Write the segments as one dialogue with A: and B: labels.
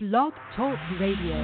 A: Blog Talk Radio.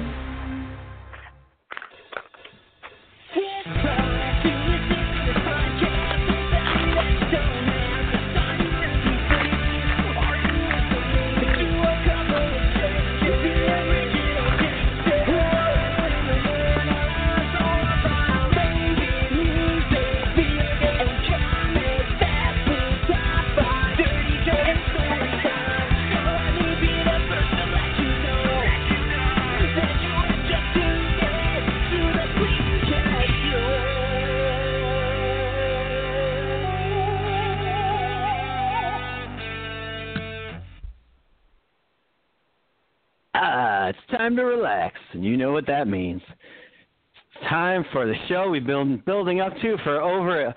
B: Ah, it's time to relax, and you know what that means. It's time for the show we've been building up to for over.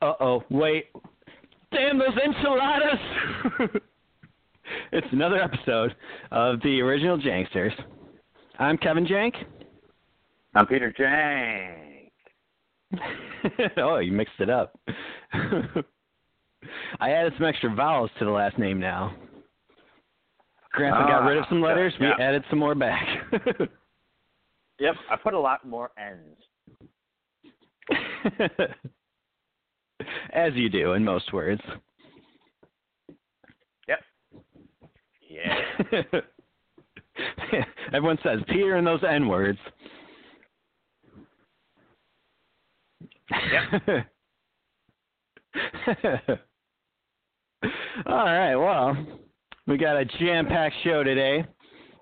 B: Uh oh, wait. Damn those enchiladas! it's another episode of the original Janksters. I'm Kevin Jank.
C: I'm Peter Jank.
B: oh, you mixed it up. I added some extra vowels to the last name now. Grandpa got
C: Ah,
B: rid of some letters.
C: yeah.
B: We added some more back.
C: Yep. I put a lot more N's.
B: As you do in most words.
C: Yeah.
B: Everyone says Peter and those N words. All right, well, we got a jam packed show today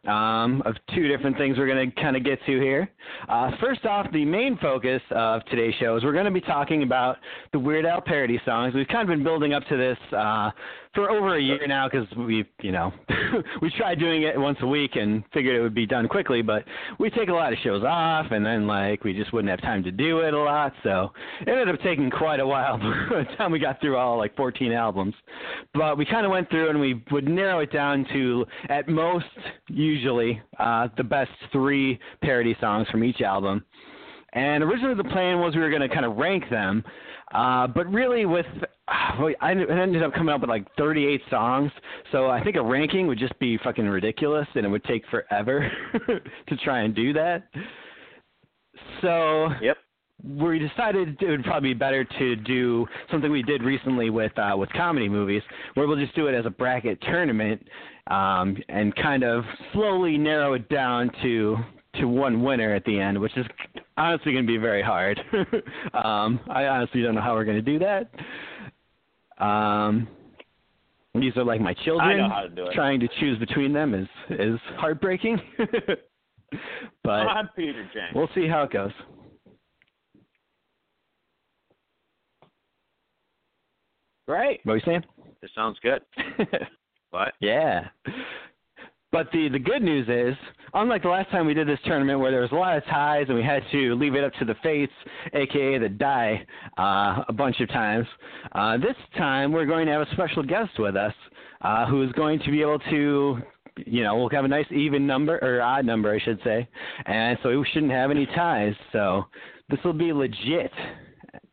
B: um, of two different things we're going to kind of get to here. Uh, first off, the main focus of today's show is we're going to be talking about the Weird Al parody songs. We've kind of been building up to this uh, for over a year now because we, you know, we tried doing it once a week and figured it would be done quickly, but we take a lot of shows off and then like we just wouldn't have time to do it a lot, so it ended up taking quite a while by the time we got through all like 14 albums. But we kind of went through and we would narrow it down to at most, usually, uh, the best three parody songs from each album. And originally the plan was we were going to kind of rank them, uh, but really with uh, I ended up coming up with like 38 songs, so I think a ranking would just be fucking ridiculous, and it would take forever to try and do that. So
C: Yep.
B: we decided it would probably be better to do something we did recently with uh, with comedy movies, where we'll just do it as a bracket tournament um, and kind of slowly narrow it down to to one winner at the end, which is honestly going to be very hard. um, I honestly don't know how we're going to do that. Um, these are like my children.
C: I know how to do it.
B: Trying to choose between them is is heartbreaking, but
C: I'm Peter Jank.
B: we'll see how it goes.
C: Great.
B: What were you saying?
C: This sounds good. What?
B: yeah. But the the good news is, unlike the last time we did this tournament where there was a lot of ties and we had to leave it up to the fates, aka the die, uh, a bunch of times, uh, this time we're going to have a special guest with us uh, who is going to be able to, you know, we'll have a nice even number or odd number, I should say, and so we shouldn't have any ties. So this will be legit.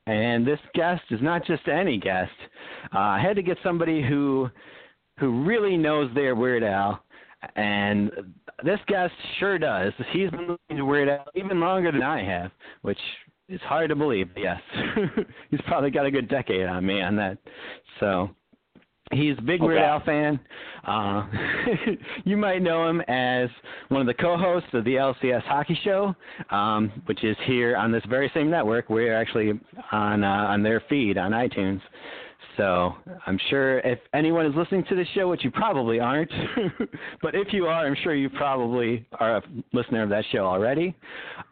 B: And this guest is not just any guest. Uh, I had to get somebody who who really knows their Weird Al, and this guest sure does. He's been listening to Weird Al even longer than I have, which is hard to believe. but Yes, he's probably got a good decade on me on that. So he's a big
C: Oh,
B: Weird
C: God.
B: Al fan. Uh, you might know him as one of the co-hosts of the LCS Hockey Show, um, which is here on this very same network. We're actually on uh, on their feed on iTunes. So I'm sure if anyone is listening to this show, which you probably aren't, but if you are, I'm sure you probably are a listener of that show already.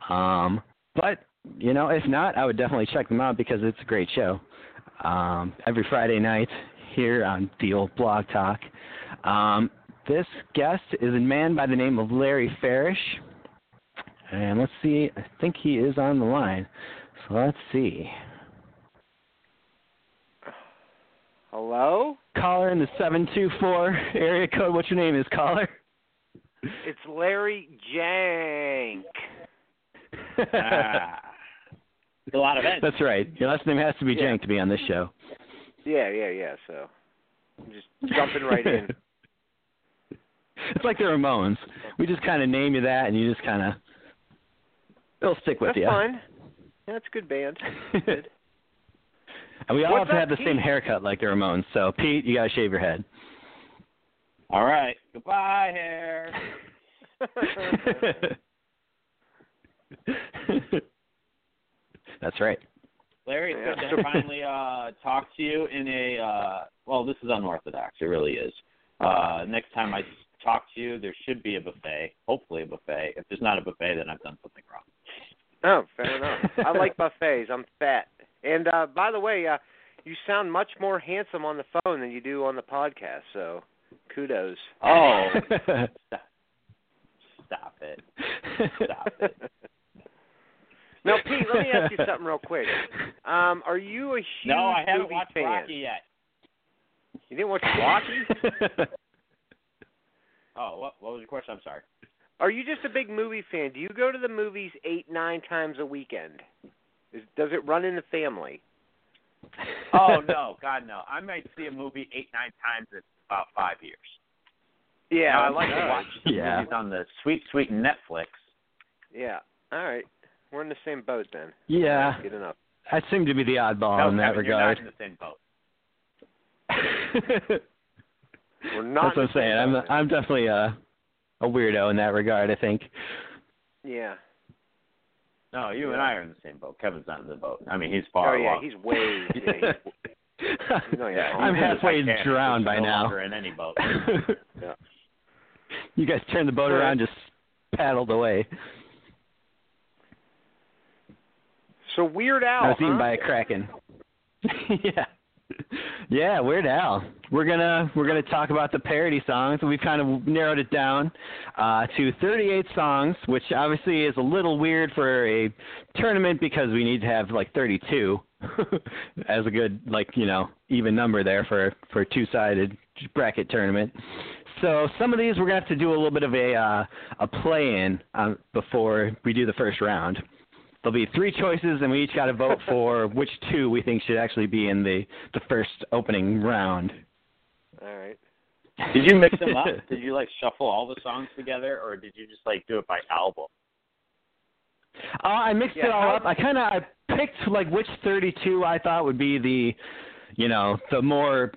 B: Um, but you know, if not, I would definitely check them out because it's a great show. Um, every Friday night here on the old Blog Talk. Um, this guest is a man by the name of Larry Farish, and let's see. I think he is on the line. So let's see.
D: Hello?
B: Caller in the seven two four area code. What's your name? Is caller?
D: It's Larry Jank.
C: Ah. a lot of N's.
B: That's right. Your last name has to be
D: Yeah.
B: Jank to be on this show.
D: Yeah, yeah, yeah. So I'm just jumping right in.
B: It's like the Ramones. We just kind of name you that, and you just kind of it'll stick with
D: That's
B: you.
D: fun. That's a good band. Good.
B: and we all
D: What's
B: have to have
D: up,
B: the same
D: Pete?
B: haircut like the Ramones. So Pete, you gotta shave your head.
E: All right. Goodbye, hair.
B: That's right.
E: Larry, it's
B: Yeah.
E: good to finally uh, talk to you in a. Uh, well, this is unorthodox. It really is. Uh, next time I s- talk to you, there should be a buffet. Hopefully, a buffet. If there's not a buffet, then I've done something wrong.
D: oh, fair enough. I like buffets. I'm fat. And uh by the way, uh you sound much more handsome on the phone than you do on the podcast, so kudos.
E: Oh, stop it! Stop it!
D: now, Pete, let me ask you something real quick. Um, are you a huge
E: No, I haven't
D: movie
E: watched
D: fan?
E: Rocky yet.
D: You didn't watch Rocky?
E: Oh, what, what was your question? I'm sorry.
D: Are you just a big movie fan? Do you go to the movies eight, nine times a weekend? Is, does it run in the family?
E: Oh no, God no! I might see a movie eight, nine times in about five years.
D: Yeah,
E: Now, I like to
D: does.
E: watch the
B: Yeah.
E: movies on the sweet, sweet Netflix.
D: Yeah. All right. We're in the same boat then.
B: yeah,
D: Good enough.
B: I seem to be the oddball
E: no,
B: in that
E: Kevin,
B: regard.
E: You're not in the same boat.
D: We're not.
B: That's what I'm
D: in the same
B: saying. I'm
D: boat then.
B: I'm definitely a a weirdo in that regard. I think.
D: Yeah.
E: No, you and
D: Yeah.
E: I are in the same boat. Kevin's not in the boat. I mean, he's far
D: oh yeah,
E: along.
D: he's way. Yeah, he's You know, yeah,
B: I'm
E: He's in the
B: halfway
E: Titanic,
B: drowned
E: which is
B: by
E: no
B: now.
E: Longer in any boat.
D: Yeah.
B: You guys turned the boat
D: Alright.
B: around, just paddled away.
D: So Weird Al.
B: I was eaten
D: huh?
B: by a kraken. yeah, yeah. Weird Al. We're gonna we're gonna talk about the parody songs. We've kind of narrowed it down uh, to 38 songs, which obviously is a little weird for a tournament because we need to have like 32 as a good like you know even number there for for a two-sided bracket tournament. So some of these we're gonna have to do a little bit of a uh, a play-in um, before we do the first round. There'll be three choices, and we each got to vote for which two we think should actually be in the the first opening round.
D: All right.
E: Did you mix them up? Did you like shuffle all the songs together, or did you just like do it by album?
B: Uh, I mixed
D: Yeah,
B: it all
D: how-
B: up. I kind of I picked like which 32 I thought would be the, you know, the more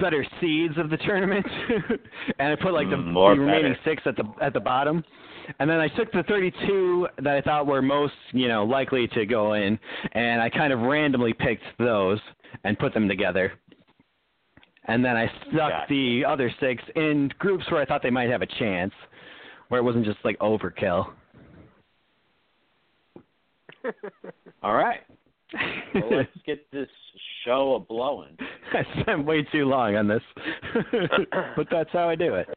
B: better seeds of the tournament, and I put like the,
E: Mm, more
B: the remaining
E: better.
B: six at the at the bottom, and then I took the 32 that I thought were most you know likely to go in, and I kind of randomly picked those and put them together. And then I stuck
E: Gotcha.
B: the other six in groups where I thought they might have a chance, where it wasn't just like overkill.
E: All right. Well, let's get this show a blowing.
B: I spent way too long on this, but that's how I do it.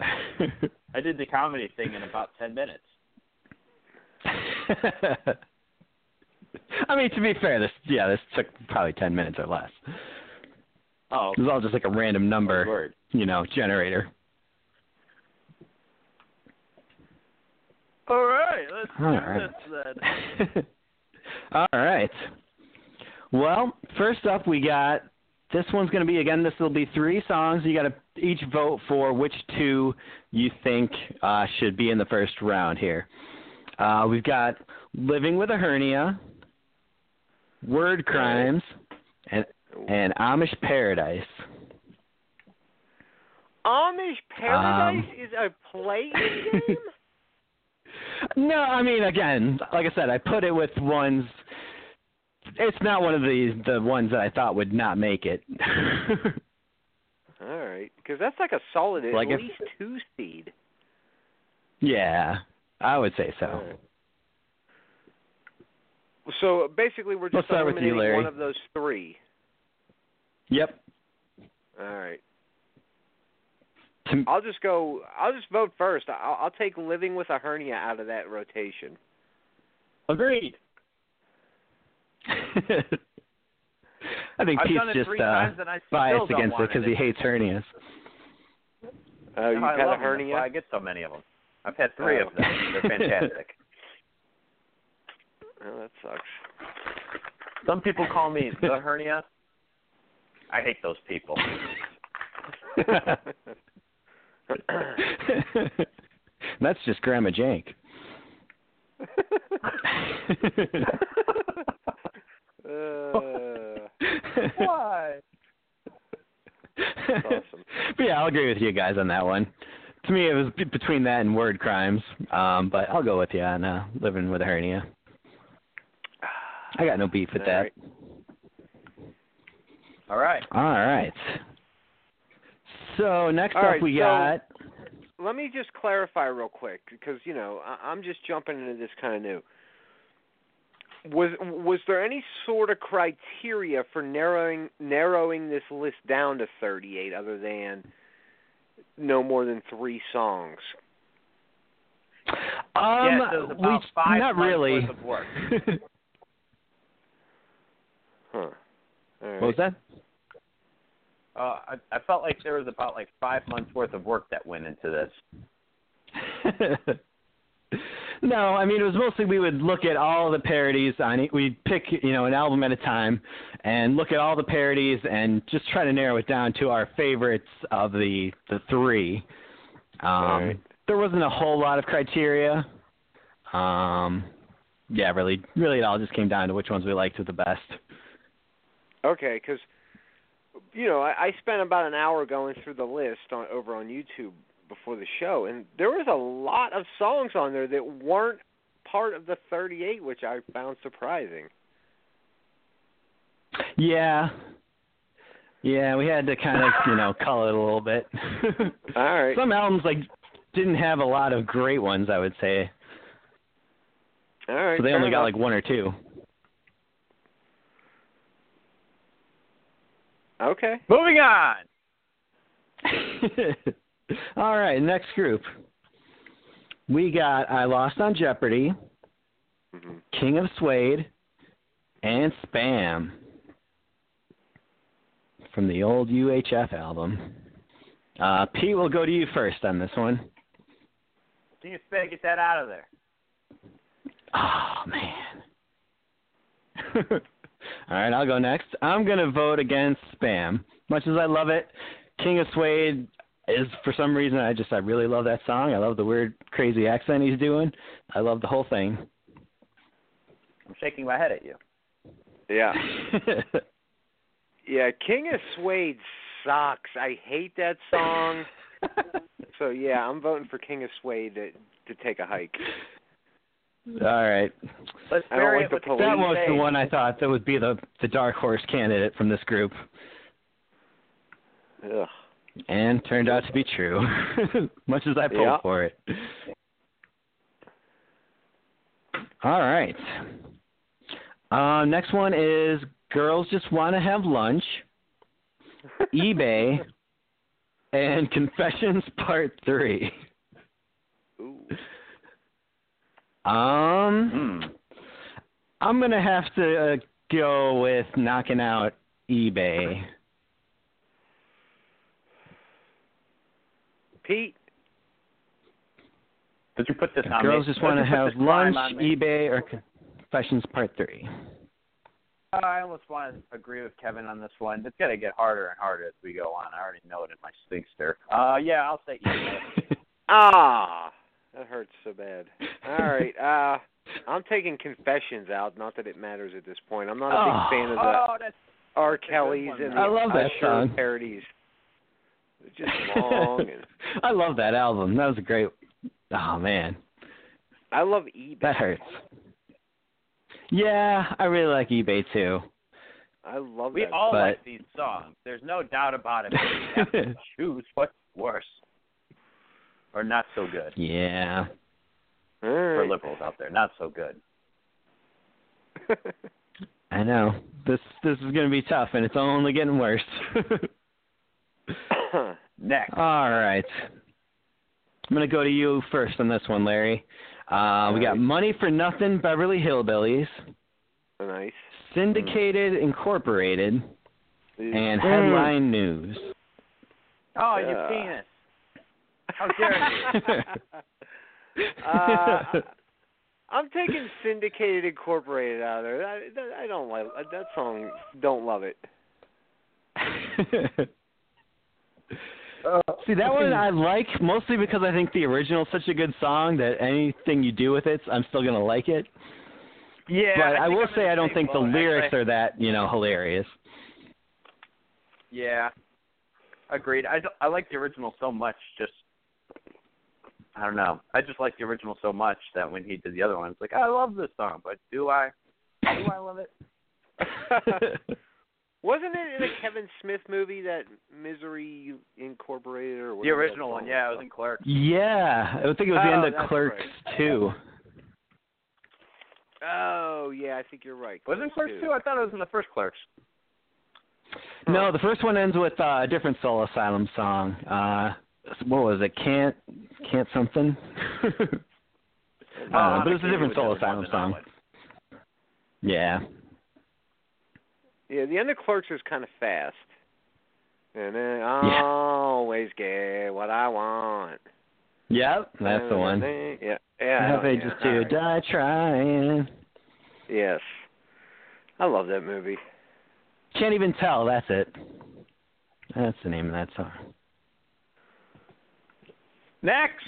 E: I did the comedy thing in about ten minutes.
B: I mean, to be fair, this yeah, this took probably ten minutes or less.
E: Oh,
B: It was all just like a random number,
E: word.
B: you know, generator.
D: All right. Let's
B: All right. all right. Well, first up, we got this one's going to be again. This will be three songs. You got to each vote for which two you think uh, should be in the first round here. Uh, we've got "Living with a Hernia," "Word Crimes," and and "Amish Paradise."
D: Amish Paradise
B: Um.
D: is a playing game.
B: no, I mean again, like I said, I put it with ones. It's not one of the the ones that I thought would not make it.
D: All right, because that's like a solid at
B: Like if-
D: least two seed.
B: yeah, I would say so.
E: Oh.
D: All right. So basically, we're
B: Let's
D: just
B: start with you,
D: eliminating
B: Larry.
D: one of those three.
B: Yep.
D: All right,
B: To-
D: I'll just go. I'll just vote first. I'll, I'll take living with a hernia out of that rotation.
E: Agreed.
B: I think
E: I've
B: Pete's
E: done it
B: just
E: three
B: uh,
E: times and I still
B: biased
E: don't
B: against it
E: want
B: because he hates hernias.
D: Oh,
E: No,
D: you
E: I
D: got
E: love 'em.
D: a
E: That's
D: hernia.
E: why I get so many of them. I've had three
D: Oh.
E: of them. They're fantastic.
D: Oh, that sucks.
E: Some people call me the hernia. I hate those people.
D: All
B: That's just Grandma Jank.
D: uh,
E: Why?
D: awesome.
B: But yeah, I'll agree with you guys on that one. To me, it was be- between that and word crimes. Um, but I'll go with you on uh, living with a hernia.
D: Uh,
B: I got no beef with
D: All
B: that.
D: right.
C: All right.
B: All right. So next
D: All
B: up,
D: right,
B: we
D: so-
B: got.
D: Let me just clarify real quick because you know I, I'm just jumping into this kind of new. Was was there any sort of criteria for narrowing narrowing this list down to 38 other than no more than three songs?
B: Um,
C: yeah, so it was about
B: we,
C: five
B: not
C: months
B: really.
C: worth of work.
D: Huh. All right.
B: What was that?
C: Uh, I, I felt like there was about like five months worth of work that went into this.
B: no, I mean it was mostly we would look at all the parodies on it. We'd pick you know an album at a time and look at all the parodies and just try to narrow it down to our favorites of the the three. Um,
D: All right.
B: There wasn't a whole lot of criteria. Um, yeah, really, really, it all just came down to which ones we liked the best.
D: Okay, because you know I, I spent about an hour going through the list on over on YouTube before the show, and there was a lot of songs on there that weren't part of the 38, which I found surprising.
B: Yeah, yeah, we had to kind of you know cull it a little bit.
D: All right,
B: Some albums like didn't have a lot of great ones, I would say.
D: all right.
B: So they
D: fair
B: only got
D: enough.
B: like one or two.
D: okay.
C: Moving on.
B: All right, next group. We got I Lost on Jeopardy,
D: hmm
B: King of Suede, and Spam from the old UHF album. Uh, Pete, we'll go to you first on this one.
C: Can you spit get that out of there?
B: Oh man. All right, I'll go next. I'm gonna vote against spam. Much as I love it, King of Suede is for some reason I just I really love that song. I love the weird crazy accent he's doing. I love the whole thing.
C: I'm shaking my head at you.
D: Yeah, yeah. King of Suede sucks. I hate that song. so yeah, I'm voting for King of Suede to, to take a hike.
B: All right,
C: Let's
D: I don't
C: bury
D: like
C: it
D: the
C: with
D: police.
B: that
C: clean
B: was the
C: page.
B: one I thought that would be the the dark horse candidate from this group,
D: Ugh.
B: and turned out to be true. Much as I pulled
D: Yeah.
B: for it. All right. Uh, next one is girls just want to have lunch. eBay and Confessions Part Three.
D: Ooh.
B: Um,
C: Hmm.
B: I'm gonna have to uh, go with knocking out eBay.
D: Pete.
C: Did you put this on
B: girls
C: me?
B: just want to
C: Did you put
B: have
C: this crime
B: lunch.
C: on me?
B: eBay or Confessions Part Three.
C: I almost want to agree with Kevin on this one. It's gonna get harder and harder as we go on. I already know it in my sphincter. Uh, yeah, I'll say eBay.
D: Ah, that hurts so bad. All right, uh, I'm taking confessions out. Not that it matters at this point. I'm not a
B: Oh.
D: big fan of the
C: oh, that's
D: R.
C: good
D: Kelly's
C: one.
D: and the
B: I love that
D: Usher
B: song.
D: parodies. They're just long, and
B: I love that album. That was a great. Oh man,
D: I love eBay.
B: that hurts. Yeah, I really like eBay too.
D: I love
C: we
D: that.
C: all
B: But-
C: like these songs. There's no doubt about it. We have to choose what's worse or not so good
B: Yeah.
D: all
C: for
D: right.
C: liberals out there. Not so good.
B: I know. This this is gonna be tough and it's only getting worse.
C: Next,
B: All right. I'm gonna go to you first on this one, Larry. Uh, we
D: All
B: got
D: right.
B: Money for Nothing, Beverly Hillbillies,
D: nice.
B: Syndicated Incorporated, and
D: Mm.
B: Headline News.
C: oh,
D: Yeah.
C: your penis. How dare you?
D: Uh, I'm taking Syndicated Incorporated out of there. I, that, I don't like that song. Don't love it.
F: Uh,
B: See that one I like mostly because I think the original's such a good song that anything you do with it, I'm still gonna like it.
D: Yeah,
B: but I,
D: think
B: will
D: I'm in
B: say I don't
D: same
B: think the
D: boat.
B: lyrics
D: Actually,
B: are that you know hilarious.
E: Yeah, agreed. I I like the original so much. Just I don't know. I just like the original so much that when he did the other one, it's like I love this song, but do I? Do I love it?
D: Wasn't it in a Kevin Smith movie that Misery Incorporated or
E: The
D: whatever that
E: original one,
D: song
E: yeah, it was in Clerks.
B: yeah, I would think it was the
D: Oh,
B: end
D: that's
B: of Clerks too.
D: Oh yeah, I think you're right.
E: Was it in Clerks
D: too.
E: too? I thought it was in the first Clerks.
B: No, the first one ends with uh, a different Soul Asylum song. Uh, what was it? Can't can't something.
E: Oh,
B: but it's a
E: I'm
B: different Soul
E: thinking
B: Asylum
E: of a different
B: song.
E: one
B: Yeah.
D: Yeah, the end of Clerks is kind of fast. And then I
B: Yeah.
D: always get what I want.
B: Yep, that's
D: Uh,
B: the one.
D: Yeah,
B: I
D: yeah.
B: hope I
D: yeah,
B: just
D: all
B: do
D: right.
B: die trying.
D: Yes, I love that movie.
B: Can't even tell. That's it. That's the name of that song.
E: Next.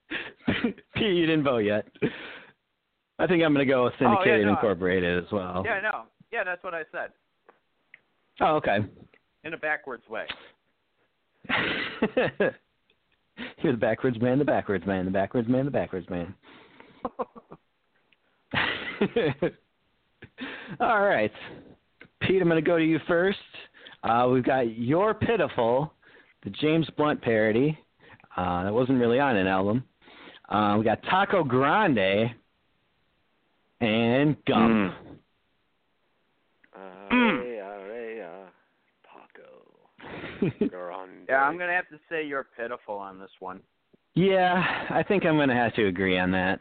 B: Pete and Bo yet. I think I'm gonna go with
E: Oh, yeah,
B: Syndicated
E: no, I-
B: Incorporated as well.
E: Yeah, no. Yeah, that's what I said.
B: Oh, okay.
E: In a backwards way.
B: You're the backwards man, the backwards man, the backwards man, the backwards man. All right. Pete, I'm going to go to you first. Uh, we've got Your Pitiful, the James Blunt parody. Uh, that wasn't really on an album. Uh, we got Taco Grande and Gump.
D: Uh,
E: Mm.
D: Paco Grande.
E: Yeah, I'm gonna have to say you're pitiful on this one.
B: Yeah, I think I'm going to have to agree on that.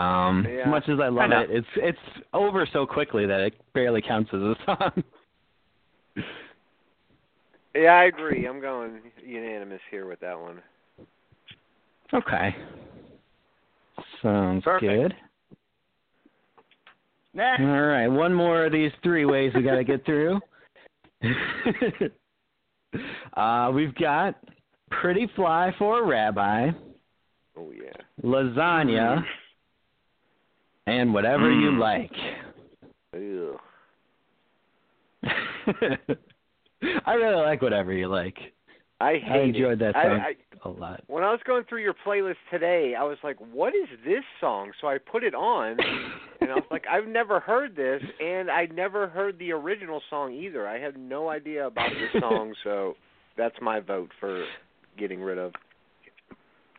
B: Um,
D: Yeah.
B: As much as I love
E: know.
B: it, it's it's over so quickly that it barely counts as a song.
D: Yeah, I agree. I'm going unanimous here with that one.
B: okay. Sounds
E: Perfect.
B: good.
E: Next.
B: All right, one more of these three ways we got to get through. uh, we've got Pretty Fly for a Rabbi,
D: Oh yeah.
B: Lasagna, and Whatever You Like.
D: Ew.
B: I really like Whatever You Like
D: I hate
B: I enjoyed
D: it.
B: that
D: I-
B: song.
D: I-
B: a lot.
D: when I was going through your playlist today, I was like, "What is this song?" So I put it on, and I was like, I've never heard this, and I never heard the original song either. I have no idea about this song, so that's my vote for getting rid of.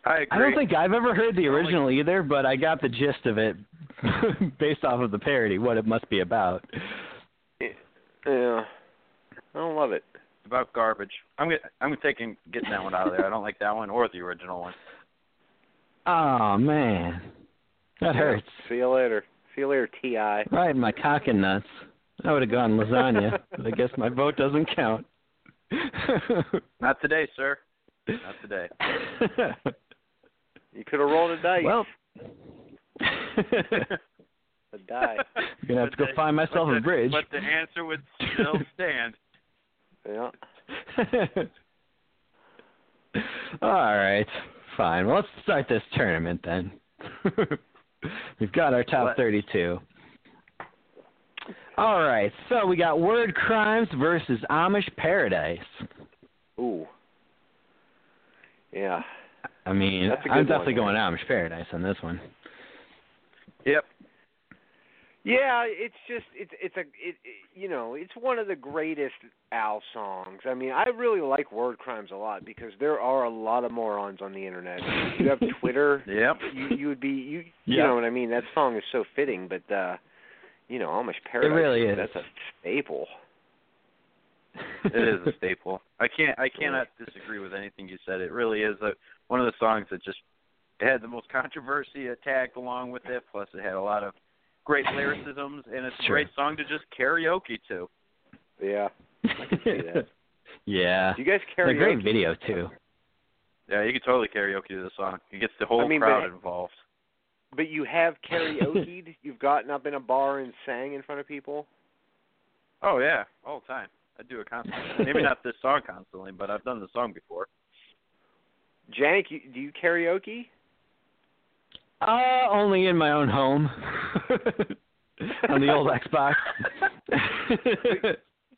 E: I agree.
B: I don't think I've ever heard the original either, but I got the gist of it based off of the parody, what it must be about.
D: Yeah, I don't love it.
E: it's about garbage. I'm gonna I'm taking getting that one out of there. I don't like that one or the original one.
B: Oh man, that hurts.
D: See you later. See you later, Ti.
B: Right, in my cock and nuts. I would have gone lasagna, but I guess my vote doesn't count.
E: Not today, sir. Not today.
D: You could have rolled a dice.
B: well,
D: a die.
B: I'm gonna have to go
E: But the-
B: find myself
E: but
B: a
E: the-
B: bridge.
E: But the answer would still stand.
D: Yeah.
B: All right, fine. Well, let's start this tournament then. We've got our top
E: What?
B: 32. All right, so we got Word Crimes versus Amish Paradise.
D: Ooh. Yeah.
B: I mean,
D: That's a good
B: I'm definitely
D: one.
B: going Amish Paradise on this one.
E: Yep.
D: Yeah, it's just it's it's a it, it you know it's one of the greatest Al songs. I mean, I really like word crimes a lot because there are a lot of morons on the internet. You have Twitter,
E: Yep.
D: you you would be you you
B: Yeah.
D: know what I mean. That song is so fitting, but uh you know Amish Paradise.
B: really is.
D: That's a staple.
E: It is a staple. I can't. I cannot disagree with anything you said. It really is a, one of the songs that just it had the most controversy it tagged along with it. Plus, it had a lot of great lyricisms, and it's a
B: Sure.
E: great song to just karaoke to.
D: Yeah. see that.
B: yeah.
D: Do you guys
B: And
D: carry
B: A great video too.
E: Yeah, you could totally karaoke to the song. It gets the whole
D: I mean, but-
E: crowd involved.
D: But you have karaoke'd? You've gotten up in a bar and sang in front of people?
E: Oh yeah, all the time. I do it constantly. Maybe not this song constantly, but I've done the song before.
D: Janik, you, do you karaoke?
B: Uh, only in my own home on the old Xbox.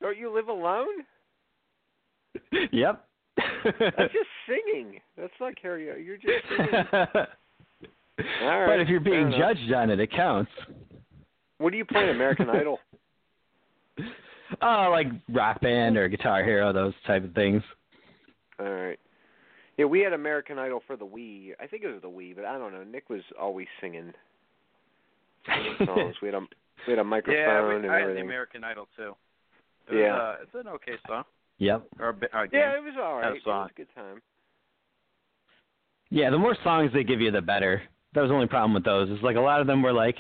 D: Don't you live alone?
B: yep.
D: That's just singing. That's not karaoke. You're just singing. All right.
B: but if you're
D: fair
B: being
D: enough.
B: judged on it, it counts.
D: what do you play? American Idol.
B: Uh, like Rock Band or Guitar Hero, those type of things.
D: All right. Yeah, we had American Idol for the Wii. I think it was the Wii, but I don't know. Nick was always singing songs. we had a we had a microphone
E: Yeah, we,
D: and
E: I had the
D: everything.
E: American Idol too. It
D: Yeah.
E: was, uh, it's an okay song.
B: yep.
E: Or a, bi- uh, game.
D: yeah, it was all
E: Had a
D: right. It
E: song.
D: was a good time.
B: Yeah, the more songs they give you, the better. That was the only problem with those. Is like a lot of them were like,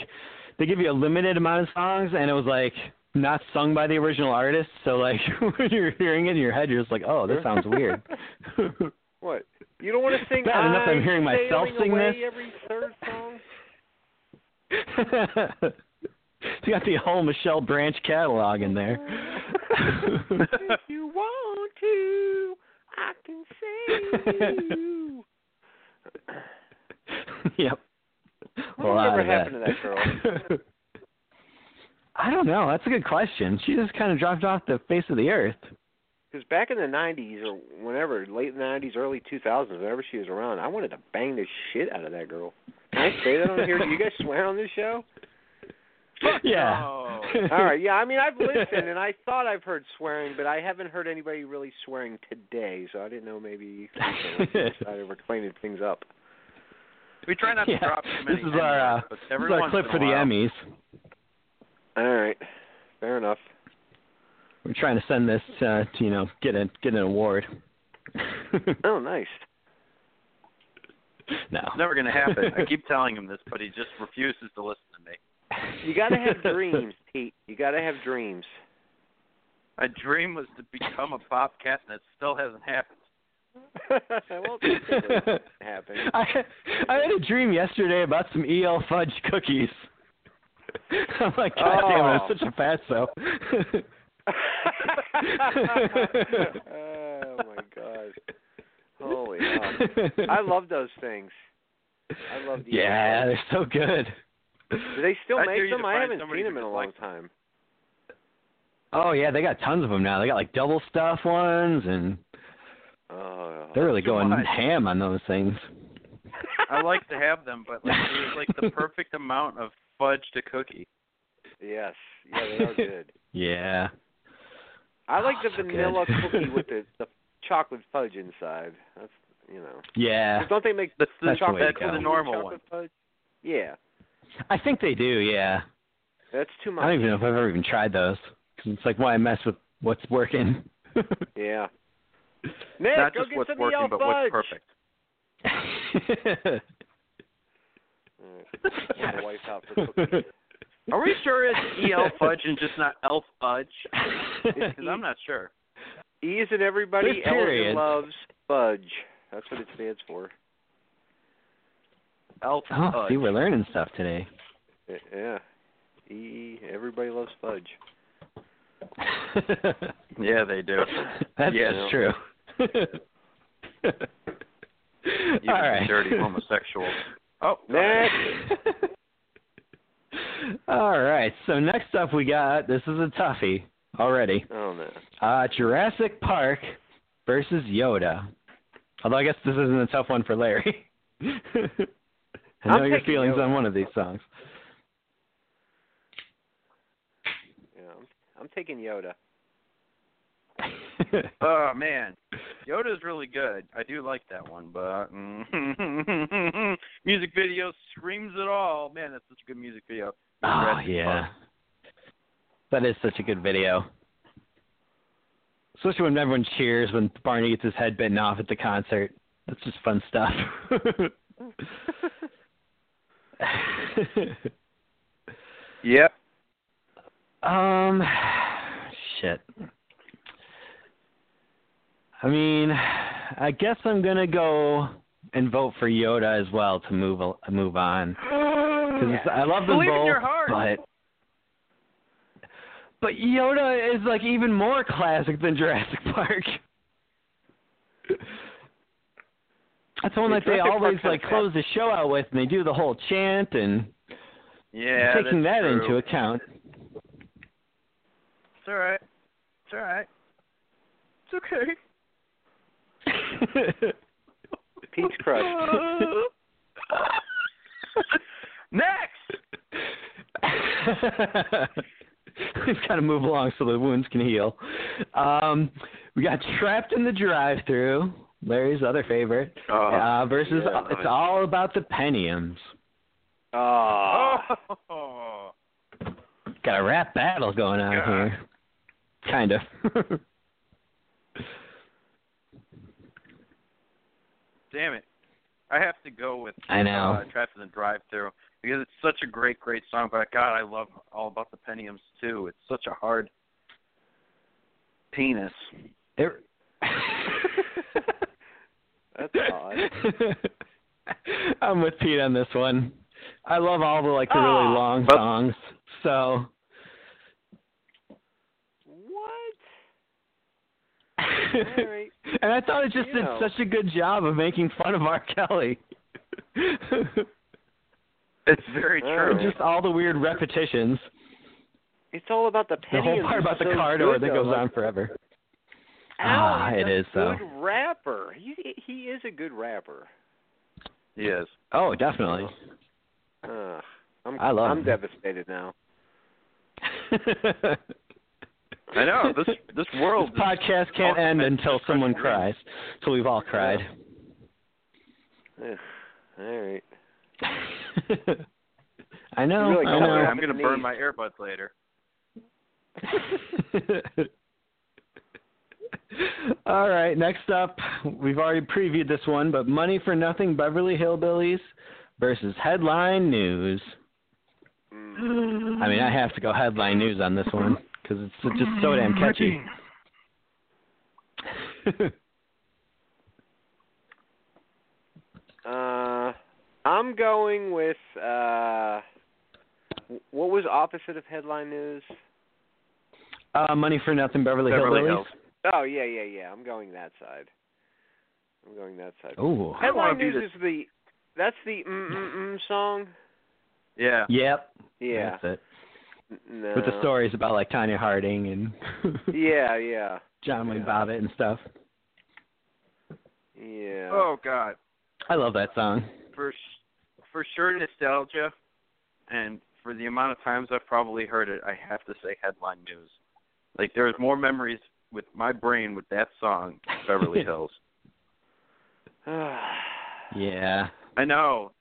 B: they give you a limited amount of songs, and it was like not sung by the original artist. So like when you're hearing it in your head, you're just like, oh, this sounds weird.
D: What? You don't want to sing
B: Bad enough I'm hearing myself
D: sailing
B: sing
D: away
B: this.
D: every third song?
B: you got the whole Michelle Branch catalog in there.
D: if you want to, I can save you.
B: yep.
D: What ever happened to
B: that girl? I don't know. That's a good question. She just kind of dropped off the face of the earth.
D: Because back in the '90s or whenever, late '90s, early 2000s, whenever she was around, I wanted to bang the shit out of that girl. Can I say that on here? Do you guys swear on this show?
B: yeah.
E: no.
D: All right, yeah. I mean, I've listened and I thought I've heard swearing, but I haven't heard anybody really swearing today, so I didn't know maybe I over cleaning things up.
E: We try not to
B: Yeah.
E: drop too
B: This
E: many.
B: is our uh,
E: but
B: this
E: every
B: is our
E: once
B: clip
E: in a
B: for the
E: while-
B: Emmys.
D: All right, fair enough.
B: We're trying to send this uh, to you know get a get an award.
D: Oh, nice.
B: no.
E: It's never going to happen. I keep telling him this, but he just refuses to listen to me.
D: You gotta have dreams, Pete. You gotta have dreams.
E: My dream was to become a popcat, and it still hasn't happened.
D: well, it's gonna happen.
B: I I had a dream yesterday about some EL fudge cookies. I'm like, God damn it,
D: Oh.
B: it's such a fast though.
D: oh my god! Holy hell! I love E those things. I love the
B: Yeah, they're so good.
D: Do they still
E: I dare
D: make
E: you to
D: them? I
E: find
D: haven't
E: somebody
D: seen
E: who
D: them in a
E: just
D: long
E: likes
D: time.
B: Oh yeah, they got tons of them now. They got like double stuff ones, and
D: Oh,
B: they're really going
E: Why?
B: ham on those things.
E: I like to have them, but like it was like the perfect amount of fudge to cookie.
D: yes, yeah, they are good.
B: Yeah.
D: I like
B: Oh,
D: the
B: so good.
D: vanilla cookie with the, the chocolate fudge inside. That's you know.
B: Yeah.
D: 'Cause Don't they make
E: That's the,
B: That's the way to
E: that's
B: go.
E: the
D: cookie
E: normal
D: chocolate
E: one.
D: Fudge? Yeah,
B: I think they do. Yeah.
D: that's too
B: I don't
D: much.
B: even know if I've ever even tried those. 'Cause it's like why I mess with what's working.
D: Yeah. Nick,
E: Not
D: go
E: just
D: get
E: what's
D: some
E: working,
D: Yelp
E: but
D: fudge.
E: what's perfect.
D: Alright, I'm gonna wipe out for cookies.
E: Are we sure it's EL fudge and just not elf fudge? Because I'm not sure.
D: E is in everybody.
B: There's
D: L is in
B: periods.
D: loves fudge. That's what it stands for.
E: Elf
B: oh,
E: fudge.
B: see, we're learning stuff today.
D: Y- Yeah. E everybody loves fudge.
E: Yeah, they do.
B: That's
E: Yeah.
B: true.
E: Even
B: All right.
E: dirty homosexuals. Oh, go ahead.
D: Next.
B: All right. So next up, we got this is a toughie already.
D: Oh no.
B: Uh, Jurassic Park versus Yoda. Although I guess this isn't a tough one for Larry. I
D: I'm
B: know your
D: picking
B: feelings
D: Yoda.
B: on one of these songs.
D: Yeah, I'm, I'm taking Yoda.
E: Oh man, Yoda's really good. I do like that one, but mm, music video screams it all. Man, that's such a good music video.
B: oh
E: Jurassic
B: yeah,
E: Park.
B: that is such a good video. Especially when everyone cheers when Barney gets his head bitten off at the concert. That's just fun stuff.
E: Yep.
B: um, shit. I mean, I guess I'm gonna go and vote for Yoda as well to move al- move Mm, on. Because I love them
E: Oh, Believe
B: both,
E: in your heart.
B: but But Yoda is like even more classic than Jurassic Park. That's the one
D: Yeah,
B: that they
D: Jurassic
B: always
D: Park
B: like
D: kinda
B: close the show out with, and they do the whole chant and
E: Yeah,
B: taking that
E: that's true.
B: into account.
E: It's all right. It's all right. It's okay.
D: Peach Crush.
E: Next.
B: We've got to move along so the wounds can heal. Um, we got trapped in the drive-through. Larry's other favorite
E: Oh,
B: uh, versus
E: yeah, I love
B: it's
E: it.
B: all about the Pentiums.
D: Oh,
E: Oh.
B: Got a rap battle going on
E: God.
B: here. Kind of.
E: Damn it. I have to go with
B: I know.
E: uh, Trapped in the Drive Through because it's such a great, great song. But God, I love All About the Pentiums too. It's such a hard penis.
B: It-
D: that's odd.
B: I'm with Pete on this one. I love all the like the really
D: Ah.
B: long
E: But-
B: songs. So
D: What? All
B: and
D: right.
B: I thought it just
D: You
B: did
D: know.
B: such a good job of making fun of R. Kelly.
E: It's very
D: Oh.
E: true.
B: just all the weird repetitions.
D: It's all about the
B: The
D: penny.
B: whole part about the car door that goes on forever. Ah,
D: Al is
B: it
D: a
B: is, though.
D: good rapper. He he is a good rapper.
E: Yes.
B: Oh, definitely.
D: Ugh. I'm
B: I love
D: I'm
B: him.
D: devastated now. Oh.
E: I know. This this world
B: This podcast can't end until someone cries. So we've all cried.
D: Ugh. All right.
B: I know.
D: Really
B: I
D: going
B: know.
E: I'm gonna burn my earbuds later.
B: All right, next up, we've already previewed this one, but Money for Nothing Beverly Hillbillies versus Headline News.
D: Mm.
B: I mean, I have to go Headline News on this one because it's so- just so damn
D: Mm-hmm.
B: catchy.
D: Uh, I'm going with uh, wh- what was opposite of headline news?
B: uh, Money for Nothing Beverly,
E: Beverly
B: Hillbillies.
E: Hills.
D: Oh yeah, yeah, yeah. I'm going that side. I'm going that side.
B: Ooh.
E: I don't wanna
D: Headline
E: be
D: news is the that's the mm mm mm song.
E: Yeah.
B: Yep.
D: Yeah.
B: That's it.
D: N- No.
B: With the stories about like Tanya Harding and
D: Yeah, yeah,
B: John Lee
D: Yeah.
B: Bobbitt and stuff.
D: yeah.
E: Oh God.
B: I love that song.
E: For s- for sure nostalgia, and for the amount of times I've probably heard it, I have to say headline news. Like there's more memories with my brain with that song, Beverly Hills.
B: Yeah.
E: I know.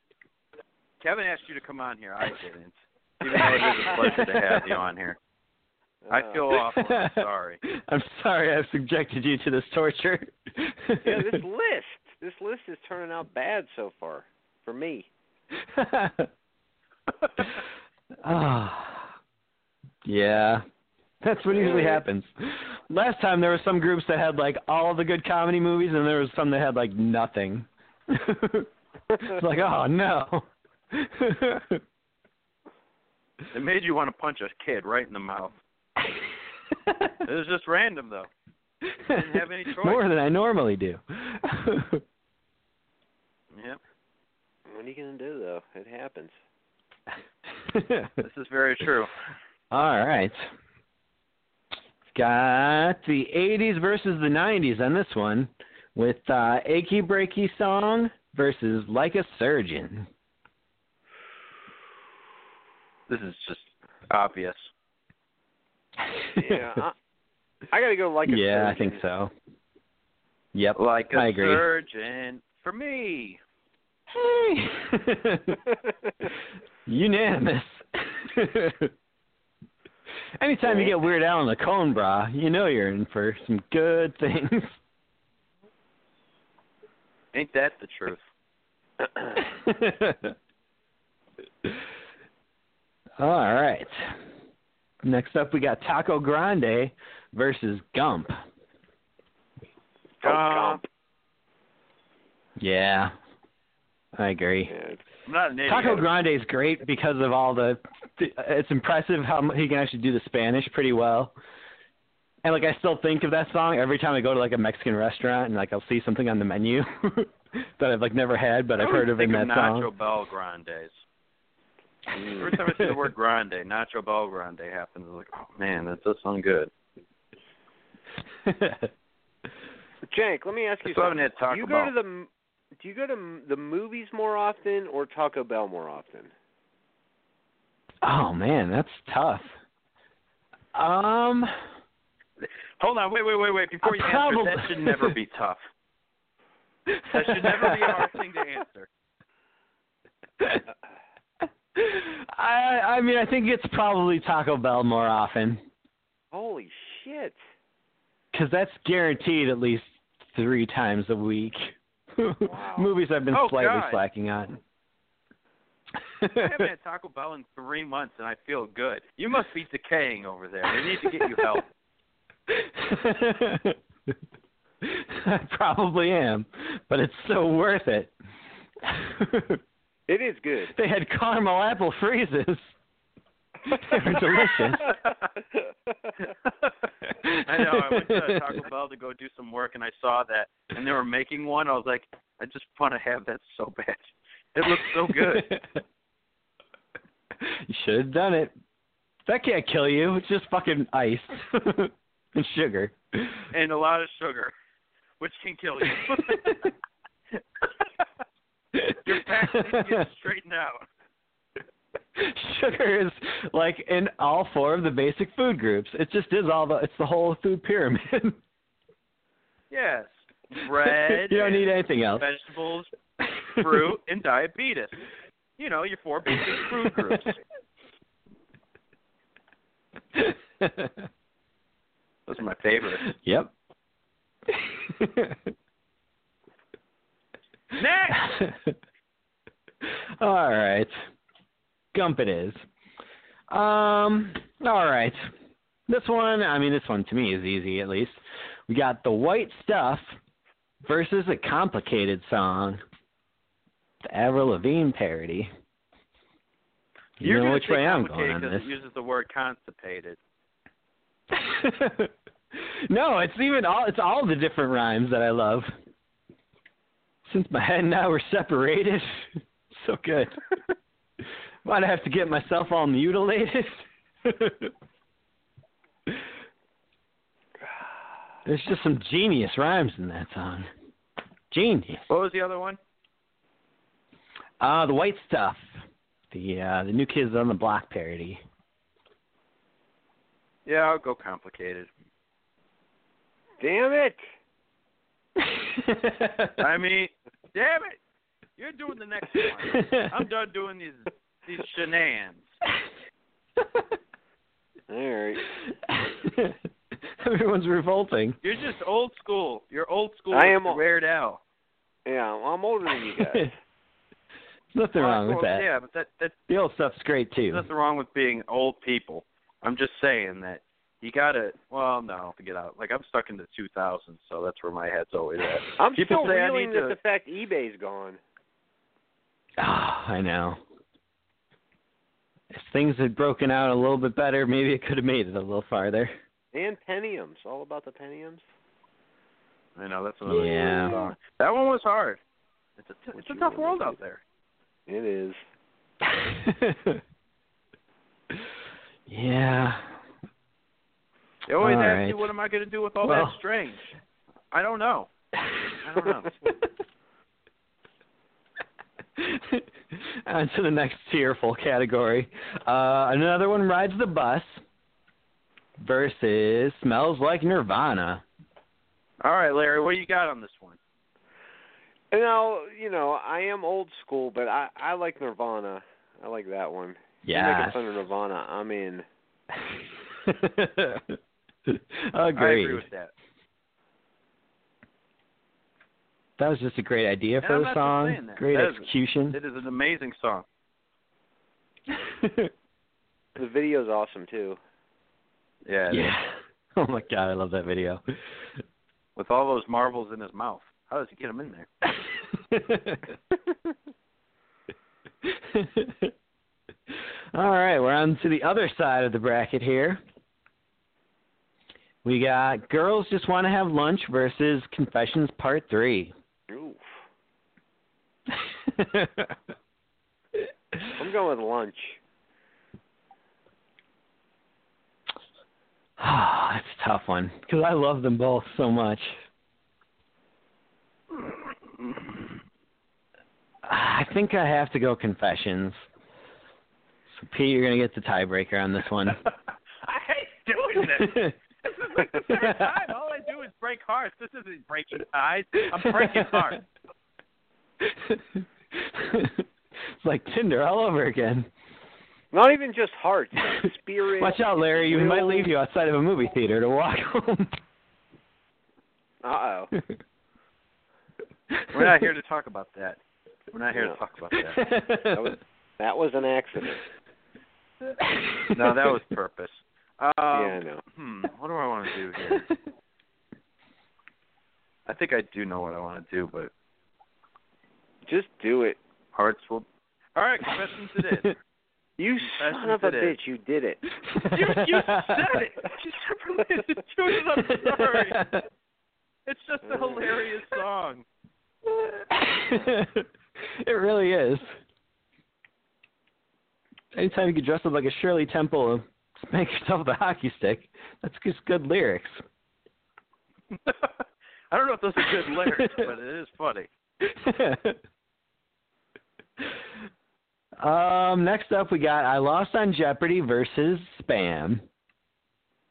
E: Kevin asked you to come on here. I didn't. Even though it is a pleasure to have you on here. I feel awful. I'm sorry.
B: I'm sorry I've subjected you to this torture.
D: yeah, this list, this list is turning out bad so far for me.
B: Ah. yeah. That's what usually happens. Last time there were some groups that had like all the good comedy movies and there was some that had like nothing. it's like, oh no.
E: It made you want to punch a kid right in the mouth. It was just random though. didn't have any choice.
B: More than I normally do.
E: Yeah.
D: What are you gonna do though? It happens.
E: This is very true.
B: All right. Got the 80s versus the 90s on this one with uh, Achy Breaky Song versus Like a Surgeon.
E: This is just obvious.
D: Yeah, I, I gotta go like a
B: yeah, I
D: surgeon.
B: think so. Yep.
E: Like a
B: I agree.
E: surgeon for me.
B: Hey! Unanimous. Anytime you get Weird Al in the cone bra, you know you're in for some good things.
E: Ain't that the truth?
B: All right. Next up, we got Taco Grande versus Gump.
D: Oh,
E: Um,
D: Gump.
B: Yeah. I I agree.
D: Yeah,
E: I'm not an idiot.
B: Taco Grande is great because of all the. It's impressive how mu- he can actually do the Spanish pretty well. And like I still think of that song every time I go to like a Mexican restaurant and like I'll see something on the menu that I've like never had but
E: I
B: I've
E: always
B: heard of
E: think
B: in that
E: of
B: song.
E: Nacho Bell Grandes. Every time I see the word Grande, Nacho Bell Grande happens. I'm like, oh man, that does sound good.
D: Jake, let me ask you
E: Just haven't
D: something.
E: had Taco
D: do you go
E: Bell.
D: to the m- do you go to m- the movies more often or Taco Bell more often?
B: oh man, that's tough. Um,
E: Hold on, wait, wait, wait, wait. Before
B: I
E: you
B: probably-
E: answer, that should never be tough. That should never be a hard thing to answer.
B: I I mean I think it's probably Taco Bell more often
D: Holy shit!
B: because that's guaranteed at least three times a week.
D: Wow.
B: Movies I've been
E: Oh,
B: slightly
E: God.
B: slacking on.
E: I haven't had Taco Bell in three months, and I feel good. You must be decaying over there. They need to get you help.
B: I probably am, but it's so worth it.
D: It is good.
B: they had caramel apple freezes. they were delicious.
E: I know. I went to Taco Bell to go do some work, and I saw that, and they were making one. I was like, I just want to have that so bad. It looks so good.
B: you should have done it. That can't kill you. It's just fucking ice and sugar.
E: and a lot of sugar, which can kill you. Your pack needs to get straightened out.
B: sugar is like in all four of the basic food groups. It just is all the it's the whole food pyramid.
E: Yes. Bread.
B: you don't
E: and
B: need anything else.
E: Vegetables, fruit, and diabetes. You know, your four basic food groups. Those are my favorites.
B: Yep.
E: Next!
B: all right. Gump it is. Um, all right. This one, I mean, this one to me is easy at least. We got the white stuff versus a complicated song, the Avril Lavigne parody. You
E: You're
B: know
E: gonna
B: which
E: say
B: way I'm going
E: complicated
B: on
E: 'cause
B: this.
E: It uses the word constipated.
B: no, it's even all it's all the different rhymes that I love. Since my head and I were separated, so good. Might have to get myself all mutilated. There's just some genius rhymes in that song. Genius.
E: What was the other one?
B: Uh the white stuff. The uh the new kids on the block parody.
E: Yeah, I'll go complicated.
D: Damn it!
E: I mean, damn it! You're doing the next one. I'm done doing these these shenanigans.
D: All right.
B: Everyone's revolting.
E: You're just old school. You're old school.
D: I am
E: with
D: old.
E: Weird Al.
D: Yeah, well, I'm older than you guys.
B: nothing wrong
E: Well,
B: with that.
E: Yeah, but that that
B: The old stuff's great
E: there's
B: too.
E: nothing wrong with being old people. I'm just saying that you gotta. Well, no, forget out. Like I'm stuck in the 2000s, so that's where my head's always at.
D: I'm
E: People
D: still
E: say I
D: reeling
E: need to-
D: with the fact eBay's gone.
B: Ah, I know. If things had broken out a little bit better, maybe it could have made it a little farther.
D: And Pentiums, all about the Pentiums.
E: I know that's another
B: Yeah.
E: song. That one was hard. It's a t- it's a
D: you
E: tough
D: really
E: world
D: do.
E: out there.
D: It is.
B: yeah.
E: They always
B: All
E: ask me,
B: right.
E: what am I going to do with all
B: Well-
E: that strange? I don't know.
B: I
E: don't know.
B: On to the next tearful category. Uh, another one rides the bus versus smells like Nirvana.
E: All right, Larry, what do you got on this one?
D: Now, you know, I am old school, but I I like Nirvana. I like that one. You
B: Yeah.
D: make fun of Nirvana, I'm in.
E: I
B: Agreed.
E: agree with that.
B: that was just a great idea
E: And
B: for
E: I'm
B: the
E: not just saying
B: song.
E: that.
B: Great
E: That is-
B: execution.
E: It is an amazing song.
D: The video's awesome too.
E: Yeah. it is.
B: yeah. Oh my god, I love that video.
E: With all those marbles in his mouth. How does he get them in there?
B: All right, we're on to the other side of the bracket here. We got Girls Just Want to Have Lunch versus Confessions Part 3.
D: Oof. I'm going with lunch.
B: Ah, That's a tough one because I love them both so much. I think I have to go Confessions. So, Pete, you're going to get the tiebreaker on this one.
E: I hate doing this. This is like the third time. All I do is break hearts. This isn't breaking ties. I'm breaking hearts.
B: it's like Tinder all over again.
D: Not even just hearts, like spirit.
B: Watch out, Larry. You might leave you outside of a movie theater to walk home.
D: Uh oh.
C: We're not here to talk about that. We're not here to talk about that. was-
D: That was an accident.
C: No, that was purpose. Um,
D: yeah, I know.
C: Hmm, what do I want to do here? I think I do know what I want to do, but
D: Just do it.
C: hearts will. All right, confessions it is.
D: You
C: Confessions
D: son of a
C: it is.
D: bitch, you did it.
E: You, you said it. You said it. Dude, I'm sorry. It's just a hilarious song.
B: it really is. Anytime you can dress up like a Shirley Temple and spank yourself with a hockey stick, that's just good lyrics.
C: I don't know if those are good lyrics, but it is funny.
B: um, next up, we got I Lost on Jeopardy versus Spam.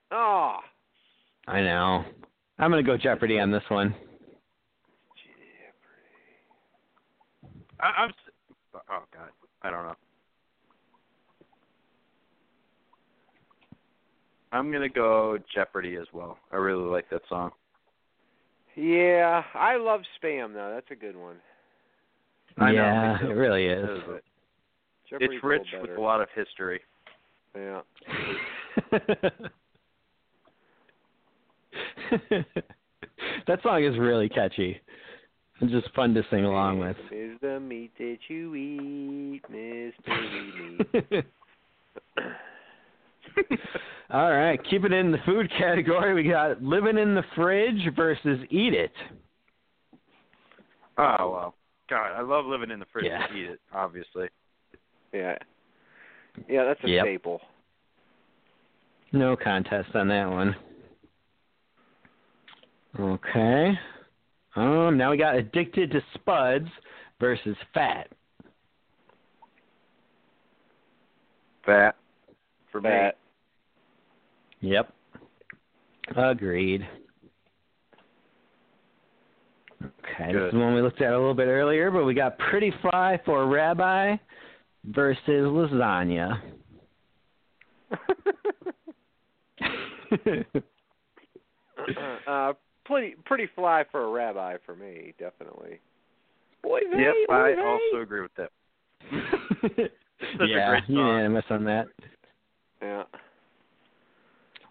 D: Oh,
B: I know. I'm going to go Jeopardy on this one.
C: I, I'm. s- Oh God, I don't know. I'm gonna go Jeopardy as well. I really like that song.
D: yeah. I love spam though. That's a good one.
C: I know,
B: yeah,
C: me too.
B: it really
C: That
B: is.
C: is it.
D: Jeopardy's
C: It's
D: a
C: rich
D: little
C: with a
D: better.
C: lot of history.
D: Yeah.
B: that song is really catchy. It's just fun to sing along with.
D: Is the meat that you eat, Miss Baby Meat?
B: All right, keep it in the food category. We got living in the fridge versus eat it.
C: Oh well, God, I love living in the fridge
B: Yeah.
C: to eat it. Obviously,
D: Yeah. Yeah, that's a
B: Yep.
D: staple.
B: No contest on that one. Okay. Um, now we got addicted to spuds versus fat.
C: fat for
D: Fat.
B: Yep. Agreed. Okay, this
C: Good.
B: is one we looked at a little bit earlier, but we got Pretty Fly for Rabbi versus Lasagna.
D: uh, pretty pretty fly for a rabbi for me, definitely. Boy,
C: me. Yep, I also agree with that. such a
B: yeah,
C: great song.
B: unanimous on that.
D: Yeah.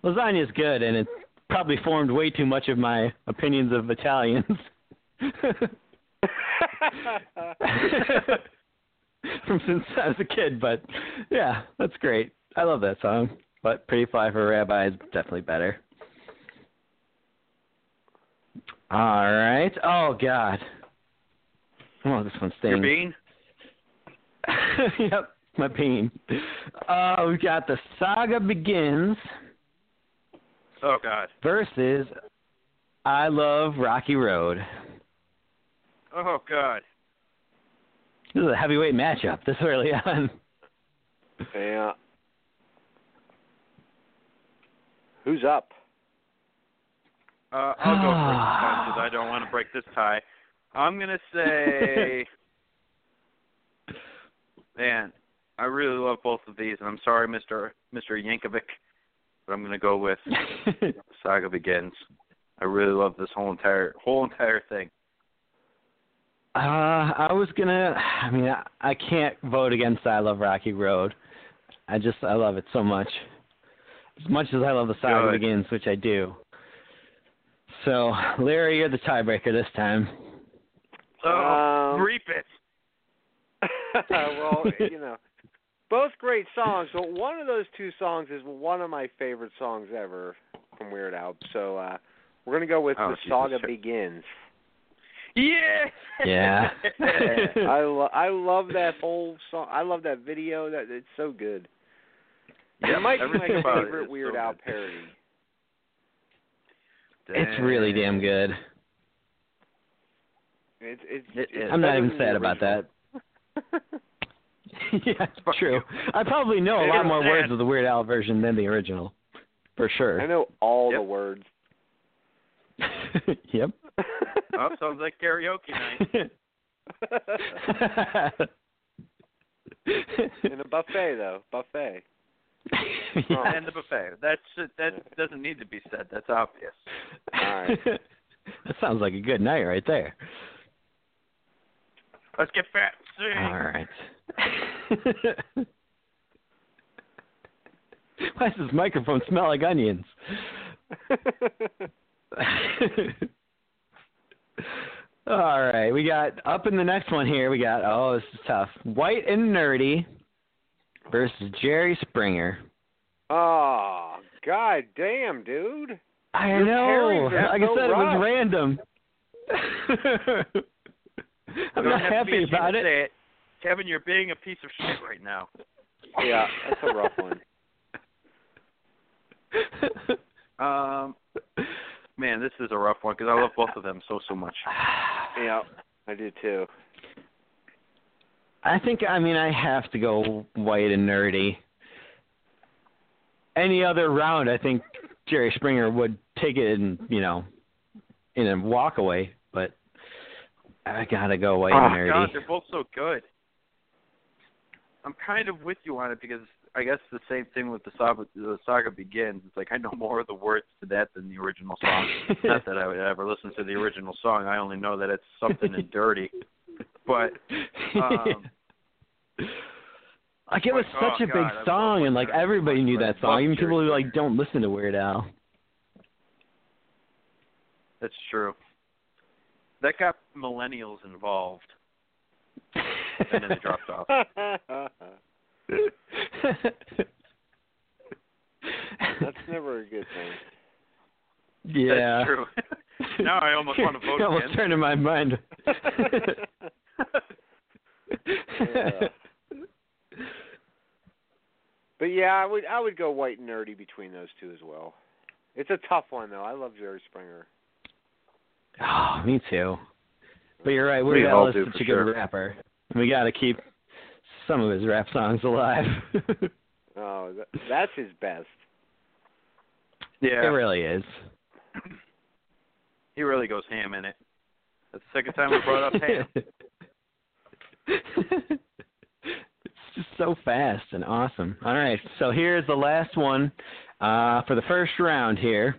B: Lasagna's good, and it probably formed way too much of my opinions of Italians from since I was a kid. But yeah, that's great. I love that song. But Pretty Fly for Rabbi is definitely better. All right. Oh God. Oh, this one
C: Your
B: stings.
C: bean?
B: yep, my peen. Uh, we've got the saga begins
C: Oh God.
B: versus I love Rocky Road.
C: Oh God.
B: This is a heavyweight matchup this early on.
D: Yeah. Who's up?
C: Uh, I'll go first because I don't want to break this tie. I'm gonna say, man, I really love both of these, and I'm sorry, Mister Mister Yankovic, but I'm gonna go with Saga Begins. I really love this whole entire whole entire thing.
B: uh, I was gonna. I mean, I, I can't vote against I love Rocky Road. I just I love it so much. As much as I love the saga
C: Good.
B: begins, which I do. So, Larry,
E: Uh,
B: you're the tiebreaker this time.
C: Oh,
D: Um,
C: reap it.
D: well, you know, both great songs, but one of those two songs is one of my favorite songs ever from Weird Al. So uh, we're gonna go with
E: Oh,
D: the
E: Jesus
D: saga
E: Christ.
D: begins.
G: Yeah.
B: Yeah.
D: I lo- I love that whole song. I love that video. That it's so good.
E: Yeah,
D: it might be my
E: everything about it
D: favorite
E: is
D: Weird
E: so
D: Al
E: good.
D: parody.
B: it's really damn good.
D: It's it's.
E: It
D: it's
E: is.
B: I'm not
D: better
B: even
D: than the
B: sad about
D: original.
B: that. yeah, it's true. I probably know a
G: You're
B: lot more
G: sad.
B: words of the Weird Al version than the original, for
D: I
B: sure.
D: know all the
E: Yep.
D: words.
B: yep.
E: Oh, sounds like karaoke night.
D: In a buffet though, buffet.
B: Yeah.
E: and the buffet. That's uh, that doesn't need to be said. That's obvious.
D: Alright.
B: that sounds like a good night right there.
G: Let's get fat. Sing.
B: All right. Why does this microphone smell like onions? All right, we got up in the next one here. We got oh, this is tough. White and nerdy versus Jerry Springer.
D: oh god damn, dude.
B: I
D: Your
B: know.
D: pairings are
B: Like
D: so
B: I said, it was
D: rough.
B: random. I'm
E: You don't
B: not
E: have to
B: happy
E: be ashamed to
B: about it.
E: say it. Kevin, you're being a piece of shit right now.
D: Yeah, that's a rough one.
E: Um, man, this is a rough one because I love both of them so so much.
D: Yeah, I do too.
B: I think I mean I have to go white and nerdy. Any other round, I think Jerry Springer would take it and you know, in a walk away. But I gotta go white and
E: oh,
B: nerdy.
E: God, they're both so good. I'm kind of with you on it because I guess the same thing with the saga, the saga begins. It's like I know more of the words to that than the original song. Not that I would ever listen to the original song. I only know that it's something and dirty. But um,
B: like it was
E: like, oh,
B: such a
E: God,
B: big
E: I love
B: song,
E: White
B: and like
E: Nerdy so
B: everybody
E: much,
B: knew
E: but I
B: that
E: love
B: song, even
E: Jerry
B: people who like
E: Springer.
B: don't listen to Weird Al.
E: that's true. That got millennials involved, and then they dropped off.
D: that's never a good thing.
B: yeah.
E: That's true. now I almost want to vote
B: I almost
E: again.
B: turned in my mind.
D: Yeah. But yeah, I would I would go white and nerdy between those two as well. It's a tough one though. I love Jerry Springer.
B: oh, me too. But you're right.
E: We
B: Weird
E: all
B: Al is
E: do,
B: such
E: for
B: a
E: sure.
B: good rapper. We got to keep some of his rap songs alive.
D: Oh, that, that's his best.
B: It
E: Yeah,
B: really is.
E: he really goes ham in it. That's the second time we brought up ham.
B: it's just so fast and awesome. All right, so here's the last one uh, for the first round here.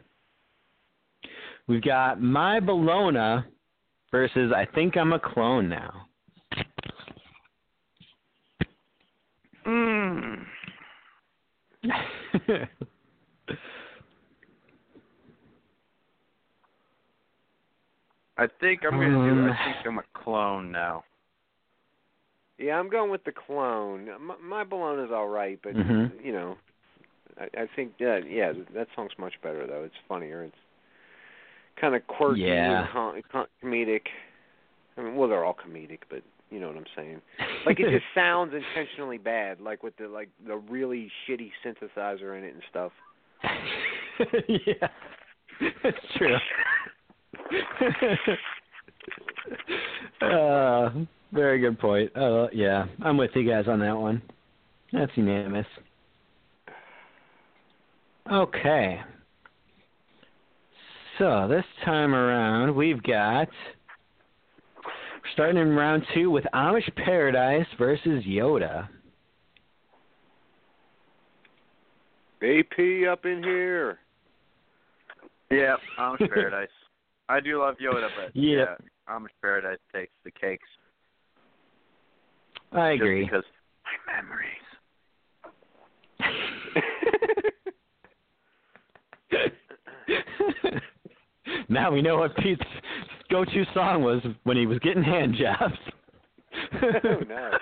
B: We've got My Bologna versus I Think I'm a Clone Now.
G: Mm.
E: I think I'm gonna do.
B: Um.
E: I think I'm a clone now.
D: Yeah, I'm going with the clone. My, my Bologna's all right, but
B: Mhm.
D: you know, I, I think yeah, yeah, that song's much better though. It's funnier. It's kind of quirky,
B: Yeah.
D: and com- com- comedic. I mean, well, they're all comedic, but you know what I'm saying. Like it just sounds intentionally bad, like with the like the really shitty synthesizer in it and stuff.
B: yeah, it's true. uh, very good point. Uh, yeah, I'm with you guys on that one. That's unanimous. Okay. So this time around, we've got we're starting in round two with Amish Paradise versus Yoda.
D: AP up in here.
E: Yeah, Amish Paradise. I do love Yoda, but
B: Yeah.
E: yeah, Amish Paradise takes the cakes.
B: I
E: just
B: agree.
E: because my memories.
B: now we know what Pete's go-to song was when he was getting hand jobs.
E: Oh,
D: Who knows?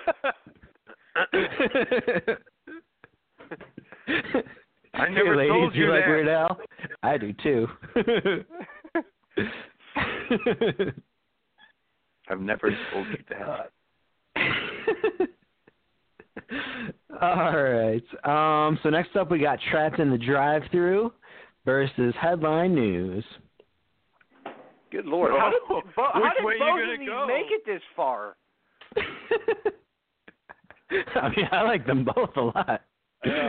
E: I never
B: ladies,
E: told you
B: like
E: that.
B: Weird Al? I do too.
E: I've never told you that.
B: All right. Um, so next up, we got trapped in the drive-through versus headline news.
D: Good lord. How did,
H: Oh,
D: bo- how
H: which
D: did
H: way you
D: both
H: gonna
D: of these
H: go?
D: make it this far?
B: I mean, I like them both a lot.
D: Yeah.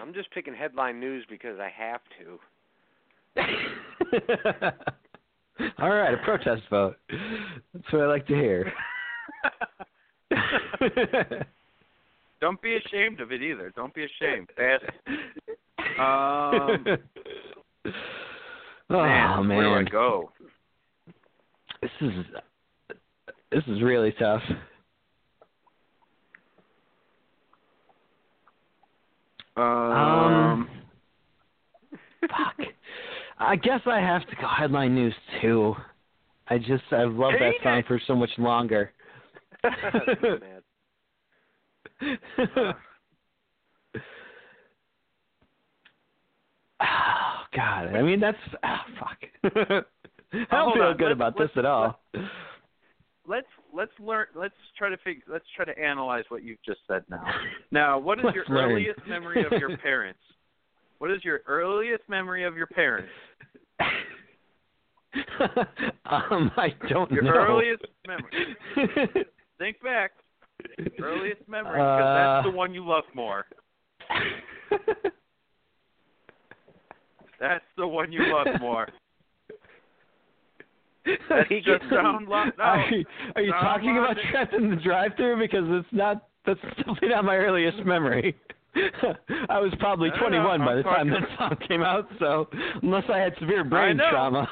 D: I'm just picking headline news because I have to.
B: All right, a protest vote. That's what I like to hear.
E: Don't be ashamed of it either. Don't be ashamed. Ask. Um,
B: oh
E: man, where
B: man,
E: do I go?
B: this is this is really tough.
E: Um,
B: Um, fuck. I guess I have to go headline news too. I just I've loved that
E: Hate
B: song
E: it.
B: for so much longer.
D: Man.
H: Uh,
B: oh Oh, God! I mean, that's oh, fuck. I
H: Oh,
B: don't
H: hold
B: feel
H: on.
B: good
H: Let's-
B: about this
H: let's-
B: at all.
E: let's let's learn. Let's try to figure. Let's try to analyze what you've just said now. Now, what is
B: Let's
E: your
B: learn.
E: earliest memory of your parents? What is your earliest memory of your parents?
B: um, I don't
E: Your
B: know.
E: earliest memory. Think back. Earliest memory, because that's
B: Uh,
E: the one you love more. That's the one you love more. That's just sound lo- no.
B: Are you, are you
E: Sound
B: talking about
E: logic.
B: trapped in the drive-through? Because it's not. That's definitely not my earliest memory. I was probably
E: No, no, no,
B: 21 by
E: I'm
B: the time
E: talking-
B: that song came out. So unless I had severe brain
E: know.
B: trauma.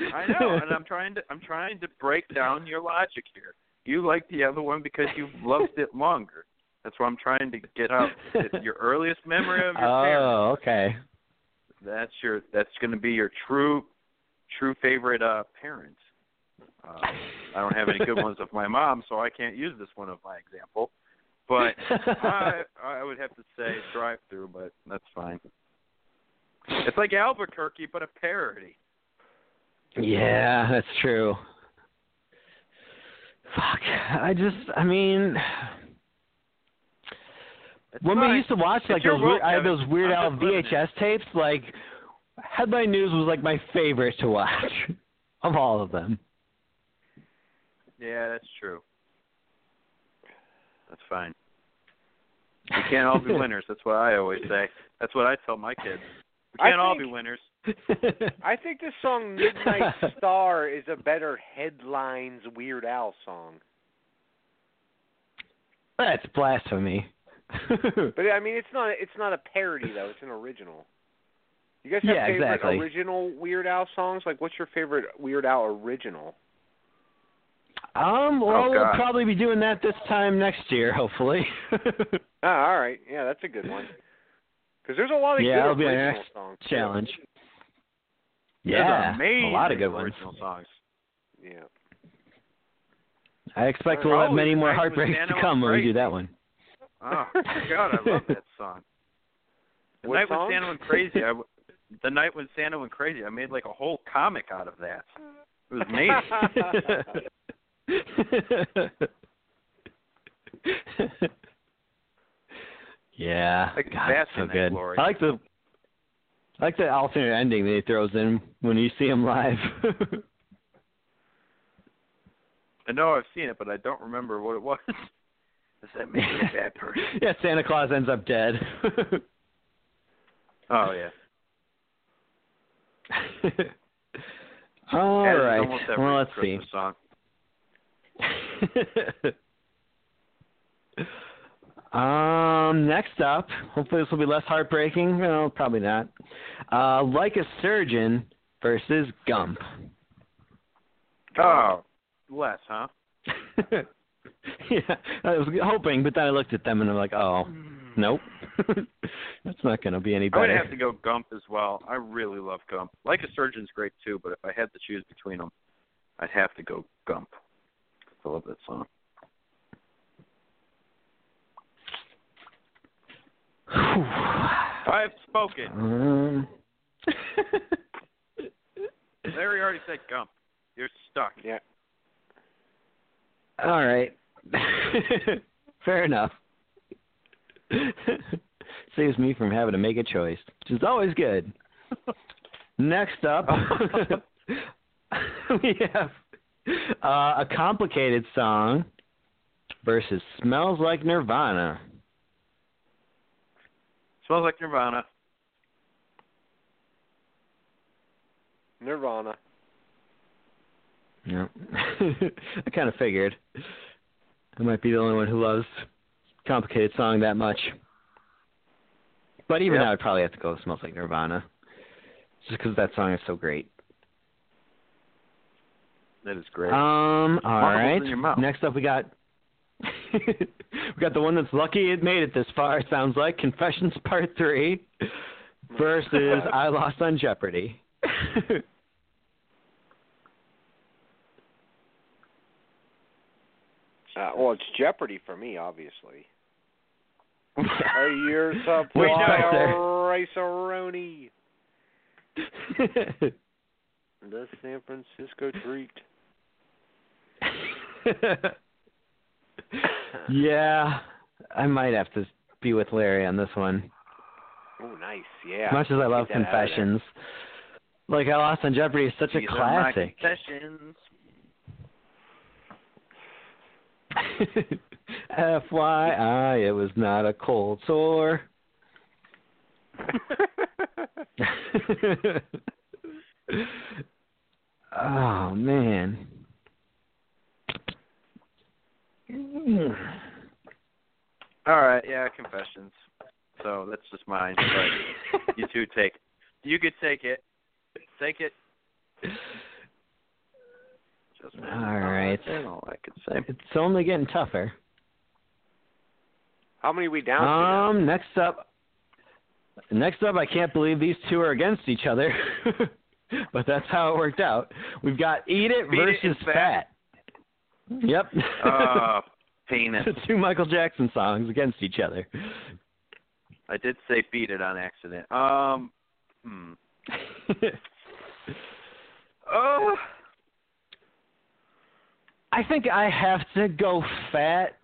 E: I know, and I'm trying to I'm trying to break down your logic here. You like the other one because you loved it longer. That's what I'm trying to get out. It's your earliest memory of your parents.
B: Oh, okay.
E: That's your that's going to be your true true favorite uh parent. Uh, I don't have any good ones of my mom, so I can't use this one of my example. But I I would have to say drive through, but that's fine. It's like Albuquerque, but a parody.
B: Yeah, that's true. Fuck. I just, I mean,
E: It's
B: when
E: fine.
B: we used to watch
E: It's
B: like
E: your
B: those,
E: world,
B: weird, I had
E: Kevin.
B: those Weird
E: I'm
B: Al
E: just living it.
B: VHS tapes. Like, headline news was like my favorite to watch of all of them.
E: Yeah, that's true. That's fine. We can't all be winners. That's what I always say. That's what I tell my kids. We
D: I
E: can't all be
D: think-
E: winners.
D: I think the song Midnight Star is a better headlines Weird Al song.
B: That's blasphemy. Um,
D: But I mean, it's not it's not a parody though. It's an original. You guys have
B: Yeah,
D: favorite
B: exactly.
D: original Weird Al songs? Like, what's your favorite Weird Al original?
B: um, well,
E: Oh,
B: we'll
E: God.
B: probably be doing that this time next year, hopefully.
D: Ah, all right, yeah, that's a good one. Because there's a lot of
B: Yeah,
D: good
B: that'll be our
D: original
B: next
D: songs. too.
B: Challenge.
E: There's
B: Yeah,
E: amazing
B: a lot of good ones.
E: original songs.
D: Yeah.
B: I expect
E: Or
B: we'll have
E: always
B: many more
E: nice with
B: heartbreaks to
E: Nano
B: come when we do
E: Crazy.
B: that one.
E: Oh God, I love that song. The
D: What
E: night
D: song?
E: when Santa went crazy. I, w- the night when Santa went crazy. I made like a whole comic out of that. It was amazing.
B: yeah,
E: Like
B: God, it's
E: bask
B: so
E: in that
B: good.
E: glory.
B: I like the I like the alternate ending that he throws in when you see him live.
E: I know I've seen it, but I don't remember what it was. Does that make me a bad person?
B: yeah, Santa Claus ends up dead.
E: Oh yeah.
B: All
E: That is
B: right.
E: almost every
B: Well, let's see.
E: Christmas Song.
B: um, next up, hopefully this will be less heartbreaking. No, probably not. Uh, like a surgeon versus Gump.
E: Oh, less, huh?
B: yeah, I was hoping, but then I looked at them and I'm like, oh, nope, that's not going to be any
E: Hmm. I'm
B: better.
E: gonna have to go Gump as well. I really love Gump. Like a Surgeon's great too, but if I had to choose between them, I'd have to go Gump. I love that song.
I: I've spoken.
B: Um,
I: Larry already said Gump. You're stuck.
D: Yeah.
B: all right. Fair enough. Saves me from having to make a choice, which is always good. Next up, we have uh, a complicated song versus Smells Like Nirvana.
E: Smells like Nirvana.
D: Nirvana.
B: Yeah. I kind of figured. I might be the only one who loves complicated song that much. But even
E: Yeah.
B: now, I'd probably have to go with Smells Like Nirvana. Just because that song is so great.
E: That is great.
B: Um, all
E: Marbles
B: right.
E: in your mouth.
B: Next up, we got we got the one that's lucky it made it this far. It sounds like Confessions Part Three versus I Lost on Jeopardy.
D: Uh, well, it's Jeopardy for me, obviously. A year
B: We
D: supply
B: know
D: of
B: there-
D: rice-a-roni. The San Francisco treat.
B: yeah, I might have to be with Larry on this one.
D: Oh, nice. Yeah.
B: as much as I love
D: Get that out of there.
B: Confessions, like I Lost on Jeopardy is such a
E: These are my
B: classic.
E: confessions.
B: FYI, it was not a cold sore. oh man.
E: All right, yeah, confessions. So that's just mine. But you two take. it. You could take it. Take it. Just mine.
B: All right.
E: That's all I could say.
B: It's only getting tougher.
D: How many we down to?
B: Um, next up, next up, I can't believe these two are against each other, but that's how it worked out. We've got Eat It
E: Beat It
B: versus
E: and
B: Fat.
E: Fat.
B: Yep. Uh,
E: Oh, penis.
B: The two Michael Jackson songs against each other.
E: I did say beat it on accident. Um. Hmm. Oh.
B: I think I have to go Fat.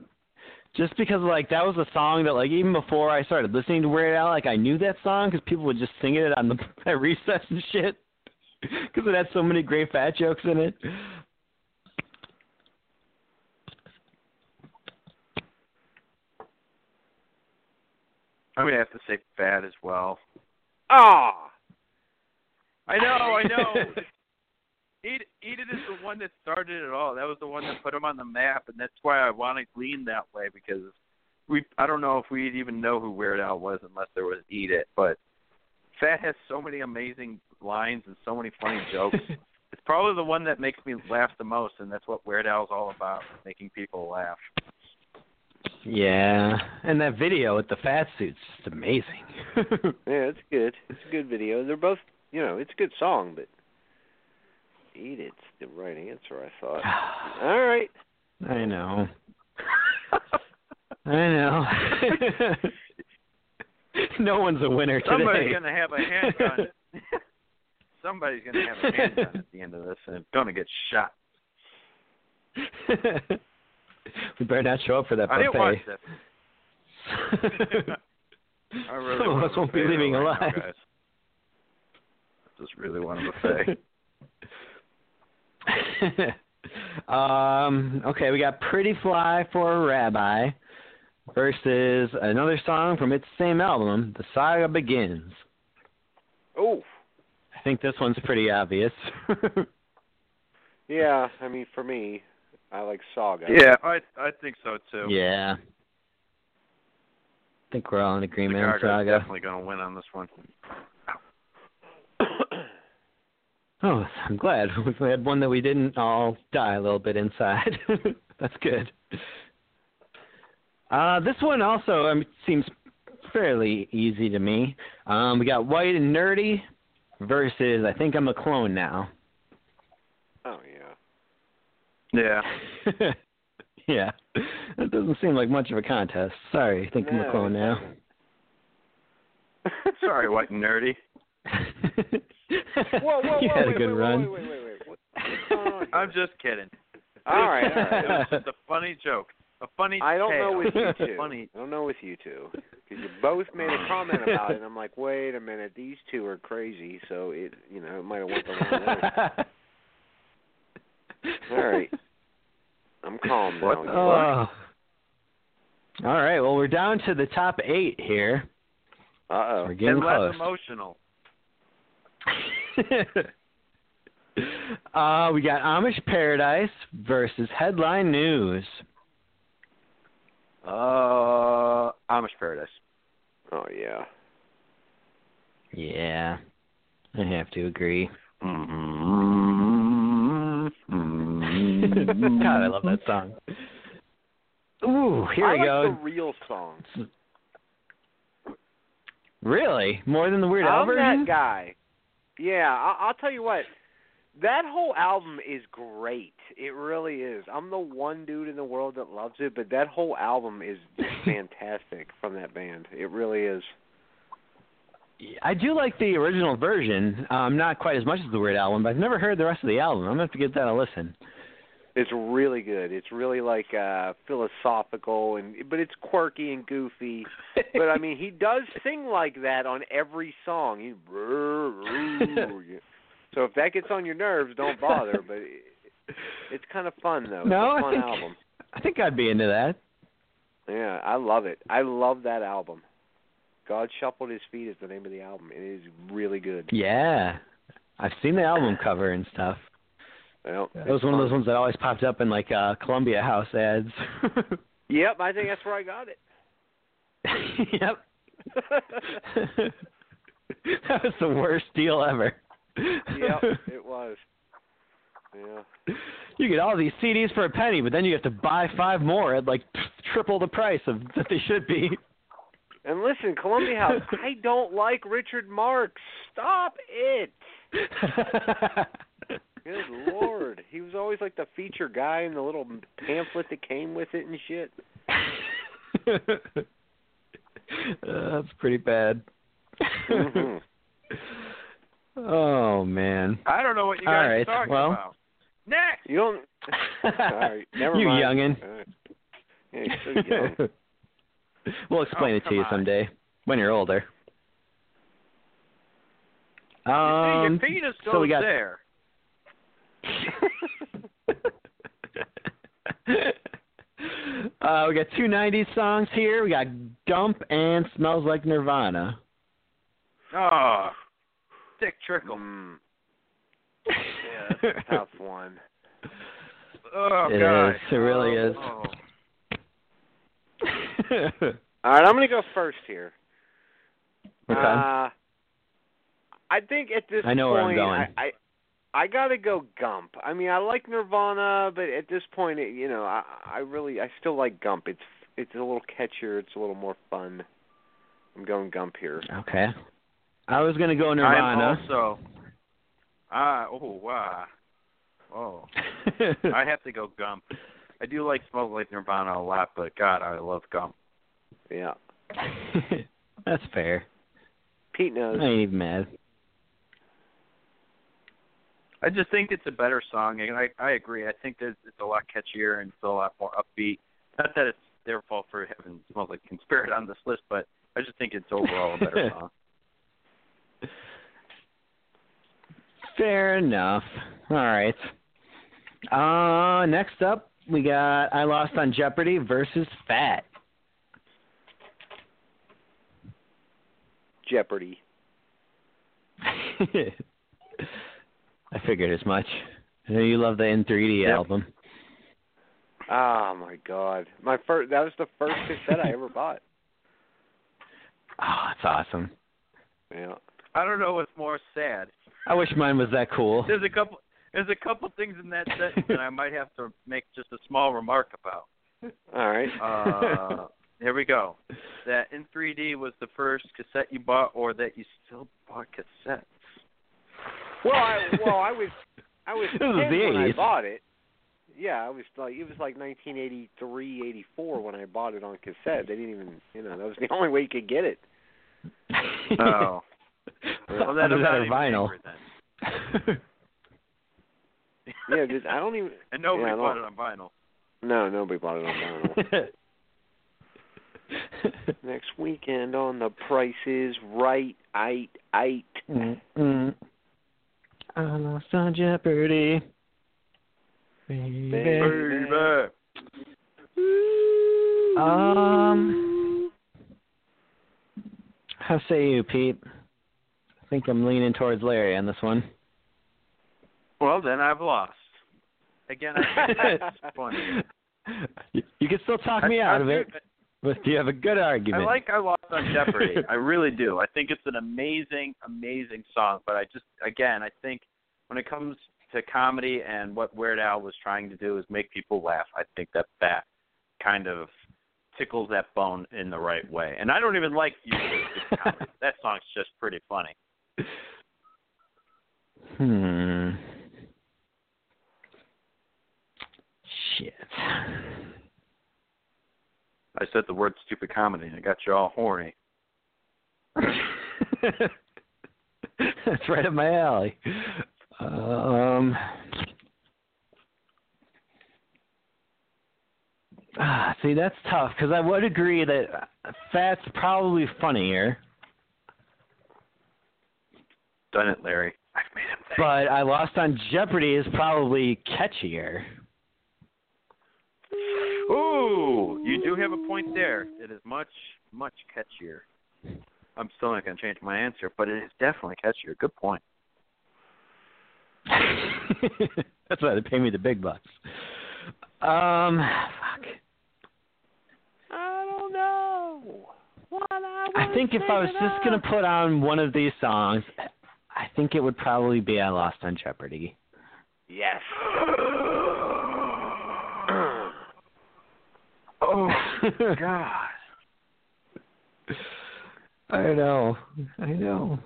B: Just because, like, that was a song that, like, even before I started listening to Weird Al, like, I knew that song because people would just sing it on the at recess and shit. Because it had so many great fat jokes in it.
E: I'm gonna have to say fat as well.
D: Ah.
I: I know, I know. Eat, Eat It is the one that started it all. That was the one that put him on the map, and that's why I want to lean that way because
E: we I don't know if we'd even know who Weird Al was unless there was Eat It, but Fat has so many amazing lines and so many funny jokes. it's probably the one that makes me laugh the most, and that's what Weird Al's all about, making people laugh.
B: Yeah, and that video with the fat suit's just amazing.
D: Yeah, it's good. It's a good video. They're both, you know, it's a good song, but eat it's the right answer, I thought. All right.
B: I know. I know. no one's a winner today.
E: Somebody's gonna have a handgun. Somebody's gonna have a handgun at the end of this and it's gonna get shot.
B: we better not show up for that
E: I didn't watch
B: buffet.
E: this. I really
B: Some of
E: want
B: us
E: a
B: won't be
E: buffet
B: leaving
E: right now,
B: alive.
E: guys. I just really want a buffet.
B: um, okay, we got Pretty Fly for a Rabbi versus another song from its same album, The Saga Begins.
D: Oh,
B: I think this one's pretty obvious.
D: yeah. I mean, for me, I like Saga.
E: yeah, I I think so too.
B: yeah. I think we're all in agreement on
E: Chicago's
B: Saga.
E: definitely going to win on this one.
B: Oh, I'm glad. We had one that we didn't all die a little bit inside. That's good. Uh, this one also um, seems fairly easy to me. Um, we got White and Nerdy versus I think I'm a clone now.
D: Oh yeah.
C: Yeah.
B: yeah. That doesn't seem like much of a contest. Sorry, think I'm a
D: No.
B: clone now.
C: Sorry, white and nerdy.
D: Whoa, whoa, whoa!
B: you had
D: wait,
B: a good
D: wait,
B: run.
D: Wait, wait, wait, wait, wait. What's going on?
C: I'm just kidding.
D: all right, all right.
C: It was just a funny joke. A funny
D: I don't know
C: tale.
D: with you two.
C: Funny.
D: I don't know with you two because you both made a comment about it, and I'm like, wait a minute, these two are crazy. So it, you know, it might have went the wrong way. All right. I'm calm now.
C: What
D: you
C: the
D: fuck.
B: Oh. All right. Well, we're down to the top eight here.
D: Uh-oh.
B: We're getting
C: and
B: close.
C: less emotional.
B: uh, we got Amish Paradise versus Headline News.
C: Uh, Amish Paradise.
D: Oh yeah.
B: Yeah, I have to agree. God, I love that song. Ooh, here
D: I
B: we
D: like
B: go.
D: the real song.
B: Really? More than the Weird Al
D: I'm
B: version?
D: that guy. Yeah, I- I'll tell you what. That whole album is great. It really is. I'm the one dude in the world that loves it, but that whole album is fantastic from that band. It really is.
B: I do like the original version. Um, not quite as much as the Weird Al one, but I've never heard the rest of the album. I'm gonna have to give that a listen.
D: It's really good. It's really like uh philosophical and but it's quirky and goofy. But I mean, he does sing like that on every song. He, so if that gets on your nerves, don't bother. But it, it's kind of fun though.
B: No,
D: it's
B: I
D: a fun
B: think-
D: album.
B: I think I'd be into that.
D: Yeah, I love it. I love that album. God shuffled his feet is the name of the album. It is really good.
B: Yeah, I've seen the album cover and stuff.
D: Well,
B: That was one of those ones that always popped up in like uh, Columbia House ads.
D: Yep, I think that's where I got it.
B: yep. that was the worst deal ever.
D: yep, it was. Yeah.
B: you get all these CDs for a penny, but then you have to buy five more at like triple the price of that they should be.
D: And listen, Columbia House, I don't like Richard Marx. Stop it.
B: Uh,
D: Good lord. He was always like the feature guy in the little pamphlet that came with it and shit.
B: Uh, that's pretty bad.
D: Mhm.
B: oh man.
E: I don't know what you
B: All
E: guys
B: right,
E: are talking
B: well.
E: about. Next,
D: You don't. All right, never
B: you
D: mind.
B: youngin.
D: All right. Yeah, you're so young.
B: we'll explain
E: Oh,
B: it to
E: come
B: you
E: on.
B: someday when you're older.
E: You see,
B: Um,
E: your penis goes
B: so we got-
E: there.
B: uh, we got two '90s songs here. We got "Dump" and "Smells Like Nirvana."
E: Oh, thick trickle.
D: Mm, yeah, that's a tough one.
E: Oh
B: It
E: god,
B: is. It really is.
E: Oh.
B: okay.
D: All right, I'm going to go first here. Uh, I think at this
B: I know where
D: point,
B: I'm going.
D: I, I I gotta go Gump. I mean, I like Nirvana, but at this point, it, you know, I I really I still like Gump. It's it's a little catchier. It's a little more fun. I'm going Gump here.
B: okay. I was gonna go
E: I'm
B: Nirvana.
E: also. Ah, oh wow. Oh, I have to go Gump. I do like Smoke Like Nirvana a lot, but God, I love Gump.
D: Yeah,
B: That's fair.
D: Pete
B: I
D: knows.
B: ain't even mad.
E: I just think it's a better song, and I I agree. I think that it's a lot catchier and it's a lot more upbeat. Not that it's their fault for having Smells Like Teen Spirit on this list, but I just think it's overall a better song.
B: Fair enough. All right. Uh, next up, we got I Lost on Jeopardy versus Fat.
D: Jeopardy.
B: I figured as much. I know you love the N3D
E: Yep.
B: album.
D: Oh my God, my first that was the first cassette I ever bought.
B: Oh, it's awesome.
D: Yeah.
E: I don't know what's more sad.
B: I wish mine was that cool.
E: There's a couple. There's a couple things in that sentence that I might have to make just a small remark about.
D: All right.
E: Uh, here we go. That in 3D was the first cassette you bought, or that you still bought cassettes.
D: Well, I well I was I was
B: This
D: ten
B: was the
D: when I
B: 80s.
D: bought it. yeah, I was like it was like 1983, 84 when I bought it on cassette. They didn't even, you know, that was the only way you could get it.
E: Oh. well, then
B: Other than
E: I'm not even
B: vinyl.
E: favorite then.
D: Yeah, did, I don't even.
E: And nobody
D: Yeah, I
E: bought
D: don't-
E: it on vinyl.
D: No, nobody bought it on vinyl. Next weekend on the Price is Right, I, I.
E: Mm-hmm.
B: Mm-mm. I'm lost on Jeopardy. Baby.
E: Baby.
B: Um, how say you, Pete? I think I'm leaning towards Larry on this one.
E: Well, then I've lost. Again, I that's funny.
B: you, you can still talk me
E: I-
B: out
E: I
B: of it,
E: do-
B: but you have a good
E: I
B: argument.
E: like I lost on Jeopardy. I really do. I think it's an amazing, amazing song. But I just, again, I think when it comes to comedy and what Weird Al was trying to do is make people laugh. I think that that kind of tickles that bone in the right way. And I don't even like you. comedy. That song's just pretty funny.
B: Hmm. Shit.
E: I said the word stupid comedy and it got you all horny.
B: That's right up my alley. Um. Ah, see, that's tough because I would agree that that's probably funnier,
E: Done it, Larry. I've made him think.
B: but I lost on Jeopardy is probably catchier.
E: Ooh, you do have a point there. It is much, much catchier. I'm still not going to change my answer, but it is definitely catchier. Good point.
B: That's why they pay me the big bucks. Um, fuck.
D: I don't know what I.
B: I think if I was just gonna put on one of these songs, I think it would probably be "I Lost on Jeopardy."
D: Yes.
E: Oh,
B: I
E: God.
B: know, I know.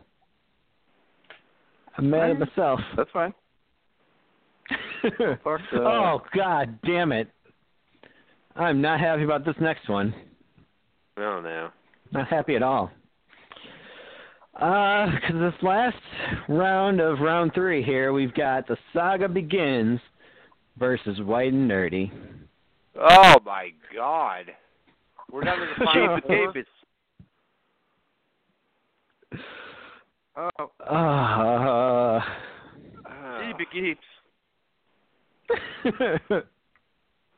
B: I'm mad at myself.
E: That's fine. Fuck the-
B: oh God, damn it! I'm not happy about this next one.
D: Oh no.
B: Not happy at all. Uh, 'cause this last round of round three here, we've got the saga begins versus white and nerdy.
D: Oh my God. We're down to the final
E: Keep it,
D: four.
E: keep it. Oh,
B: Uh,
D: Uh,
E: keep it, keeps.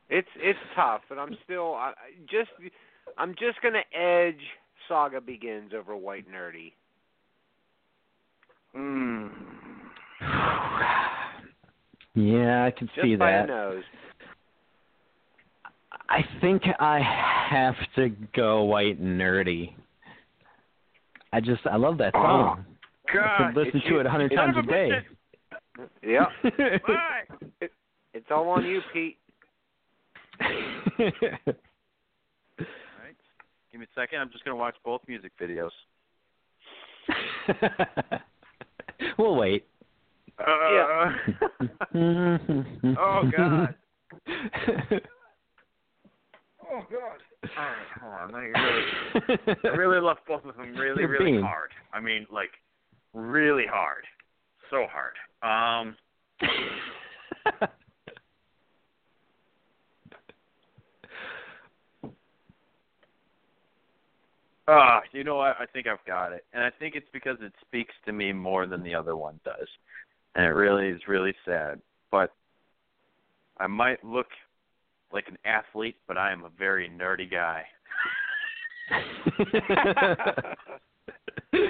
D: it's it's tough, but I'm still I, I just I'm just gonna edge Saga Begins over White Nerdy.
E: Mm.
B: yeah, I can
D: Just
B: see
D: by
B: that.
D: a nose.
B: I think I have to go white and nerdy. I just I love that song. I
E: Oh, God.
B: could listen
E: it-
B: to it a hundred
E: son
B: times a
E: of a
B: day.
E: bitch.
D: Yep.
E: Why?
D: It's all on you, Pete.
E: All right. Give me a second. I'm just going to watch both music videos.
B: we'll wait.
E: Uh,
B: oh
E: oh, God.
D: Oh God.
E: Alright, hold on. Let me really- I really love both of them really,
B: You're
E: really
B: being-
E: hard. I mean, like, really hard. So hard. Um, uh, you know what? I think I've got it. And I think it's because it speaks to me more than the other one does. And it really is really sad. But I might look like an athlete, but I am a very nerdy guy. That's the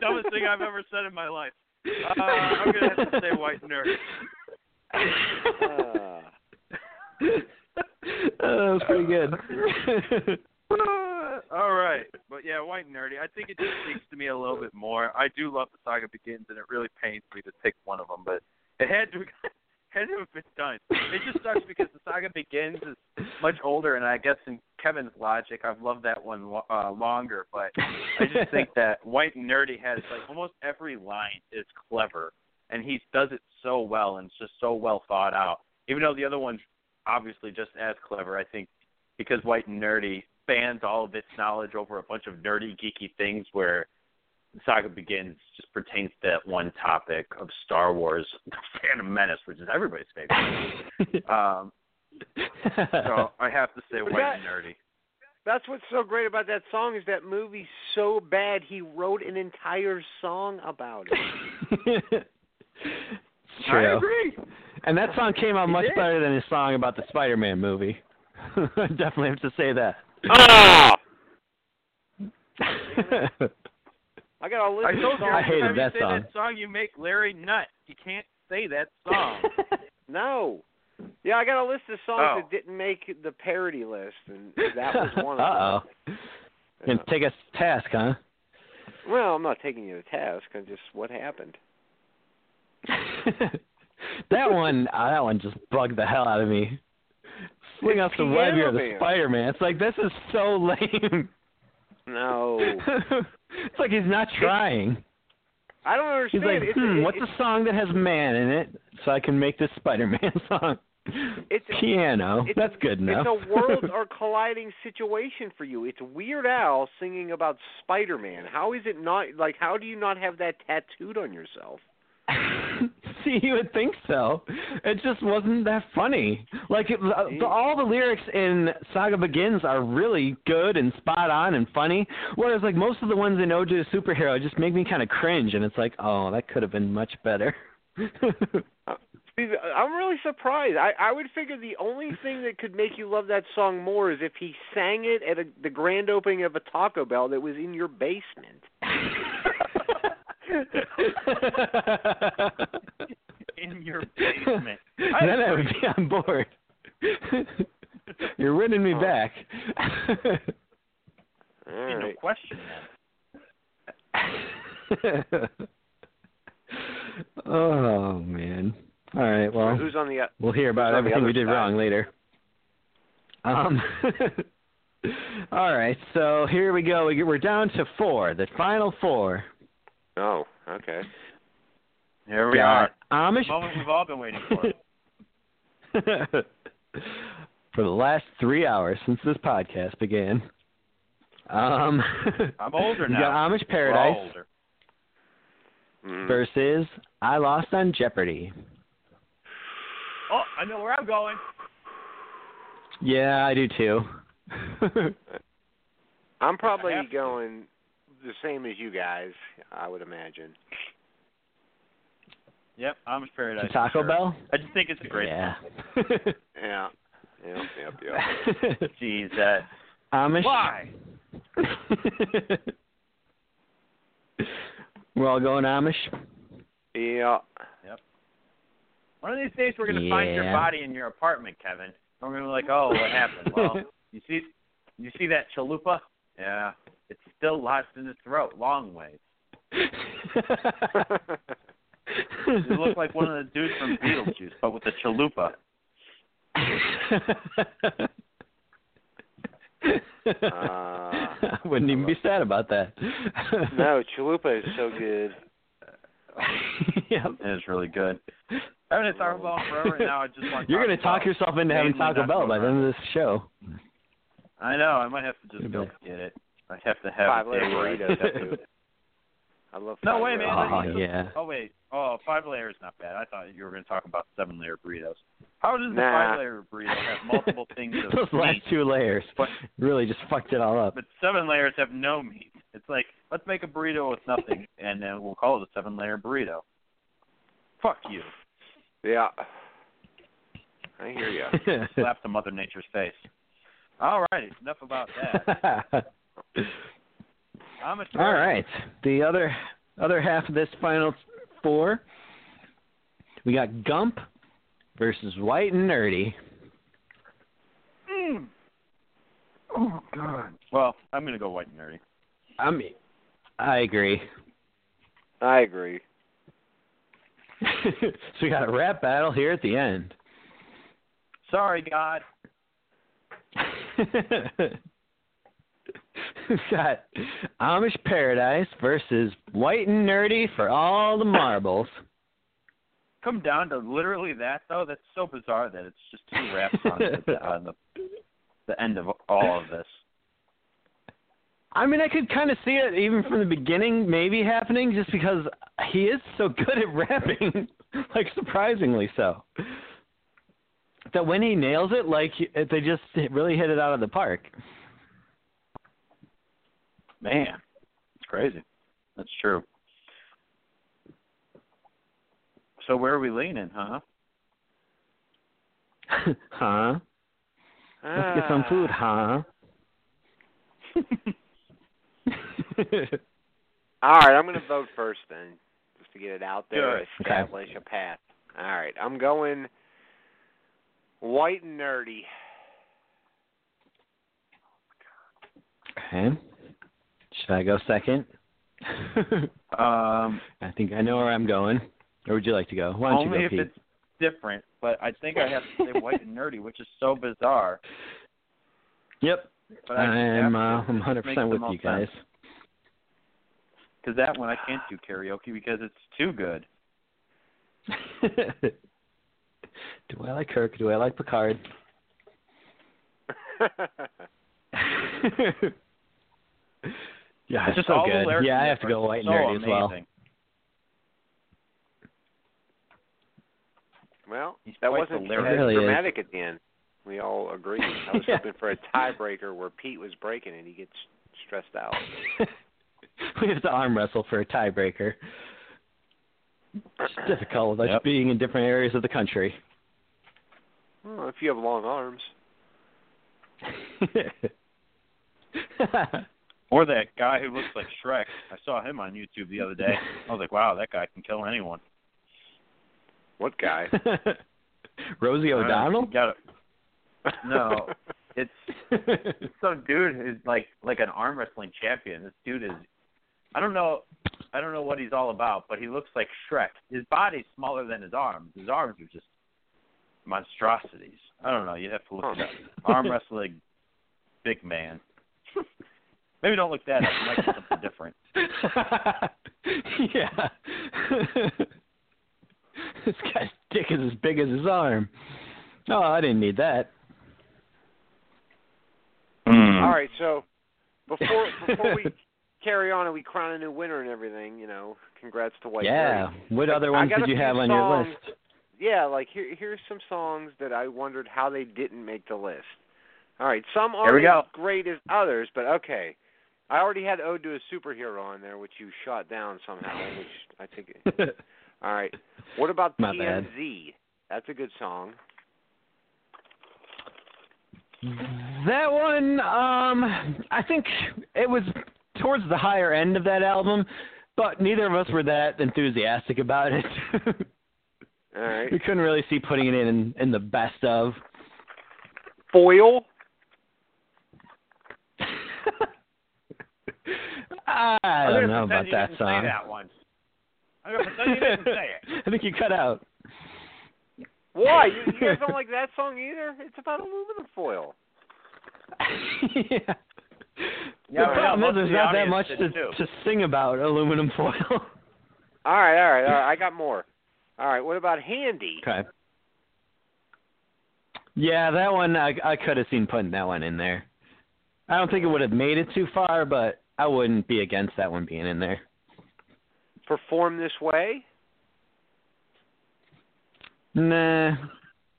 E: dumbest thing I've ever said in my life. Uh, I'm gonna have to say white nerd.
D: Uh,
B: Oh, that was pretty good.
E: All right, but yeah, white and nerdy. I think it just speaks to me a little bit more. I do love the saga begins, and it really pains me to pick one of them, but it had to had to have been done. It just sucks because the saga begins is much older, and I guess in Kevin's logic, I've loved that one lo- uh, longer. But I just think that white and nerdy has like almost every line is clever, and he does it so well, and it's just so well thought out. Even though the other one's obviously just as clever, I think because White and Nerdy spans all of its knowledge over a bunch of nerdy, geeky things where Saga Begins just pertains to that one topic of Star Wars, Phantom Menace, which is everybody's favorite. um, so I have to say,
D: But
E: White and
D: that-
E: Nerdy.
D: That's what's so great about that song is that movie's so bad he wrote an entire song about it.
B: It's true.
E: I agree.
B: And that song came out
E: It
B: much
E: did.
B: better than his song about the Spider-Man movie. I definitely have to say that.
D: Ah! I got a list
E: I
D: of
E: told you,
D: songs.
B: I hated that
E: every time you say that song, you make Larry nut. You can't say that song.
D: No. Yeah, I got a list of songs
E: Oh.
D: that didn't make the parody list, and that was one of
B: Uh-oh.
D: them. Uh,
B: And take us to task, huh?
D: Well, I'm not taking you to task. I'm just what happened.
B: that one, uh, that one just bugged the hell out of me. Sling
D: It's
B: off the web, you're
D: Piano
B: the
D: Man.
B: Spider-Man. It's like this is so lame.
D: No,
B: it's like he's not trying.
D: I don't
B: He's
D: understand.
B: like,
D: it's,
B: hmm,
D: it-
B: what's
D: it's-
B: a song that has man in it so I can make this Spider Man song?
D: It's-
B: Piano.
D: it's-
B: That's good enough.
D: It's a world or colliding situation for you. It's Weird Al singing about Spider-Man. How is it not like? How do you not have that tattooed on yourself?
B: See, you would think so. It just wasn't that funny. Like, it, uh, the, all the lyrics in Saga Begins are really good and spot on and funny, whereas, like, most of the ones in Ode to a Superhero just make me kind of cringe, and it's like, oh, that could have been much better.
D: See, th- I'm really surprised. I I would figure the only thing that could make you love that song more is if he sang it at a, the grand opening of a Taco Bell that was in your basement.
E: In your basement. I
B: then I would
E: agree.
B: be on board. You're winning me back.
D: All
E: Ain't no
D: right.
E: question. Man.
B: oh man. All right.
D: So
B: Well,
D: who's on the?
B: we'll hear about
D: who's on the
B: everything we
D: other
B: did
D: side?
B: wrong later. Um. all right. So here we go. We get, we're down to four. The final four.
D: Oh, okay.
E: Here we
B: Got
E: are.
B: Amish
E: The moment we've all been waiting for.
B: for the last three hours since this podcast began. Um,
E: I'm older
B: we
E: now.
B: got Amish
E: We're all
B: Paradise
E: older.
D: Mm.
B: versus I Lost on Jeopardy.
E: Oh, I know where I'm going.
B: Yeah, I do too.
D: I'm probably
E: have to.
D: going the same as you guys, I would imagine.
E: Yep, Amish Paradise. for
B: Taco
E: sure.
B: Bell?
E: I just think it's a great
B: yeah.
D: Yeah. Yep, yep, yep.
E: Jeez, that.
B: Amish.
E: Why?
B: We're all going Amish.
D: yeah.
E: One of these days we're gonna find your
B: Yeah.
E: body in your apartment, Kevin. And we're gonna be like, oh, what happened? Well, you see, you see that chalupa? Yeah, it's still lodged in his throat, long way.
D: Uh,
E: You look like one of the dudes from Beetlejuice, but with a chalupa. Uh,
B: I wouldn't even be sad about that.
D: No, chalupa is so good.
B: Yep.
E: It is really good. I've been at Taco Bell forever, and now I just want.
B: You're
E: going to
B: talk yourself into having
E: Mainly
B: Taco
E: not
B: Bell by the
E: Taco
B: end of this show.
E: I know. I might have to just
B: Maybe.
E: go get it. I have to have
D: Five
E: a
D: layer
E: day where I
D: burritos,
E: just-
D: too. I love
E: No,
D: five
E: wait a
D: layer
E: minute.
B: Oh
E: I
D: burritos.
E: think-
B: yeah.
E: Oh wait. Oh, five layer is not bad. I thought you were going to talk about seven layer burritos. How does the
D: Nah.
E: five layer burrito have multiple things
B: Those
E: of
B: last
E: meat,
B: two layers
E: But-
B: really just fucked it all up.
E: but seven layers have no meat? It's like let's make a burrito with nothing, and then we'll call it a seven layer burrito. Fuck you!
D: Yeah. I hear you.
E: Slap to Mother Nature's face. All right, enough about that. I'm a
B: all right. The other other half of this final four, we got Gump versus White and Nerdy.
E: Mm. Oh God. Well, I'm going to go white and nerdy.
B: I mean, I agree.
D: I agree.
B: so we got a rap battle here at the end.
E: Sorry, God.
B: We've got Amish Paradise versus White and Nerdy for all the marbles.
E: come down to literally that though, that's so bizarre that it's just two raps on, the, on the the end of all of this.
B: I mean, I could kind of see it even from the beginning, maybe happening, just because he is so good at rapping, like surprisingly so. That when he nails it, like they just really hit it out of the park.
E: Man, it's crazy. That's true. So where are we leaning, huh?
B: huh? Let's get some food,
E: Ah.
B: huh?
D: Ah. All right, I'm going to vote first then, just to get it out there,
E: Good.
B: Okay.
D: establish a path. All right, I'm going white and nerdy.
B: Okay. Should I go second?
E: Um,
B: I think I know where I'm going. Or would you like to go? Why don't
E: only
B: you go,
E: if
B: Pete?
E: it's different, but I think I have to say white and nerdy, which is so bizarre.
B: Yep.
E: But I
B: I'm uh,
E: have to-
B: I'm
E: it just
B: 100
E: makes the
B: percent with
E: most
B: you guys.
E: sense. Because that one I can't do karaoke because it's too good.
B: do I like Kirk? Do I like Picard? yeah,
E: It's
B: it's
E: just
B: so
E: all the
B: good.
E: lyrics
B: Yeah,
E: are
B: I have to go
E: different.
B: white and
E: so
B: nerdy as well.
E: amazing.
D: well,
E: He's
D: that
E: quite
D: wasn't
E: delirious.
D: as
B: Really is.
D: dramatic at the end. We all agreed. I was
B: Yeah.
D: hoping for a tiebreaker where Pete was breaking and he gets stressed out.
B: we have to arm wrestle for a tiebreaker. It's difficult with us
E: Yep.
B: being in different areas of the country.
D: Well, if you have long arms.
E: Or that guy who looks like Shrek. I saw him on YouTube the other day. I was like, wow, that guy can kill anyone.
D: What guy?
B: Rosie
E: Uh,
B: O'Donnell?
E: you gotta- No. It's some dude who's like like an arm wrestling champion. This dude is I don't know I don't know what he's all about, but he looks like Shrek. His body's smaller than his arms. His arms are just monstrosities. I don't know, you'd have to look it up. Arm wrestling big man. Maybe don't look that up, it might be something different.
B: yeah. this guy's dick is as big as his arm. Oh, I didn't need that.
D: All right, so before before we carry on and we crown a new winner and everything, you know, congrats to White.
B: yeah.
D: Nerdy.
B: What
D: Like,
B: other
D: I
B: ones
D: got
B: did
D: a
B: you
D: few
B: have on your
D: songs-
B: list?
D: Yeah, like here here's some songs that I wondered how they didn't make the list. All right, some aren't
E: we go.
D: as great as others, but okay. I already had Ode to a Superhero on there, which you shot down somehow, which I think. All right, what about
B: My bad.
D: TMZ? That's a good song.
B: that one, um, I think it was towards the higher end of that album, but neither of us were that enthusiastic about it.
D: All right,
B: we couldn't really see putting it in in the best of.
D: Foil.
B: I
E: I'm gonna
B: don't know
E: pretend
B: about
E: you
B: that
E: didn't
B: song.
E: Say that one. I'm gonna pretend you didn't say it.
B: I think you cut out.
D: Why? You, you guys don't like that song either? It's about aluminum foil.
B: yeah.
E: Yeah,
B: the
E: but
B: problem is
E: most of
B: there's
E: the
B: not that
E: audience
B: much
E: did
B: to,
E: too.
B: to sing about aluminum foil.
D: All right, all right, all right. I got more. All right, what about Handy?
B: okay. Yeah, that one I, I could have seen putting that one in there. I don't think it would have made it too far, but I wouldn't be against that one being in there.
D: Perform this way.
B: Nah.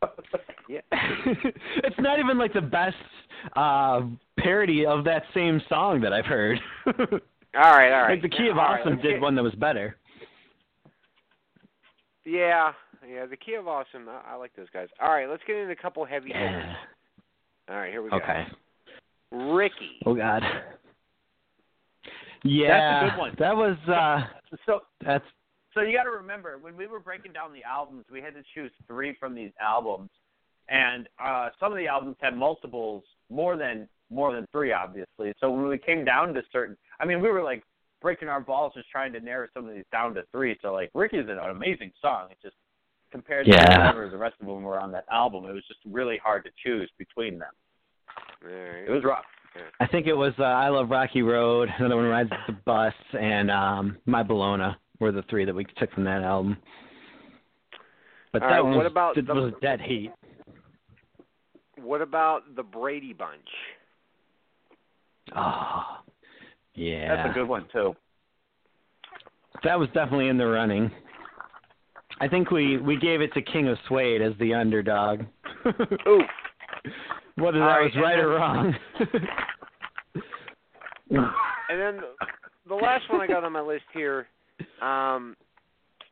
D: Yeah.
B: it's not even like the best uh parody of that same song that I've heard.
D: All right, all right.
B: Like the Key of
D: All right,
B: Awesome
D: let's
B: did
D: get-
B: one that was better.
D: Yeah, yeah. The Key of Awesome. I, I like those guys. All right, let's get into a couple heavy hitters. All right, here we
B: Okay.
D: go. Ricky.
B: Oh God. Yeah.
E: good one.
B: That was uh
E: So
B: that's
E: So you got to remember when we were breaking down the albums, we had to choose three from these albums, and uh, some of the albums had multiples, more than more than three, obviously. So when we came down to certain, I mean, we were like breaking our balls just trying to narrow some of these down to three. So like Ricky's an amazing song. It just compared to
B: Yeah.
E: whatever the rest of them were on that album, it was just really hard to choose between them.
D: All
E: It
D: right.
E: was rough.
B: I think it was uh, I Love Rocky Road, another one rides the bus and um My Bologna were the three that we took from that album. But
D: All
B: that
D: right,
B: one
D: what
B: was-
D: about
B: that
D: the-
B: was dead heat.
D: What about the Brady Bunch?
B: Oh, yeah.
C: That's a good one too.
B: That was definitely in the running. I think we we gave it to King of Suede as the underdog.
D: Ooh,
B: Whether that
D: All right,
B: was right or wrong.
D: and then the- the last one I got on my list here, um,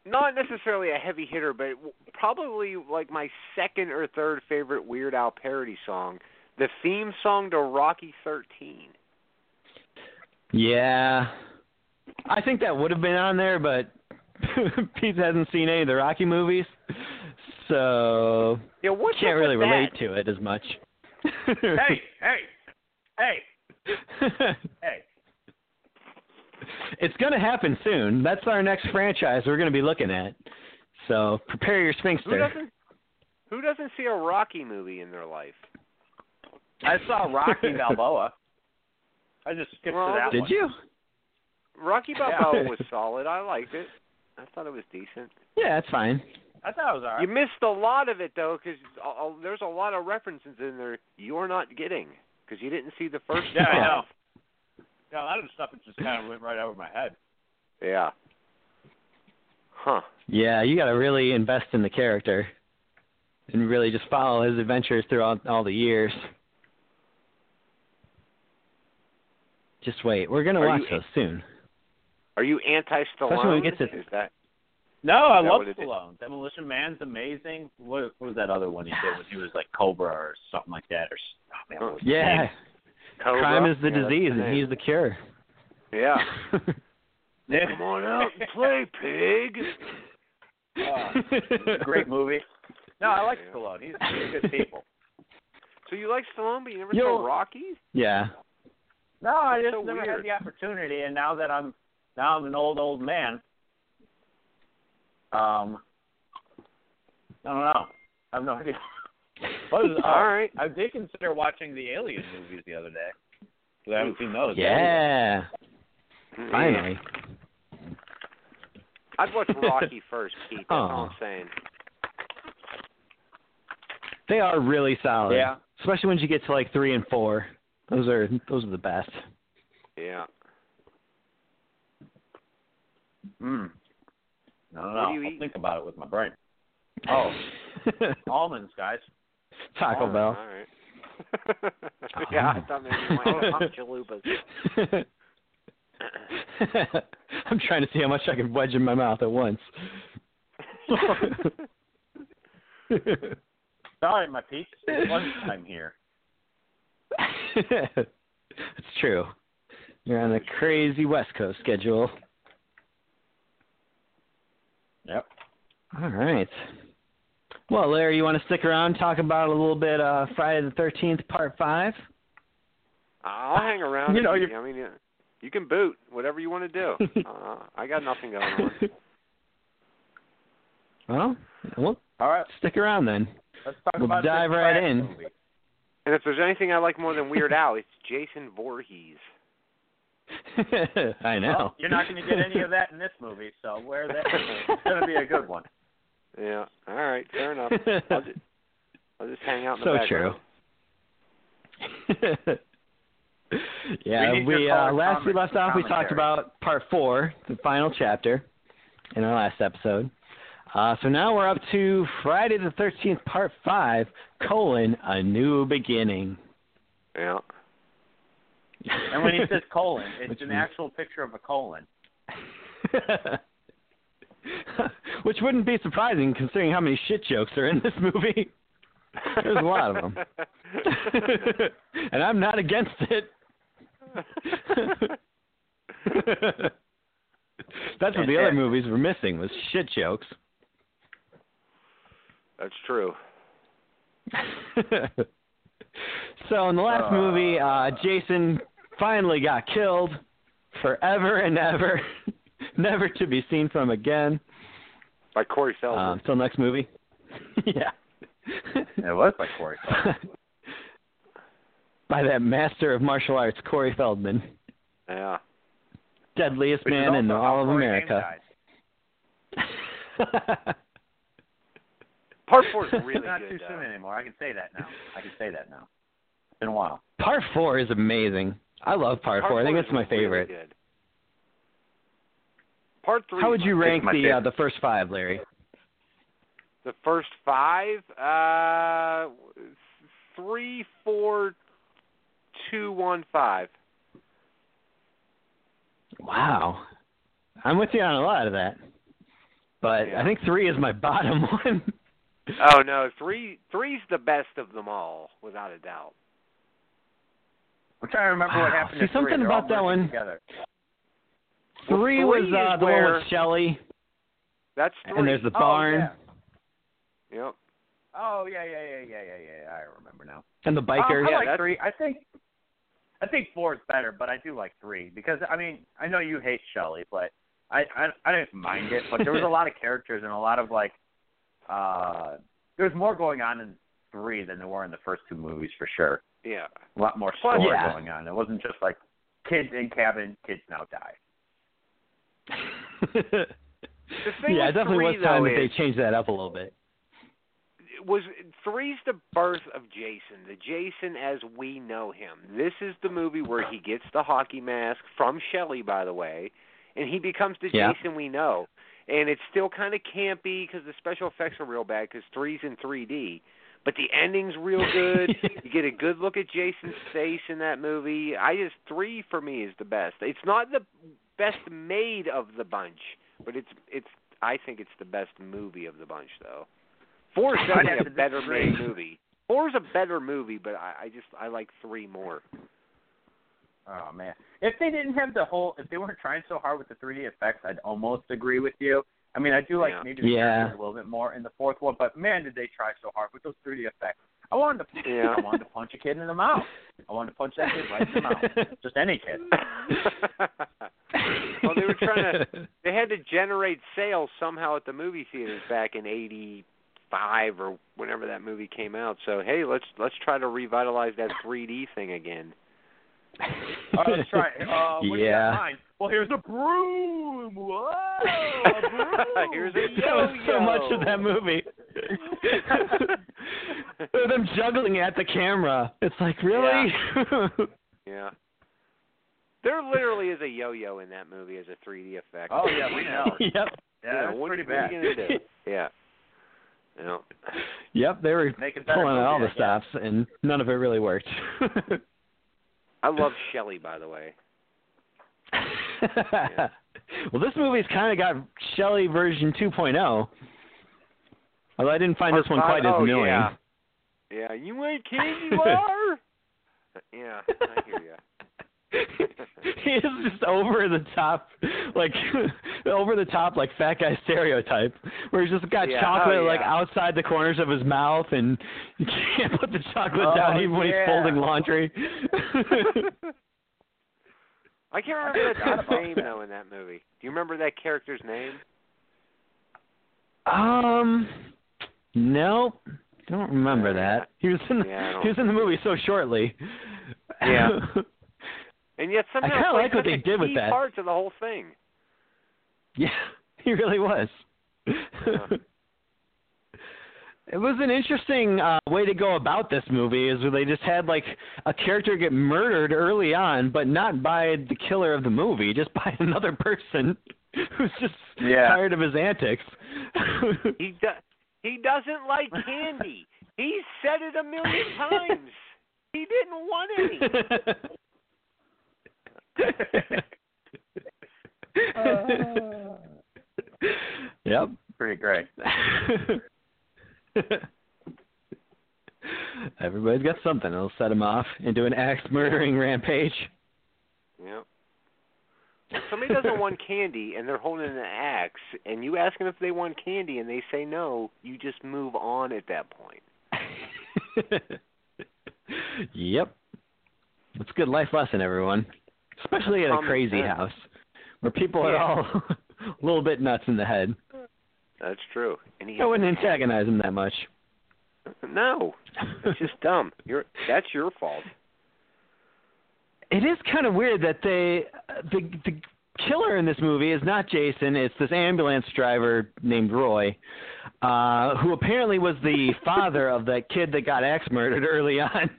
D: not necessarily a heavy hitter, but w- probably like my second or third favorite Weird Al parody song, the theme song to Rocky Thirteen.
B: yeah. I think that would have been on there, but Pete hasn't seen any of the Rocky movies, so
D: Yeah, what's
B: can't
D: up
B: really
D: with
B: relate
D: that?
B: to it as much.
E: hey, hey, hey, hey.
B: it's going to happen soon. That's our next franchise we're going to be looking at. So prepare your
D: Who
B: sphincter.
D: doesn't? Who doesn't see a Rocky movie in their life?
E: I saw Rocky Balboa. I just skipped
D: Well,
E: to that
B: Did
E: one.
B: you?
D: Rocky
E: Yeah.
D: Balboa was solid. I liked it. I thought it was decent.
B: Yeah, that's fine.
E: I thought it was
D: You
E: alright.
D: missed a lot of it though, because there's a lot of references in there you're not getting because you didn't see the first.
E: Yeah, I
D: five.
E: know. Yeah, a lot of the stuff it just kind of went right over my head.
D: Yeah. Huh.
B: Yeah, you got to really invest in the character and really just follow his adventures throughout all the years. Just wait. We're going to
D: Are
B: watch
D: you-
B: those soon.
D: Are you anti
B: That's when we
D: Stallone?
B: get to-
D: Is that
E: No, I
D: Is that
E: love
D: what it is?
E: Stallone. Demolition Man's amazing. What, what was that other one he did when he was like Cobra or something like that? Or s- oh, man, what was his
B: Yeah.
E: name?
D: Cobra?
B: Crime is the
D: Oh, Yeah, that's
B: disease
D: the Oh.
B: and he's the cure.
D: name. Yeah.
E: Yeah.
D: Come on out and play, pig.
E: Oh, it's a great movie. No, I like
D: Yeah.
E: Stallone. He's, he's good people.
D: So you like Stallone, but you never
B: Yo-
D: saw Rocky?
B: Yeah.
E: No, I
D: That's
E: just
D: so
E: never
D: weird.
E: had the opportunity, and now that I'm now I'm an old old man, um, I don't know. I have no idea. What is,
D: All
E: uh,
D: right.
E: I did consider watching the Alien movies the other day. 'cause I haven't seen
D: Oh,
E: those.
B: Yeah.
D: Man,
B: Finally.
D: I'd watch Rocky first, Pete. That's all I'm
B: Aw.
D: saying.
B: They are really solid.
E: Yeah.
B: Especially when you get to like 3 and 4. Those are those are the best.
D: Yeah.
E: Mm. I don't
D: What
E: know.
D: do you
E: I'll
D: eat?
E: think about it with my brain. Oh. Almonds, guys.
B: Taco
D: Oh,
B: Bell.
D: All right. yeah, I thought maybe you might have chalupas.
B: I'm trying to see how much I can wedge in my mouth at once.
E: Sorry, my peach. It's lunchtime here.
B: it's true. You're on a crazy West Coast schedule.
E: Yep.
B: All right. Well, Larry, you want to stick around talk about a little bit uh, Friday the Thirteenth Part Five?
D: I'll hang around.
B: You know,
D: if
B: you're-
D: I mean, yeah, you can boot whatever you want to do. uh, I got nothing going on.
B: well, we'll
E: All right.
B: stick around then.
E: Let's talk
B: We'll
E: about
B: dive
E: this
B: right
E: Flash
B: in.
E: movie.
D: And if there's anything I like more than Weird Al, it's Jason Voorhees.
B: I know.
E: Well, Oh, you're not going to get any of that in this movie, so where that it's going to be a good one.
D: Yeah. All right. Fair enough. I'll just, I'll just hang out in
B: so
D: the
B: true.
D: background.
B: yeah,
E: We need
B: we,
E: your
B: uh,
E: color
B: last we
E: comment-
B: left off, we talked
E: commentary.
B: about part four, the final chapter, in our last episode. Uh, so now we're up to Friday the Thirteenth, Part Five: colon A New Beginning.
D: Yeah.
E: And when he says colon, it's
B: Which
E: an
B: means-
E: actual picture of a colon.
B: which wouldn't be surprising considering how many shit jokes are in this movie, There's a lot of 'em. and I'm not against it. That's what the other movies were missing was shit jokes.
D: That's true.
B: so in the last
E: Uh.
B: movie, uh, Jason finally got killed forever and ever, never to be seen from again.
D: By Corey
E: Oh.
D: Feldman.
B: Um, till next movie. yeah.
E: It was like Corey.
B: By that master of martial arts, Corey Feldman,
D: yeah.
B: deadliest
E: which is
B: man in
E: also how
B: all of
E: Corey Haim
B: America.
E: died.
D: Part four is really
E: not
D: good.
E: too
D: though.
E: soon anymore. I can say that now. I can say that now. It's been a while.
B: Part four is amazing. I love part,
D: Part
B: four. I think
D: four
B: it's
D: is
B: my
D: really
B: favorite.
D: good. Part three.
B: How would you
D: Mike.
B: rank
E: my
B: the uh,
E: favorite.
B: the first five, Larry?
D: The first five, uh, three, four, two, one, five.
B: Wow, I'm with you on a lot of that, but
D: Yeah.
B: I think three is my bottom one.
D: Oh no, three, three's the best of them all, without a doubt.
E: I'm trying to remember what
B: Wow.
E: happened
B: See,
E: to
B: something
E: three. They're
B: about
E: all
B: that
E: merging
B: one-
E: Together.
D: Well,
B: three
D: three
B: was
D: is
B: uh, the one
D: where-
B: with Shelley,
D: That's three.
B: and there's the
E: Oh,
B: barn
E: yeah.
D: Yep.
E: Oh yeah, yeah, yeah, yeah, yeah, yeah, yeah. I remember now.
B: and
D: Uh,
B: the biker.
E: Um, I
D: Yeah,
E: like
D: that's-
E: three. I think I think four is better, but I do like three because I mean I know you hate Shelley, but I I, I didn't mind it. But there was a lot of characters and a lot of like uh there's more going on in three than there were in the first two movies for sure.
D: Yeah.
E: A lot more
D: Well,
E: story
B: yeah.
E: going on. It wasn't just like kids in cabin, kids now die.
D: The thing
B: yeah,
D: with
B: it definitely
D: three
B: was time
D: though
B: that
D: is,
B: they changed that up a little bit.
D: was three's the birth of Jason, the Jason as we know him. This is the movie where he gets the hockey mask from Shelley, by the way, and he becomes the
B: Yeah.
D: Jason we know. And it's still kind of campy because the special effects are real bad because three's in 3D, but the ending's real good. you get a good look at Jason's face in that movie. I just three for me is the best. It's not the best made of the bunch, but it's it's I think it's the best movie of the bunch though. Four is
E: have
D: definitely
E: to
D: a better
E: disagree.
D: made movie. Four is a better movie, but I, I just I like three more.
E: Oh man! If they didn't have the whole, if they weren't trying so hard with the 3D effects, I'd almost agree with you. I mean, I do like
D: Yeah.
E: maybe the
B: Yeah.
E: characters a little bit more in the fourth one, but man, did they try so hard with those 3D effects. I wanted to,
D: Yeah.
E: I wanted to punch a kid in the mouth. I wanted to punch that kid right in the mouth. Just any kid.
D: well, they were trying to they had to generate sales somehow at the movie theaters back in eighty five or whenever that movie came out. So hey, let's let's try to revitalize that 3D thing again.
E: All right, let's try. it. Uh, what do you got in
B: yeah.
E: mind? Well, here's a broom. Whoa! A broom.
D: Here's a
B: That was so
D: yo-yo.
B: much of that movie. Them juggling at the camera. It's like, really?
D: Yeah. There literally is a yo-yo in that movie as a 3D effect.
E: Oh yeah, we know.
B: yep.
E: Yeah,
D: Yeah,
E: that's
D: what,
E: pretty
D: what are
E: bad.
D: you gonna do? yeah. You know.
B: Yep, they were
E: Make it better.
B: pulling out all
E: yeah,
B: the stops, and none of it really worked.
D: I love Shelley, by the way.
B: Well, this movie's kind of got Shelley version 2.0. Although I didn't find this one quite as
D: oh,
B: annoying.
D: Yeah. yeah, you ain't kidding, you are. yeah, I hear you.
B: he is just over the top, like over the top, like fat guy stereotype, where he's just got
D: Yeah,
B: chocolate
D: oh, yeah.
B: like outside the corners of his mouth, and you can't put the chocolate
E: Oh,
B: down even when he's
E: yeah.
B: folding laundry.
D: I can't remember that
B: forgot
D: dude's
B: about
D: name
B: that.
D: though in that movie. Do you remember that character's name?
B: um, nope, don't remember that. He was in
D: Uh, Yeah, I don't-
B: he was in the movie so shortly.
D: Yeah. And yet somehow
B: kinda
D: played
B: like what
D: such
B: they
D: a
B: did with
D: key
B: that.
D: part to the whole thing.
B: Yeah, he really was. It was an interesting uh, way to go about this movie, is where they just had like a character get murdered early on, but not by the killer of the movie, just by another person who's just
E: Yeah.
B: tired of his antics.
D: He do- he doesn't like candy. he said it a million times. He didn't want any.
B: yep.
E: Pretty great.
B: Everybody's got something that'll set him off into an axe murdering rampage.
D: Yep. When somebody doesn't want candy and they're holding an axe, and you ask them if they want candy and they say no, you just move on at that point.
B: yep. It's a good life lesson, everyone. Especially at a
D: Common
B: crazy
D: sense.
B: house where people are
D: Yeah.
B: all a little bit nuts in the head.
D: That's true. And he
B: I wouldn't antagonize them that much.
D: no, it's just dumb. You're that's your fault.
B: it is kind of weird that they the the killer in this movie is not Jason. It's this ambulance driver named Roy, uh, who apparently was the father of that kid that got axe murdered early on.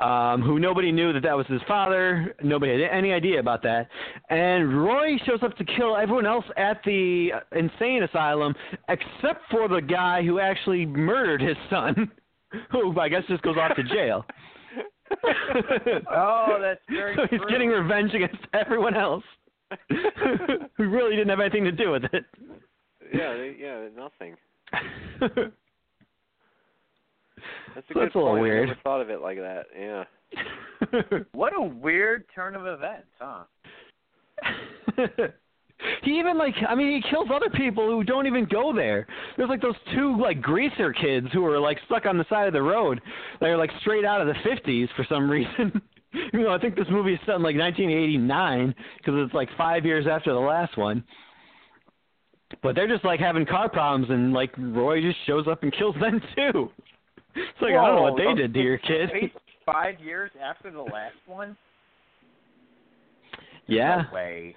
B: Um, who nobody knew that that was his father. Nobody had any idea about that. And Roy shows up to kill everyone else at the insane asylum, except for the guy who actually murdered his son, who I guess just goes off to jail.
E: Oh, that's very
B: so he's
E: true.
B: getting revenge against everyone else who really didn't have anything to do with it.
D: yeah, they, yeah, nothing. That's a
B: So
D: good
B: that's a little
D: point.
B: weird.
D: I never thought of it like that. Yeah.
E: What a weird turn of events, huh?
B: he even like I mean he kills other people who don't even go there. There's like those two like greaser kids who are like stuck on the side of the road. They're like straight out of the 50s for some reason. you know, I think this movie is set in like 1989 because it's like 5 years after the last one. But they're just like having car problems and like Roy just shows up and kills them too. It's like I don't know what they
E: Whoa,
B: did to your kid.
E: Wait, Five years after the last one?
B: Yeah.
E: No way.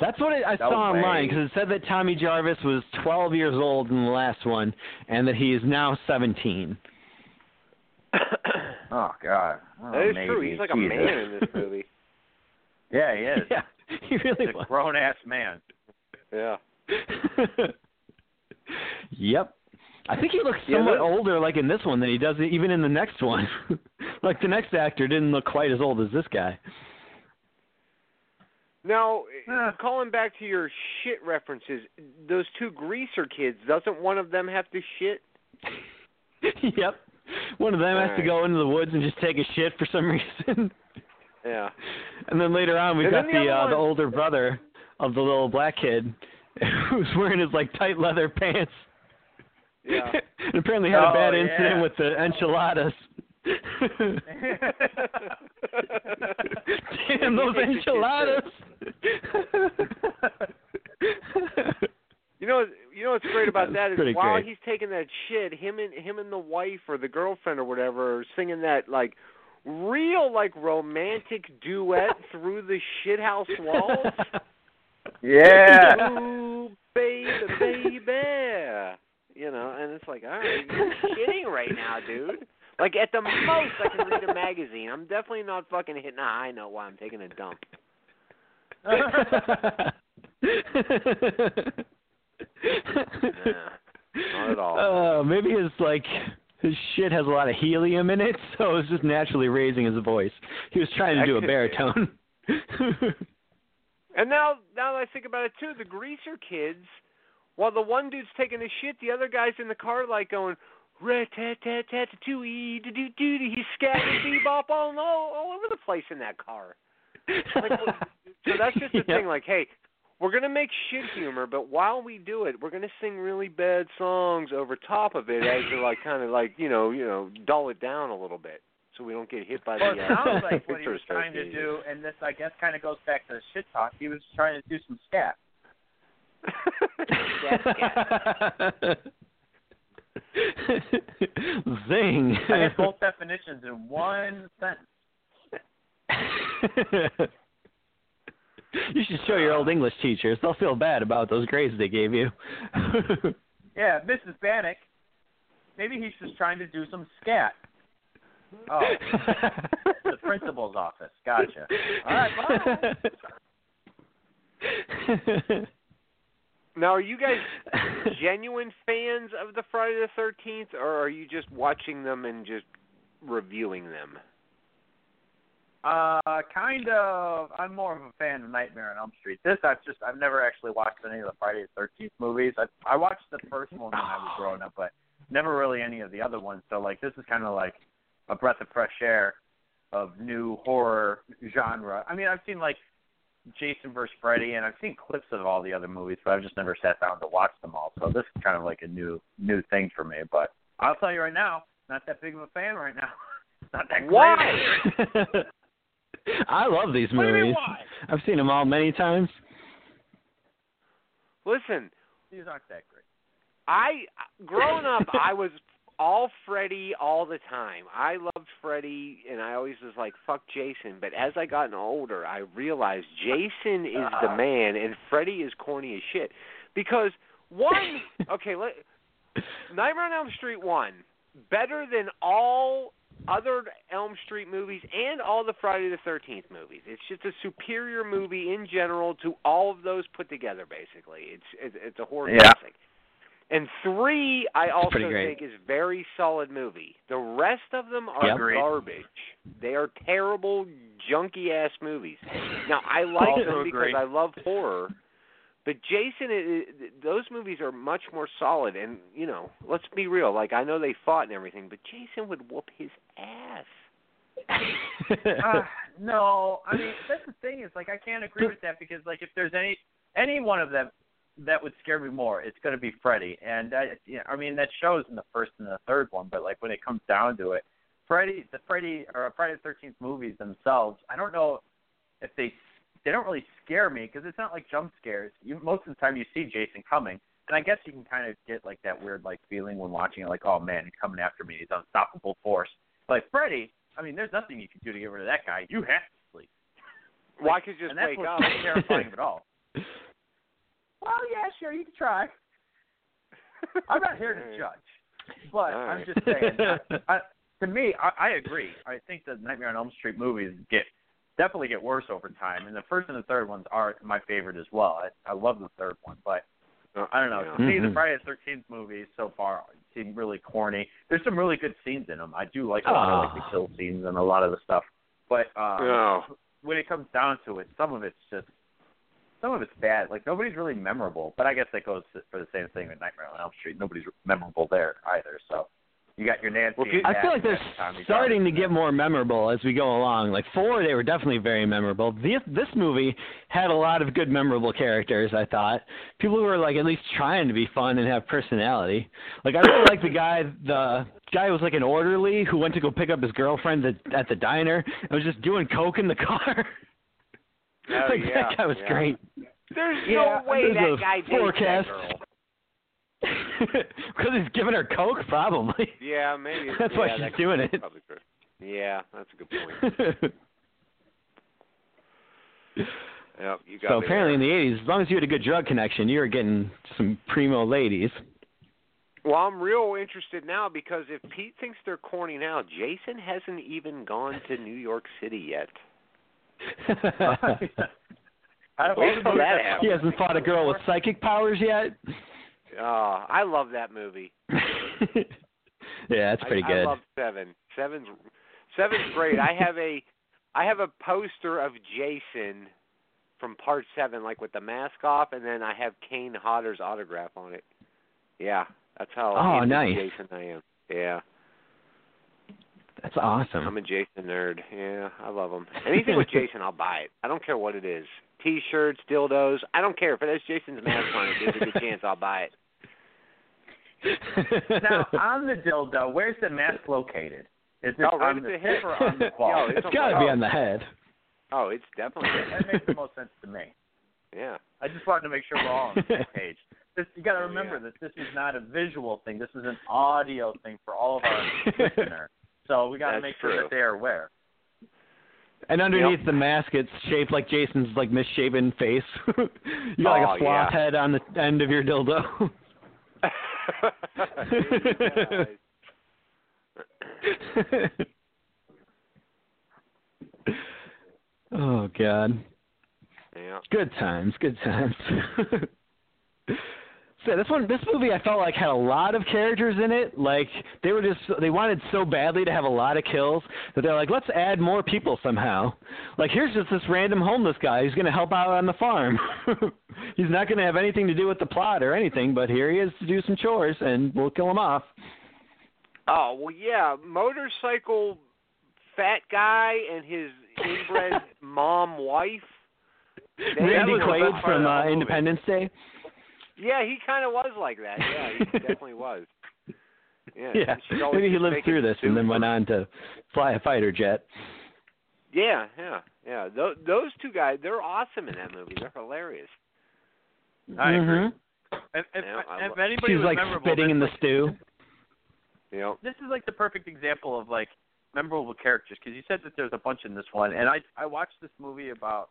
B: That's what it, I
E: No
B: saw online
E: way.
B: because it said that Tommy Jarvis was 12 years old in the last one, and that he is now 17.
E: Oh God. Oh,
D: that is
E: maybe.
D: true. He's like a
E: Jesus.
D: man in this movie.
E: Yeah, he is.
B: Yeah, he
E: He's
B: really
E: a
B: was.
E: grown ass man.
D: Yeah.
B: yep. I think he looks
D: Yeah,
B: somewhat
D: that-
B: older, like in this one, than he does even in the next one. like the next actor didn't look quite as old as this guy.
D: Now,
E: Yeah.
D: calling back to your shit references, those two greaser kids, doesn't one of them have to shit?
B: yep. One of them has to
D: Alright.
B: go into the woods and just take a shit for some reason.
D: Yeah.
B: And then later on, we
D: And
B: got
D: then the
B: the
D: other
B: uh, the
D: one-
B: older brother of the little black kid who's wearing his like tight leather pants.
D: Yeah.
B: and apparently had a
E: Oh,
B: bad
E: yeah.
B: incident with the enchiladas. Damn those enchiladas!
D: You know, you know what's great about
B: That's
D: that is
B: pretty
D: while
B: great.
D: he's taking that shit, him and him and the wife or the girlfriend or whatever are singing that like real like romantic duet through the shithouse walls.
E: yeah.
D: Ooh, baby, baby. You know, and it's like, all right, you're kidding right now, dude. Like at the most, I can read a magazine. I'm definitely not fucking hitting a high note while I'm taking a dump. Yeah. Not at all.
B: Uh, maybe his like his shit has a lot of helium in it, so it's just naturally raising his voice. He was trying to
E: That
B: do a
E: could be.
B: baritone.
D: And now, now that I think about it too, the greaser kids, while the one dude's taking a shit, the other guy's in the car like going rat tat tat tat to ee do do do do. He's scatting bebop all all all over the place in that car. So that's just the
B: Yeah.
D: thing. Like, hey, we're gonna make shit humor, but while we do it, we're gonna sing really bad songs over top of it as to like kind of like you know you know dull it down a little bit so we don't get hit by
E: Well, it
D: the. Uh,
E: sounds like what he
D: Picture
E: was trying to
D: associated.
E: do, and this I guess kind of goes back to the shit talk. He was trying to do some scat.
B: Zing.
E: I had both definitions in one sentence.
B: you should show your old English teachers. They'll feel bad about those grades they gave you.
E: Oh. Yeah, Mrs. Bannock. Maybe he's just trying to do some scat. Oh, the principal's office. Gotcha. All right, bye.
D: now, are you guys genuine fans of the Friday the Thirteenth, or are you just watching them and just reviewing them?
E: Uh, kind of. I'm more of a fan of Nightmare on Elm Street. This I've just I've never actually watched any of the Friday the Thirteenth movies. I I watched the first one when I was growing up, but never really any of the other ones. So like this is kind of like a breath of fresh air of new horror genre. I mean I've seen like Jason vs Freddy and I've seen clips of all the other movies, but I've just never sat down to watch them all. So this is kind of like a new new thing for me. But I'll tell you right now, not that big of a fan right now. Not that great.
D: Why?
B: I love these
E: What do you mean
B: movies.
E: why?
B: I've seen them all many times.
D: Listen,
E: These aren't that great.
D: I growing up, I was all Freddie all the time. I loved Freddie, and I always was like, "Fuck Jason." But as I gotten older, I realized Jason is the man, and Freddie is corny as shit. Because one, okay, let, Nightmare on Elm Street one better than all other Elm Street movies and all the Friday the Thirteenth movies. It's just a superior movie in general to all of those put together. Basically, it's it's, it's a horror
E: Yeah.
D: classic. And three, I also
B: pretty great.
D: think is very solid movie. The rest of them are
B: Yep.
E: Agreed.
D: garbage. They are terrible, junky ass movies. Now I like
E: Also
D: them because
E: agree.
D: I love horror, but Jason, it, it, those movies are much more solid. And you know, let's be real. Like I know they fought and everything, but Jason would whoop his ass.
E: uh, no, I mean that's the thing is like I can't agree with that because like if there's any any one of them that would scare me more, it's going to be Freddy. And I, yeah, I mean that shows in the first and the third one, but like when it comes down to it, Freddy, the Freddy or Friday the Thirteenth movies themselves, I don't know if they they don't really scare me because it's not like jump scares. You most of the time you see Jason coming. And I guess you can kind of get like that weird like feeling when watching it, like, oh man, he's coming after me. He's unstoppable force. Like Freddy, I mean, there's nothing you can do to get rid of that guy. You have to sleep,
D: Why could you
E: and
D: just
E: that's
D: wake up?
E: what's not terrifying at all. Well, yeah, sure, you can try. I'm not here to judge, but I'm
D: Alright.
E: just saying. I, I, to me, I, I agree. I think the Nightmare on Elm Street movies get definitely get worse over time, and the first and the third ones are my favorite as well. I, I love the third one, but I don't know. To
D: Yeah.
E: me, the
B: Mhm.
E: Friday the Thirteenth movies so far seem really corny. There's some really good scenes in them. I do like a lot of like
B: Ah.
E: the kill scenes and a lot of the stuff, but um,
D: No.
E: when it comes down to it, some of it's just some of it's bad. Like nobody's really memorable. But I guess that goes for the same thing with Nightmare on Elm Street. Nobody's memorable there either. So you got your Nancy.
D: Well,
E: and
B: I feel like they're
E: Matt and Tommy
B: starting to
E: Jarvis.
B: get more memorable as we go along. Like four, they were definitely very memorable. This, this movie had a lot of good memorable characters. I thought people who were like at least trying to be fun and have personality. Like I really like the guy. The guy who was like an orderly who went to go pick up his girlfriend at, at the diner and was just doing coke in the car.
D: Oh,
B: like
D: yeah,
B: that guy was
D: yeah.
B: great.
D: There's
E: Yeah,
D: no way
B: there's
D: that
B: a
D: guy dates
B: forecast.
D: that girl.
B: Because he's giving her coke, probably.
D: Yeah, maybe
B: That's
D: yeah,
B: why
D: that
B: she's
D: could
B: doing
D: be
B: it.
D: probably true. Yeah, that's a good point. Yep, you got
B: So
D: me
B: apparently
D: there.
B: in the 80s, as long as you had a good drug connection, you were getting some primo ladies.
D: Well, I'm real interested now because if Pete thinks they're corny now, Jason hasn't even gone to New York City yet.
E: I don't
D: Wait till that
B: he
D: happens.
B: hasn't fought a girl with psychic powers yet.
D: Oh, I love that movie.
B: yeah, that's pretty
D: I,
B: good.
D: I love Seven. Seven's Seven's great. I have a I have a poster of Jason from Part Seven, like with the mask off, and then I have Kane Hodder's autograph on it. Yeah, that's how
B: Oh,
D: into
B: nice.
D: Jason I am. Yeah,
B: that's awesome.
D: I'm a Jason nerd. Yeah, I love him. Anything with Jason, I'll buy it. I don't care what it is. T-shirts, dildos. I don't care if it has Jason's mask on it. There's a good chance I'll buy it.
E: now on the dildo, where's the mask located? Is it
D: Oh, right
E: on
D: at
E: the
D: the
E: tip
D: hip.
E: or on the
D: Yo,
E: ball?
D: it's
B: it's
D: on
B: got to
D: my-
B: be on the head.
D: Oh, it's definitely.
E: that makes the most sense to me.
D: Yeah.
E: I just wanted to make sure we're all on the same page. This, you got to
D: Oh,
E: remember
D: yeah.
E: that this is not a visual thing. This is an audio thing for all of our listeners. So we got to
D: That's
E: make sure
D: true.
E: that they are aware.
B: And underneath the mask, it's shaped like Jason's like misshapen face. you got
D: Oh,
B: like a flop
D: yeah.
B: head on the end of your dildo. oh God.
D: yeah.
B: Good times, good times. so this one, this movie, I felt like had a lot of characters in it. Like they were just, they wanted so badly to have a lot of kills that they're like, let's add more people somehow. Like here's just this random homeless guy who's going to help out on the farm. He's not going to have anything to do with the plot or anything, but here he is to do some chores, and we'll kill him off.
D: Oh well, yeah. Motorcycle fat guy and his inbred mom wife. They-
B: Randy
D: that was the
B: Quaid
D: best part
B: from
D: of the
B: uh,
D: whole movie.
B: Independence Day.
D: Yeah, he kind of was like that. Yeah, he definitely was. Yeah,
B: Yeah,
D: she's always
B: maybe he
D: just
B: lived
D: making
B: through this and then
D: soup.
B: went on to fly a fighter jet.
D: Yeah, yeah, yeah. Those, those two guys, they're awesome in that movie. They're hilarious.
E: I agree.
B: Mhm.
E: If, if,
D: Yeah, I
E: if
D: love-
E: anybody
B: She's
E: was
B: like
E: memorable,
B: spitting in the stew.
D: Yep.
E: this is like the perfect example of like memorable characters because you said that there's a bunch in this one, and I I watched this movie about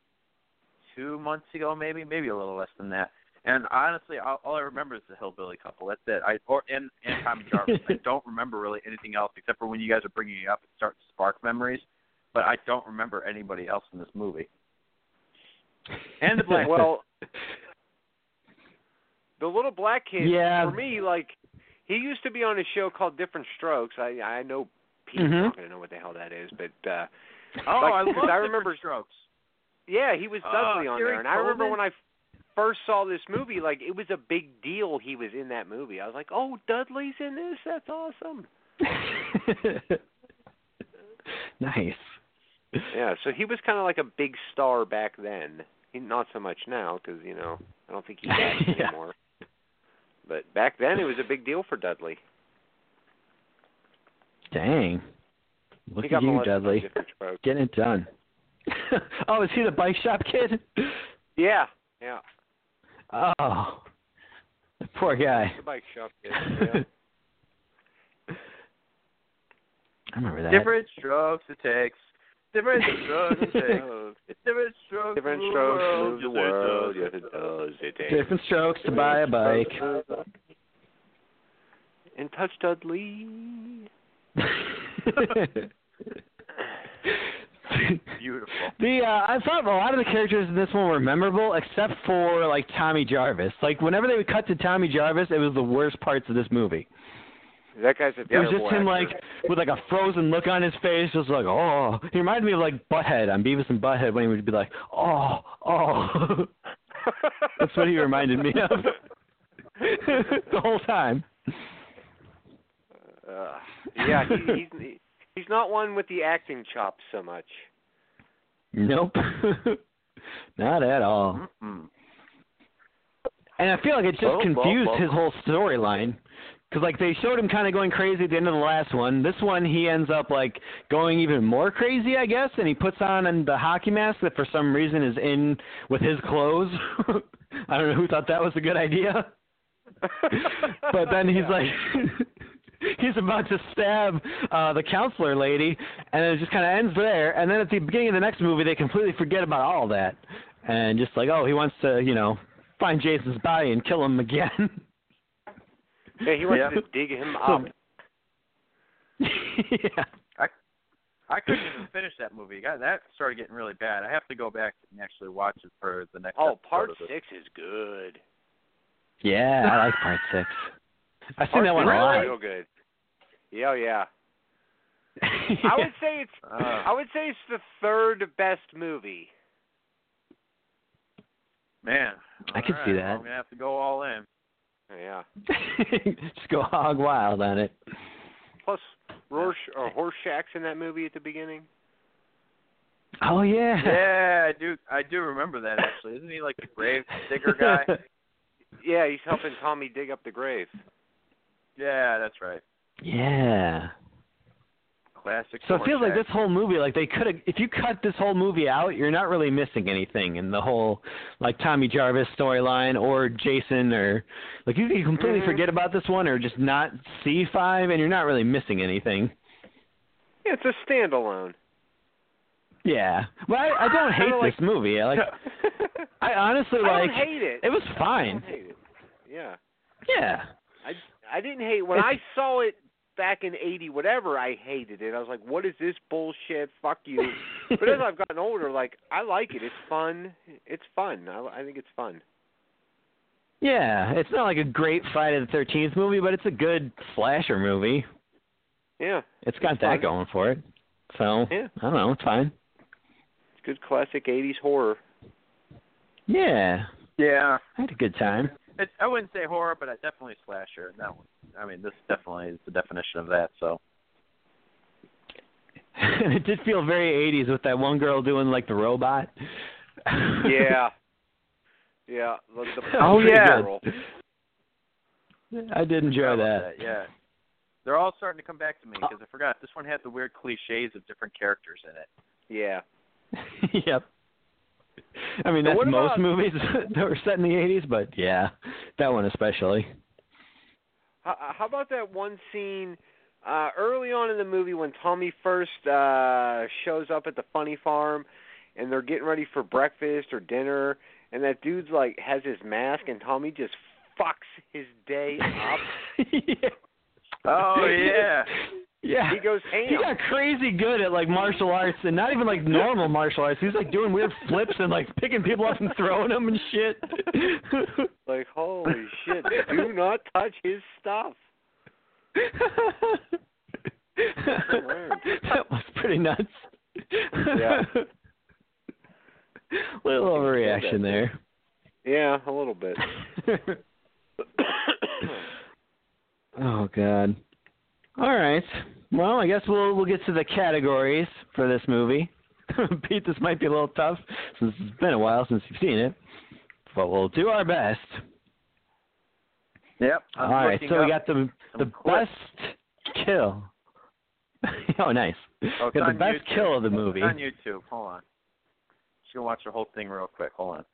E: two months ago, maybe maybe a little less than that. And honestly, all, all I remember is the hillbilly couple. That's it. I or and and Tommy Jarvis. I don't remember really anything else except for when you guys are bringing it up, it starts to spark memories. But I don't remember anybody else in this movie. And the black
D: Well, the little black kid
B: Yeah.
D: for me, like he used to be on a show called Different Strokes. I I know Pete's
B: Mhm.
D: not gonna know what the hell that is, but uh
E: oh,
D: like,
E: I love
D: 'cause I remember-
E: Different strokes.
D: yeah, he was
E: Oh,
D: Dudley on
E: Gary
D: there, and I remember
E: Coleman?
D: when I first saw this movie, like it was a big deal. He was in that movie. I was like, oh, Dudley's in this. That's awesome.
B: nice.
D: Yeah, so he was kind of like a big star back then. He, not so much now because you know I don't think he's acting
B: Yeah.
D: anymore. But back then it was a big deal for Dudley.
B: Dang. Look
D: he
B: at
D: got
B: you,
D: molested by
B: Dudley.
D: different folks.
B: Getting it done. oh, is he the bike shop kid?
D: Yeah, yeah.
B: Oh. Poor guy.
D: The bike shop. Is, yeah.
B: I remember that.
E: Different strokes it takes. Different strokes it takes.
D: Uh,
E: Different strokes.
D: different
E: move the
D: strokes
E: world.
D: move the
E: Yes, it
D: world.
E: does.
D: Yes, it does. It is.
B: Different strokes to buy a bike.
D: And touch Dudley.
E: Beautiful.
B: The uh, I thought a lot of the characters in this one were memorable, except for like Tommy Jarvis. Like whenever they would cut to Tommy Jarvis, it was the worst parts of this movie.
D: That guy's a
B: It was
D: terrible
B: just him like
D: actor.
B: with like a frozen look on his face, just like oh. He reminded me of like Butthead on Beavis and Butthead when he would be like oh oh. That's what he reminded me of the whole time.
D: Uh, yeah, he, he's he's not one with the acting chops so much.
B: Nope, not at all.
E: Mm-mm.
B: And I feel like it just
E: Oh, Well, well,
B: confused
E: well.
B: his whole storyline. Because, like, they showed him kind of going crazy at the end of the last one. This one, he ends up, like, going even more crazy, I guess, and he puts on an- the hockey mask that for some reason is in with his clothes. I don't know who thought that was a good idea. But then he's like, he's about to stab uh, the counselor lady, and it just kind of ends there. And then at the beginning of the next movie, they completely forget about all that. And just like, oh, he wants to, you know, find Jason's body and kill him again.
D: yeah, he wants
E: Yeah.
D: to dig him up.
B: yeah.
E: I couldn't even finish that movie. God, that started getting really bad. I have to go back and actually watch it for the next.
D: Oh,
E: episode
D: part
E: of this.
D: six is good.
B: Yeah, I like part six. I've seen
D: Part
B: that one
D: six
B: a
D: is
B: lot.
D: Real good. Yeah, yeah. I would say it's
E: Uh.
D: I would say it's the third best movie.
E: Man,
B: I could
E: alright,
B: see
E: well,
B: that.
E: I'm gonna have to go all in.
D: Yeah.
B: just go hog wild on it.
D: Plus, Rorsch, or Horseshack's in that movie at the beginning.
B: Oh yeah.
E: yeah, I do. I do remember that actually. Isn't he like the grave digger guy?
D: Yeah, he's helping Tommy dig up the grave.
E: Yeah, that's right.
B: yeah.
E: Classic.
B: So it feels like
E: Rorschach.
B: this whole movie, like they could have, if you cut this whole movie out, you're not really missing anything in the whole, like Tommy Jarvis storyline or Jason or, like you can completely
D: Mhm.
B: forget about this one or just not see five and you're not really missing anything.
D: Yeah, it's a standalone.
B: Yeah. Well, I, I don't hate
D: Kinda like-
B: this movie. I Like, I honestly
D: I
B: like.
D: don't hate it.
B: it was
D: I don't
B: fine.
D: hate it. Yeah.
B: Yeah.
D: I I didn't hate when I
B: It's-
D: saw it back in eighty whatever. I hated it. I was like, what is this bullshit? Fuck you. but as I've gotten older, like I like it. It's fun. It's fun. I, I think it's fun.
B: yeah, it's not like a great Friday the Thirteenth movie, but it's a good slasher movie.
D: Yeah,
B: It's got
D: It's
B: that
D: fun.
B: going for it. So
D: Yeah.
B: I don't know. It's fine.
D: it's good classic '80s horror.
B: Yeah,
E: Yeah,
B: I had a good time.
E: it, I wouldn't say horror, but I definitely slasher. And that one. I mean, this definitely is the definition of that. So.
B: And it did feel very 80s with that one girl doing like the robot.
D: Yeah, yeah. The, the
B: Oh,
D: pretty
B: yeah.
D: girl.
B: I did enjoy
E: I love
B: that. Oh.
E: Yeah, they're all starting to come back to me because I forgot this one had the weird cliches of different characters in it.
D: Yeah.
B: yep. I mean,
D: So
B: that's
D: what
B: most
D: about-
B: movies that were set in the 80s, but yeah, that one especially.
D: How, how about that one scene Uh, early on in the movie, when Tommy first uh, shows up at the funny farm, and they're getting ready for breakfast or dinner, and that dude's like has his mask, and Tommy just fucks his day up.
B: yeah.
E: Oh yeah.
B: Yeah.
D: He goes
B: He
D: ham.
B: got crazy good at like martial arts and not even like normal martial arts. He's like doing weird flips and like picking people up and throwing them and shit.
D: Like holy shit! Do not touch his stuff.
B: that was pretty nuts.
D: Yeah.
B: Little
D: Fucking
B: overreaction
D: killed
B: there.
D: Yeah, a little bit.
B: oh god. All right. Well, I guess we'll we'll get to the categories for this movie. Pete, this might be a little tough since it's been a while since you've seen it, but we'll do our best.
E: Yep. I'm
B: All right.
E: looking
B: So we
E: up
B: got the the
E: clips.
B: best kill. oh, nice.
E: Oh,
B: got
E: it's
B: the
E: on
B: best
E: YouTube.
B: kill of the movie.
E: It's on YouTube. Hold on. She can watch the whole thing real quick. Hold on.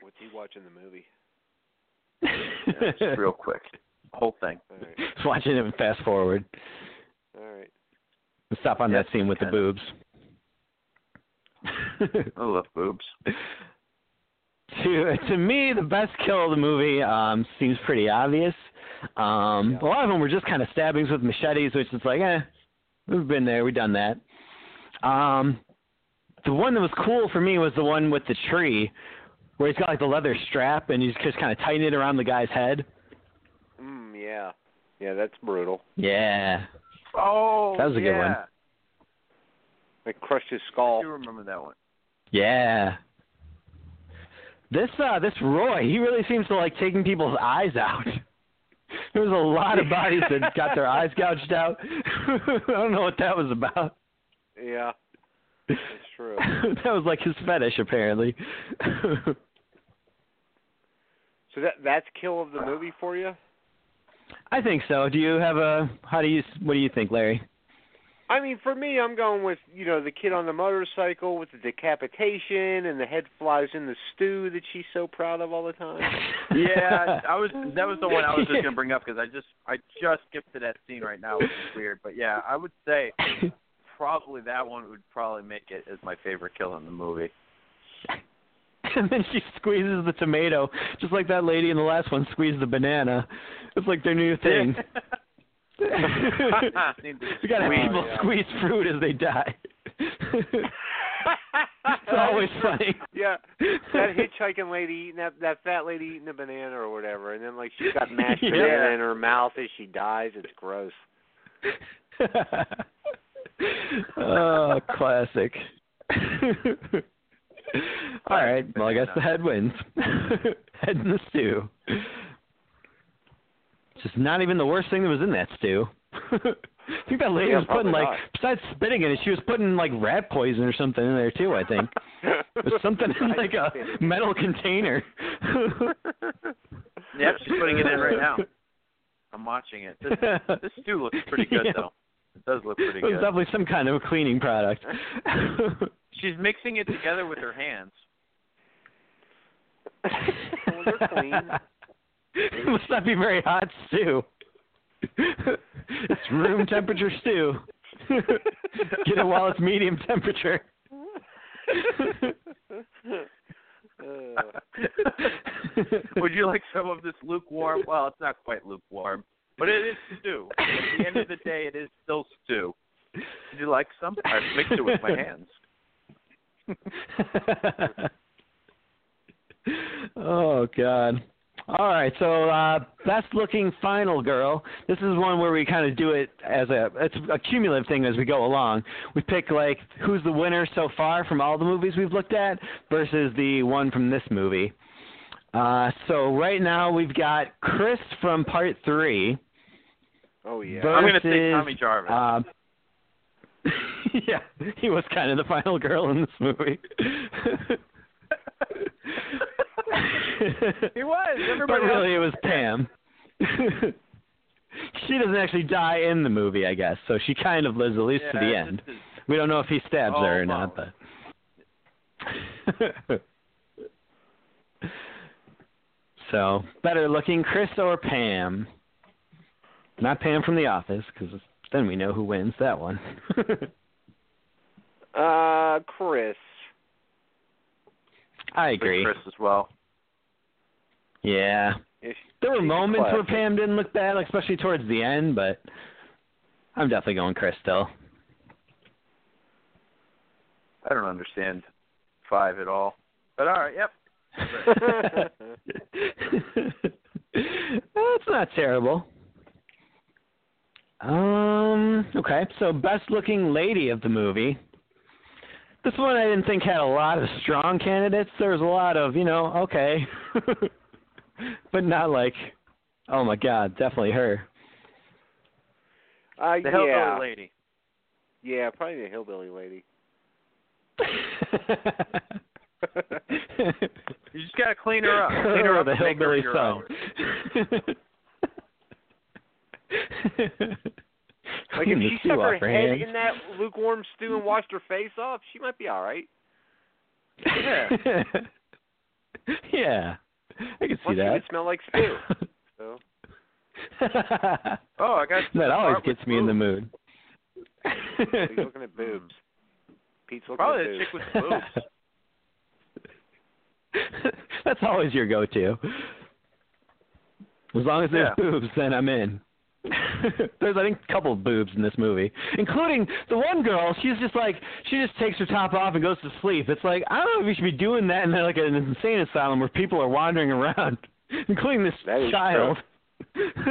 D: What's he watching the movie?
E: Yeah, just real quick. Whole thing.
D: All right.
B: Just watching it fast forward.
D: All right.
B: Stop on
E: Yeah,
B: that scene with the
E: okay.
B: boobs.
E: I love Oh, boobs.
B: to to me, the best kill of the movie um, seems pretty obvious. Um, A lot of them were just kind of stabbings with machetes, which is like, eh, we've been there, we've done that. Um, the one that was cool for me was the one with the tree, where he's got like the leather strap and he's just kind of tightening it around the guy's head.
D: Mm, yeah. Yeah, that's brutal.
B: Yeah,
E: Oh,
B: That was a good one.
E: yeah.
D: Like crushed his
E: I
D: skull.
E: do remember that one.
B: yeah. This uh, this Roy, he really seems to like taking people's eyes out. There was a lot of bodies that got their eyes gouged out. I don't know what that was about.
D: Yeah, that's true.
B: that was like his fetish apparently.
D: So that that's kill of the movie for you?
B: I think so. Do you have a how do you what do you think, Larry?
D: I mean, for me, I'm going with you know the kid on the motorcycle with the decapitation and the head flies in the stew that she's so proud of all the time.
E: Yeah, I was. That was the one I was just gonna bring up because I just I just skipped to that scene right now, which is weird. But yeah, I would say probably that one would probably make it as my favorite kill in the movie.
B: and then she squeezes the tomato, just like that lady in the last one squeezed the banana. It's like their new thing. we
E: Need to
B: gotta have
E: squeeze.
B: people
D: yeah.
B: squeeze fruit as they die. it's always funny.
D: yeah, that hitchhiking lady eating that that fat lady eating a banana or whatever, and then like she's got mashed
B: Yeah.
D: banana in her mouth as she dies. It's gross.
B: oh, classic. All right. Well, I guess the head wins. head in the stew. Just not even the worst thing that was in that stew. I think that lady
D: Yeah,
B: was putting
D: probably
B: like
D: not.
B: besides spitting in it, she was putting like rat poison or something in there too. I think it was something in like a metal container.
E: Yep, she's putting it in right now. I'm watching it. This, this stew looks pretty good
B: Yeah.
E: though. It does look pretty
B: It was
E: good.
B: definitely some kind of a cleaning product.
E: She's mixing it together with her hands.
D: Well, they're clean.
B: It must not be very hot stew. it's room temperature stew. Get it while it's medium temperature.
D: Uh,
E: Would you like some of this lukewarm? Well, it's not quite lukewarm, but it is stew. At the end of the day, it is still stew. Would you like some? I mixed it with my hands.
B: oh God. All right, so uh, best looking final girl. This is one where we kind of do it as a it's a cumulative thing as we go along. We pick like who's the winner so far from all the movies we've looked at versus the one from this movie. Uh, so right now we've got Chris from Part Three.
D: oh yeah.
B: Versus,
E: I'm gonna say Tommy Jarvis.
B: uh, yeah, he was kind of the final girl in this movie.
E: he was. Everybody
B: but
E: else-
B: really, it was Pam. she doesn't actually die in the movie, I guess, so she kind of lives at least to
E: Yeah,
B: the
E: it's
B: end.
E: just-
B: We don't know if he stabs
E: Oh,
B: her or
E: wow.
B: not, but. so, better looking Chris or Pam? Not Pam from The Office, because then we know who wins that one.
D: Uh, Chris.
B: I agree.
E: Chris as well.
B: Yeah.
D: If-
B: There were
D: She's a
B: moments where
D: classic.
B: Pam didn't look bad, like, especially towards the end, but I'm definitely going Chris still.
E: I don't understand five at all. But all right, yep.
B: That's not terrible. Um. Okay. So, best looking lady of the movie. This one I didn't think had a lot of strong candidates. There was a lot of you know, okay, but not like, oh my god, definitely her.
D: Uh,
E: The hillbilly
D: yeah.
E: lady.
D: Yeah, probably the hillbilly lady.
E: You just gotta clean her up. Clean her
B: Or
E: up.
B: the
E: and make her
B: hillbilly
E: your
B: son.
E: own.
D: Like
B: Clean
D: if
B: the
D: she
B: stew
D: stuck
B: off
D: her head
B: hands.
D: in that lukewarm stew and washed her face off, she might be all right.
B: Yeah. yeah. I can see
D: Plus, she
B: that.
D: would smell like stew. So.
E: Oh, I got
B: that always
E: Start with
B: gets me in the mood.
D: He's looking at boobs. Pete's looking
E: probably
D: at
E: the
D: boobs.
E: chick with the boobs.
B: That's always your go to. As long as there's
E: Yeah.
B: boobs, then I'm in. there's I think a couple of boobs in this movie. Including the one girl, she's just like she just takes her top off and goes to sleep. It's like I don't know if you should be doing that in like an insane asylum where people are wandering around, including this
D: That is
B: child.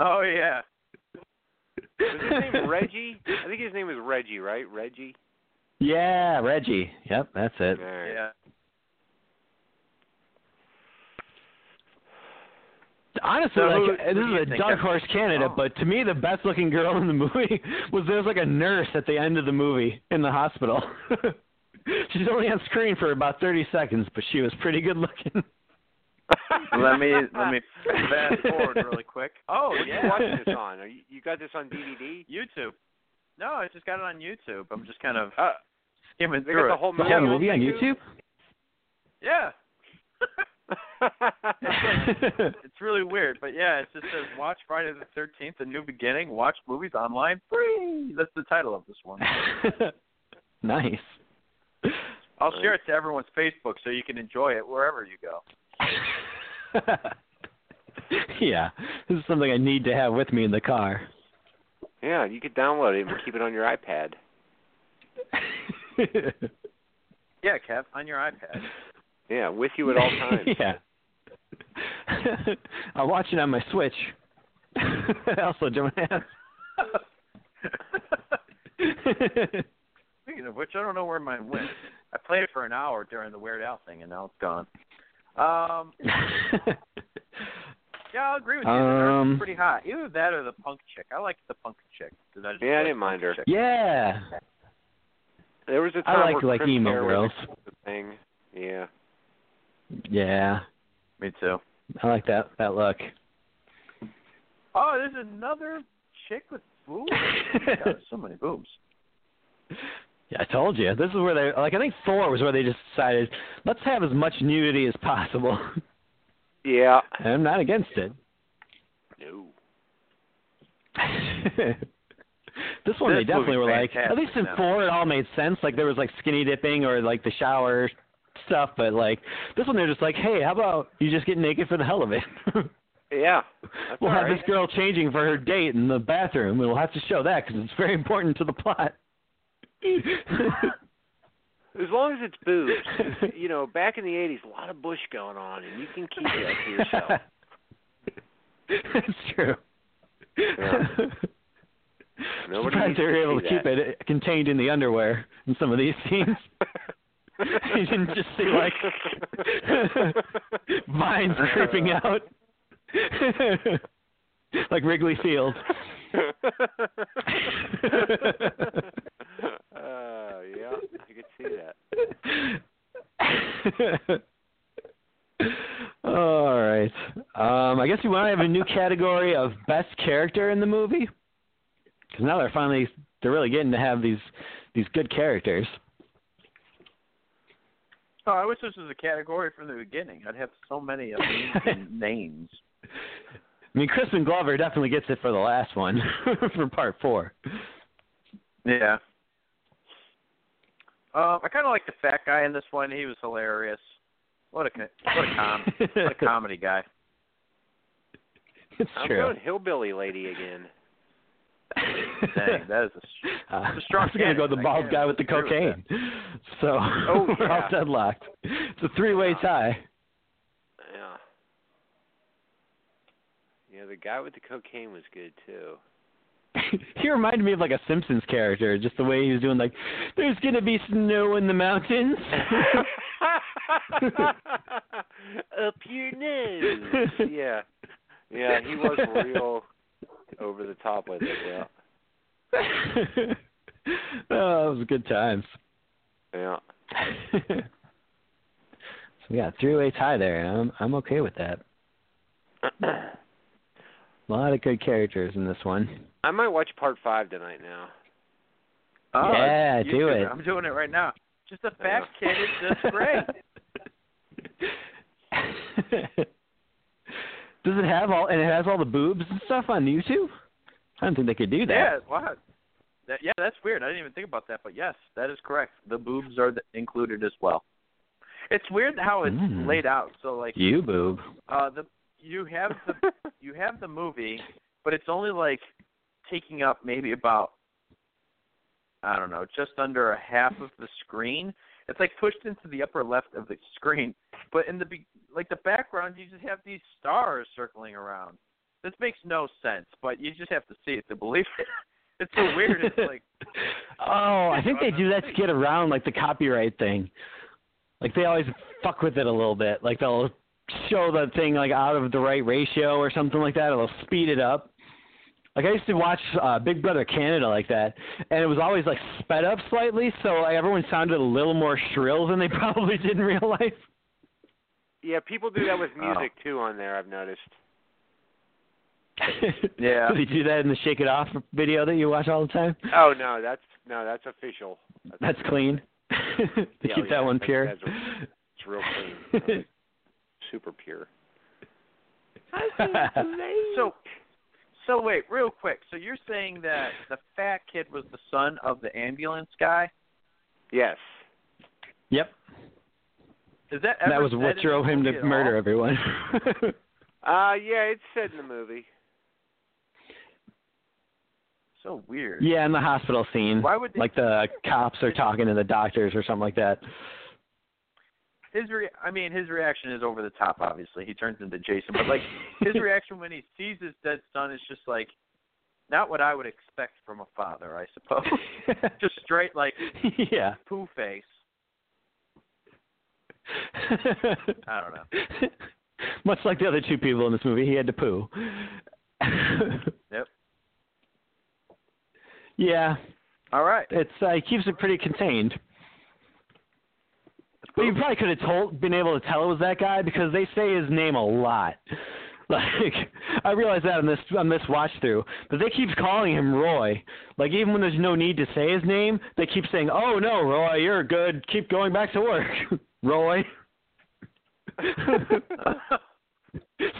E: Oh yeah.
D: Was his name Reggie? I think his name is Reggie, right? Reggie.
B: Yeah, Reggie. Yep, that's it.
D: All right.
E: Yeah.
B: Honestly,
E: So who-
B: like
E: who do you
B: this is a
E: think
B: dark
E: that-
B: horse candidate,
E: Oh.
B: but to me, the best looking girl in the movie was there was like a nurse at the end of the movie in the hospital. She's only on screen for about thirty seconds, but she was pretty good looking.
E: Let me let me fast forward really quick. Oh
D: What are you
E: yeah.
D: watching this on? Are you, you got this on DVD?
E: YouTube. No, I just got it on YouTube. I'm just kind of
D: Uh,
E: skimming
D: they got
E: through
D: the
E: it.
D: whole movie.
B: yeah,
D: on
B: movie on YouTube.
E: Yeah.
B: YouTube?
E: It's really weird, but yeah, it just says watch Friday the thirteenth, a new beginning, watch movies online free. That's the title of this one.
B: nice.
E: I'll share it to everyone's Facebook so you can enjoy it wherever you go.
B: yeah, this is something I need to have with me in the car.
D: yeah, you could download it and keep it on your iPad.
E: Yeah, Kev, on your iPad.
D: Yeah, with you at all times.
B: yeah. I'll watch it on my Switch. I also don't have.
E: Speaking of which, I don't know where mine went. I played it for an hour during the Weird Al thing, and now it's gone. Um, yeah, I'll agree with you. The nurse
B: Um,
E: is pretty hot. Either that or the punk chick. I liked the punk chick. 'cause I just
D: Yeah, I
E: like
D: didn't mind
E: punk chick.
D: her.
B: yeah,
D: There was a
B: I
D: time
B: like,
D: where
B: like,
D: Chris
B: emo
D: Fair was
B: girls.
D: a thing. Yeah.
B: Yeah,
E: Me too.
B: I like that that look.
E: Oh, there's another chick with boobs. Oh my God, so many boobs.
B: Yeah, I told you. This is where they like. I think four was where they just decided let's have as much nudity as possible.
D: Yeah.
B: and I'm not against it.
D: No.
B: this one
E: This
B: they definitely
E: movie's
B: were like
E: fantastic,
B: at least in
E: man.
B: four it all made sense like there was like skinny dipping or like the shower stuff but like this one they're just like hey how about you just get naked for the hell of it
D: Yeah. That's
B: we'll
D: all
B: have
D: right.
B: this girl changing for her date in the bathroom and we'll have to show that because it's very important to the plot
D: As long as it's boobs, you know, back in the '80s, a lot of bush going on, and you can keep that to yourself.
B: That's true.
D: Yeah. Nobody
B: Surprised
D: needs
B: they
D: to
B: were able
D: see
B: to keep
D: that.
B: it contained in the underwear in some of these scenes. you didn't just see like vines creeping out, like Wrigley Field.
D: uh, yeah, I could see that.
B: All right. Um, I guess we want to have a new category of best character in the movie because now they're finally they're really getting to have these these good characters.
E: Oh, I wish this was a category from the beginning. I'd have so many of these names.
B: I mean, Crispin Glover definitely gets it for the last one for part four.
E: Yeah. Um, I kind of like the fat guy in this one. He was hilarious. What a co- what a com what a comedy guy.
B: It's
D: I'm
B: true.
D: going hillbilly lady again.
E: Dang, that is a str-
B: Uh, I
E: strong
B: was gonna go
E: candidate.
B: the
E: I
B: bald
E: can't
B: guy with the
E: agree with
B: cocaine. so
D: Oh,
B: we're
D: yeah.
B: all deadlocked. It's a three-way tie.
D: Yeah. Yeah, the guy with the cocaine was good too.
B: he reminded me of like a Simpsons character, just the way he was doing like, "There's gonna be snow in the mountains."
D: Up your nose. Yeah. Yeah, he was real over the top with it, yeah.
B: oh, that Oh, was good times.
D: Yeah.
B: so yeah, three-way tie there. I'm I'm okay with that. A lot of good characters in this one.
D: I might watch part five tonight now.
E: Oh,
B: Yeah,
E: you
B: do
E: too.
B: it.
E: I'm doing it right now. Just a fat kid is just great.
B: Does it have all and it has all the boobs and stuff on YouTube? I don't think they could do
E: Yeah,
B: that.
E: wow. That, yeah, that's weird. I didn't even think about that, but yes, that is correct. The boobs are the, included as well. It's weird how it's
B: Mm.
E: laid out. So like,
B: You boob.
E: uh, the you have the you have the movie, but it's only like taking up maybe about I don't know, just under a half of the screen. It's like pushed into the upper left of the screen, but in the be- like the background, you just have these stars circling around. This makes no sense, but you just have to see it to believe it. It's so weird. It's like
B: Oh, I think they do that to get around like the copyright thing. Like they always fuck with it a little bit. Like they'll show the thing like out of the right ratio or something like that. It'll speed it up. Like I used to watch uh, Big Brother Canada like that, and it was always like sped up slightly, so like, everyone sounded a little more shrill than they probably did in real life.
D: Yeah, people do that with
E: Oh.
D: music too on there, I've noticed.
E: Yeah.
B: Do they do that in the Shake It Off video that you watch all the time?
D: Oh no, that's no, that's official.
B: That's clean. they
D: Yeah,
B: keep
D: Oh, yeah,
B: that one
D: that's-
B: pure.
D: that's- It's real clean. Super pure.
E: so. So wait, real quick. So you're saying that the fat kid was the son of the ambulance guy?
D: Yes.
B: yep.
E: Is that
B: And that
E: ever
B: was
E: said
B: what
E: in the
B: drove him
E: movie
B: to
E: at all?
B: murder everyone.
D: Uh yeah, it's said in the movie.
E: So weird.
B: yeah, in the hospital scene.
E: Why would they-
B: like the cops are talking to the doctors or something like that.
E: His re- I mean, his reaction is over the top. Obviously, he turns into Jason, but like his reaction when he sees his dead son is just like not what I would expect from a father, I suppose. just straight like
B: yeah.
E: poo face. I don't know.
B: Much like the other two people in this movie, he had to poo.
E: Yep.
B: Yeah,
E: All right.
B: it's uh, he keeps it pretty contained. But you probably could have told, been able to tell it was that guy because they say his name a lot. Like I realized that on this on this watch through, but they keep calling him Roy. Like even when there's no need to say his name, they keep saying, "Oh no, Roy, you're good. Keep going back to work, Roy." so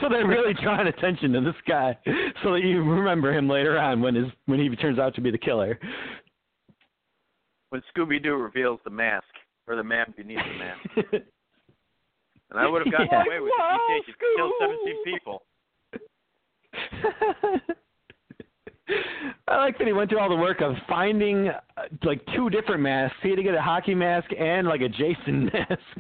B: they're really drawing attention to this guy, so that you remember him later on when his when he turns out to be the killer.
E: When Scooby Doo reveals the mask or the map beneath the mask, and I would have gotten
B: Yeah.
E: away with it. He you killed seventeen people.
B: I like that he went through all the work of finding uh, like two different masks. He had to get a hockey mask and like a Jason mask,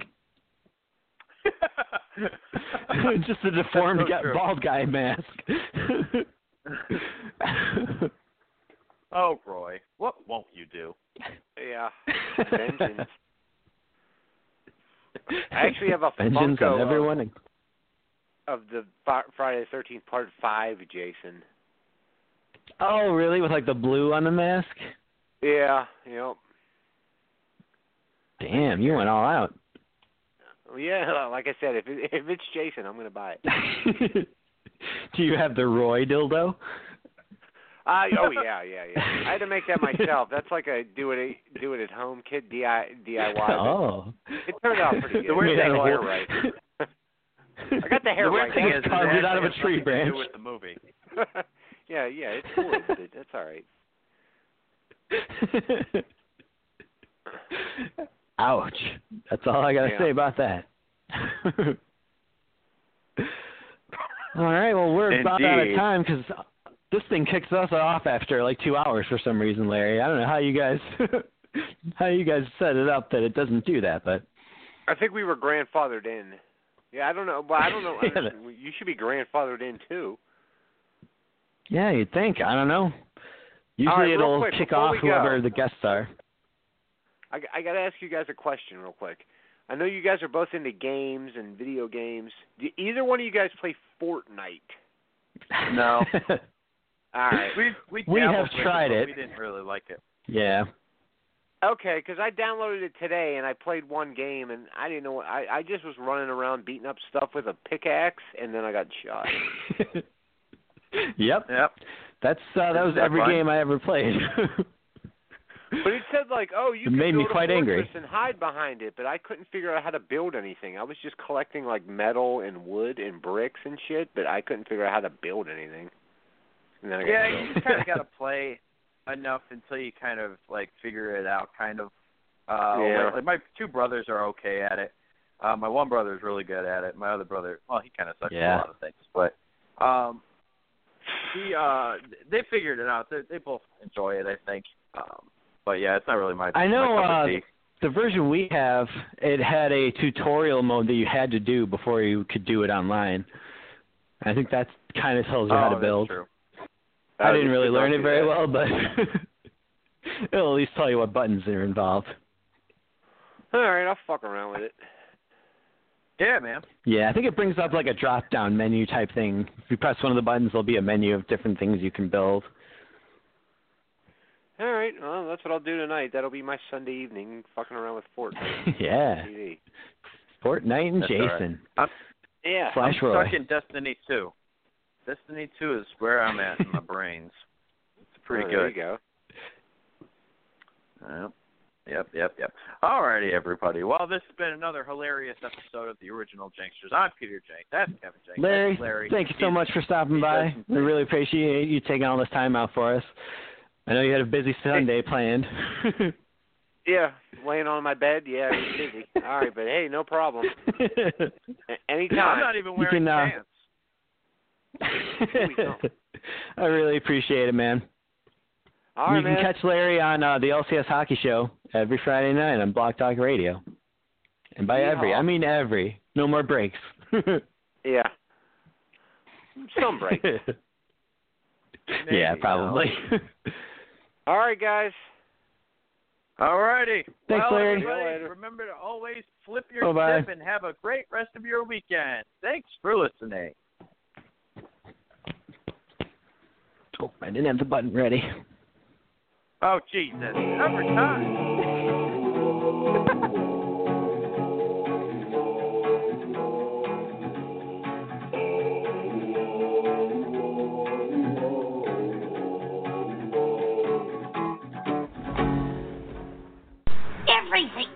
B: just a deformed
E: so
B: guy,
E: true.
B: bald guy mask.
E: oh, Roy, what won't you do?
D: Yeah. Vengeance. I actually have a
B: vengeance
D: Funko
B: on
D: of-
B: everyone.
D: Of the Fri- Friday the 13th part 5, Jason.
B: Oh, really? With like the blue on the mask?
D: Yeah, yep.
B: Damn, you went all out.
D: Well, Yeah, like I said, if it, if it's Jason, I'm going to buy it.
B: Do you have the Roy dildo?
D: Uh, oh yeah, yeah, yeah. I had to make that myself. That's like a do it do it at home kid DIY.
B: Oh.
D: It turned out pretty good.
E: The weird
D: I
E: thing
D: got the hair
E: is-
D: right. I got the hair
E: the weird
D: right.
E: thing is,
B: Carved
E: that
B: it out of a
E: has
B: tree
E: nothing to do
B: branch.
E: with the movie.
D: Yeah, yeah, it's cool. but That's all right.
B: Ouch. That's all I got to
D: Yeah.
B: say about that. all right, well, we're about out of
E: Indeed.
B: time because this thing kicks us off after like two hours for some reason, Larry. I don't know how you guys. How you guys set it up that it doesn't do that, but
D: I think we were grandfathered in. Yeah, I don't know. Well, I don't know.
B: Yeah,
D: you should be grandfathered in too.
B: yeah, you'd think. I don't know. Usually
D: All right, real
B: it'll
D: quick,
B: kick
D: before
B: off
D: we go.
B: whoever the guests are.
D: I, I got to ask you guys a question real quick. I know you guys are both into games and video games. Do either one of you guys play Fortnite?
E: No.
D: All right.
E: We we,
B: We
E: dabbled
B: have
E: with
B: tried
E: but
B: it.
E: We didn't really like it.
B: yeah.
D: Okay, because I downloaded it today and I played one game and I didn't know. What, I I just was running around beating up stuff with a pickaxe and then I got shot.
B: yep.
E: Yep.
B: That's uh, that
E: Isn't
B: was
E: that
B: every
E: fun?
B: game I ever played.
D: But it said like, oh, you
B: It
D: can
B: made
D: build
B: me quite
D: a
B: angry.
D: fortress and hide behind it. But I couldn't figure out how to build anything. I was just collecting like metal and wood and bricks and shit, but I couldn't figure out how to build anything. And then I got
E: Yeah,
D: killed.
E: you just kind of got to play enough until you kind of like figure it out, kind of. Uh,
D: Yeah.
E: Like, like my two brothers are okay at it. Uh, my one brother is really good at it. My other brother, well, he kind of sucks
B: Yeah.
E: at a lot of things, but um, he uh, they figured it out. They, they both enjoy it, I think. Um, but yeah, it's not really my.
B: I know,
E: My cup of
B: uh,
E: tea.
B: the version we have, it had a tutorial mode that you had to do before you could do it online. I think that kind of tells you
E: oh,
B: how to
E: that's
B: build.
E: True.
B: I didn't
D: Uh,
B: really
D: don't
B: learn
D: do
B: it very
D: that.
B: well, but it'll at least tell you what buttons are involved.
D: All right, I'll fuck around with it.
E: Yeah, man.
B: Yeah, I think it brings up like a drop-down menu type thing. If you press one of the buttons, there'll be a menu of different things you can build.
D: All right, well, that's what I'll do tonight. That'll be my Sunday evening, fucking around with Fortnite.
B: yeah,
D: TV.
B: Fortnite and
E: That's all right.
B: Jason.
D: Yeah.
B: Flash
E: I'm
B: Roy.
E: stuck in Destiny Two. Destiny Two is where I'm at in my brains. It's pretty
D: Oh,
E: good.
D: There you go.
E: Yep. Yep, yep, yep. All righty, everybody. Well, this has been another hilarious episode of the original Janksters. I'm Peter Jank. That's Kevin Jank.
B: Larry,
E: That's Larry.
B: thank you so much for stopping
E: he does
B: by.
E: some
B: We really appreciate you taking all this time out for us. I know you had a busy Sunday planned.
D: Yeah, laying on my bed. Yeah, it was busy. All right, but hey, no problem. A-
E: No, I'm
D: Anytime.
E: not even wearing
B: can, uh,
E: pants.
B: I really appreciate it, man.
D: All right,
B: you can
D: man.
B: catch Larry on uh, the LCS Hockey Show every Friday night on Block Talk Radio. And by every,
D: Yeehaw.
B: I mean every. No more breaks.
D: yeah. Some break.
E: Maybe,
B: yeah,
E: no.
B: probably.
D: All right, guys.
E: All righty.
B: Thanks,
E: well,
B: Larry.
E: everybody,
D: See you later.
E: remember to always flip your
B: Bye-bye.
E: tip and have a great rest of your weekend. Thanks for listening.
B: oh, I didn't have the button ready.
E: Oh, Jesus. Every time.
J: Everything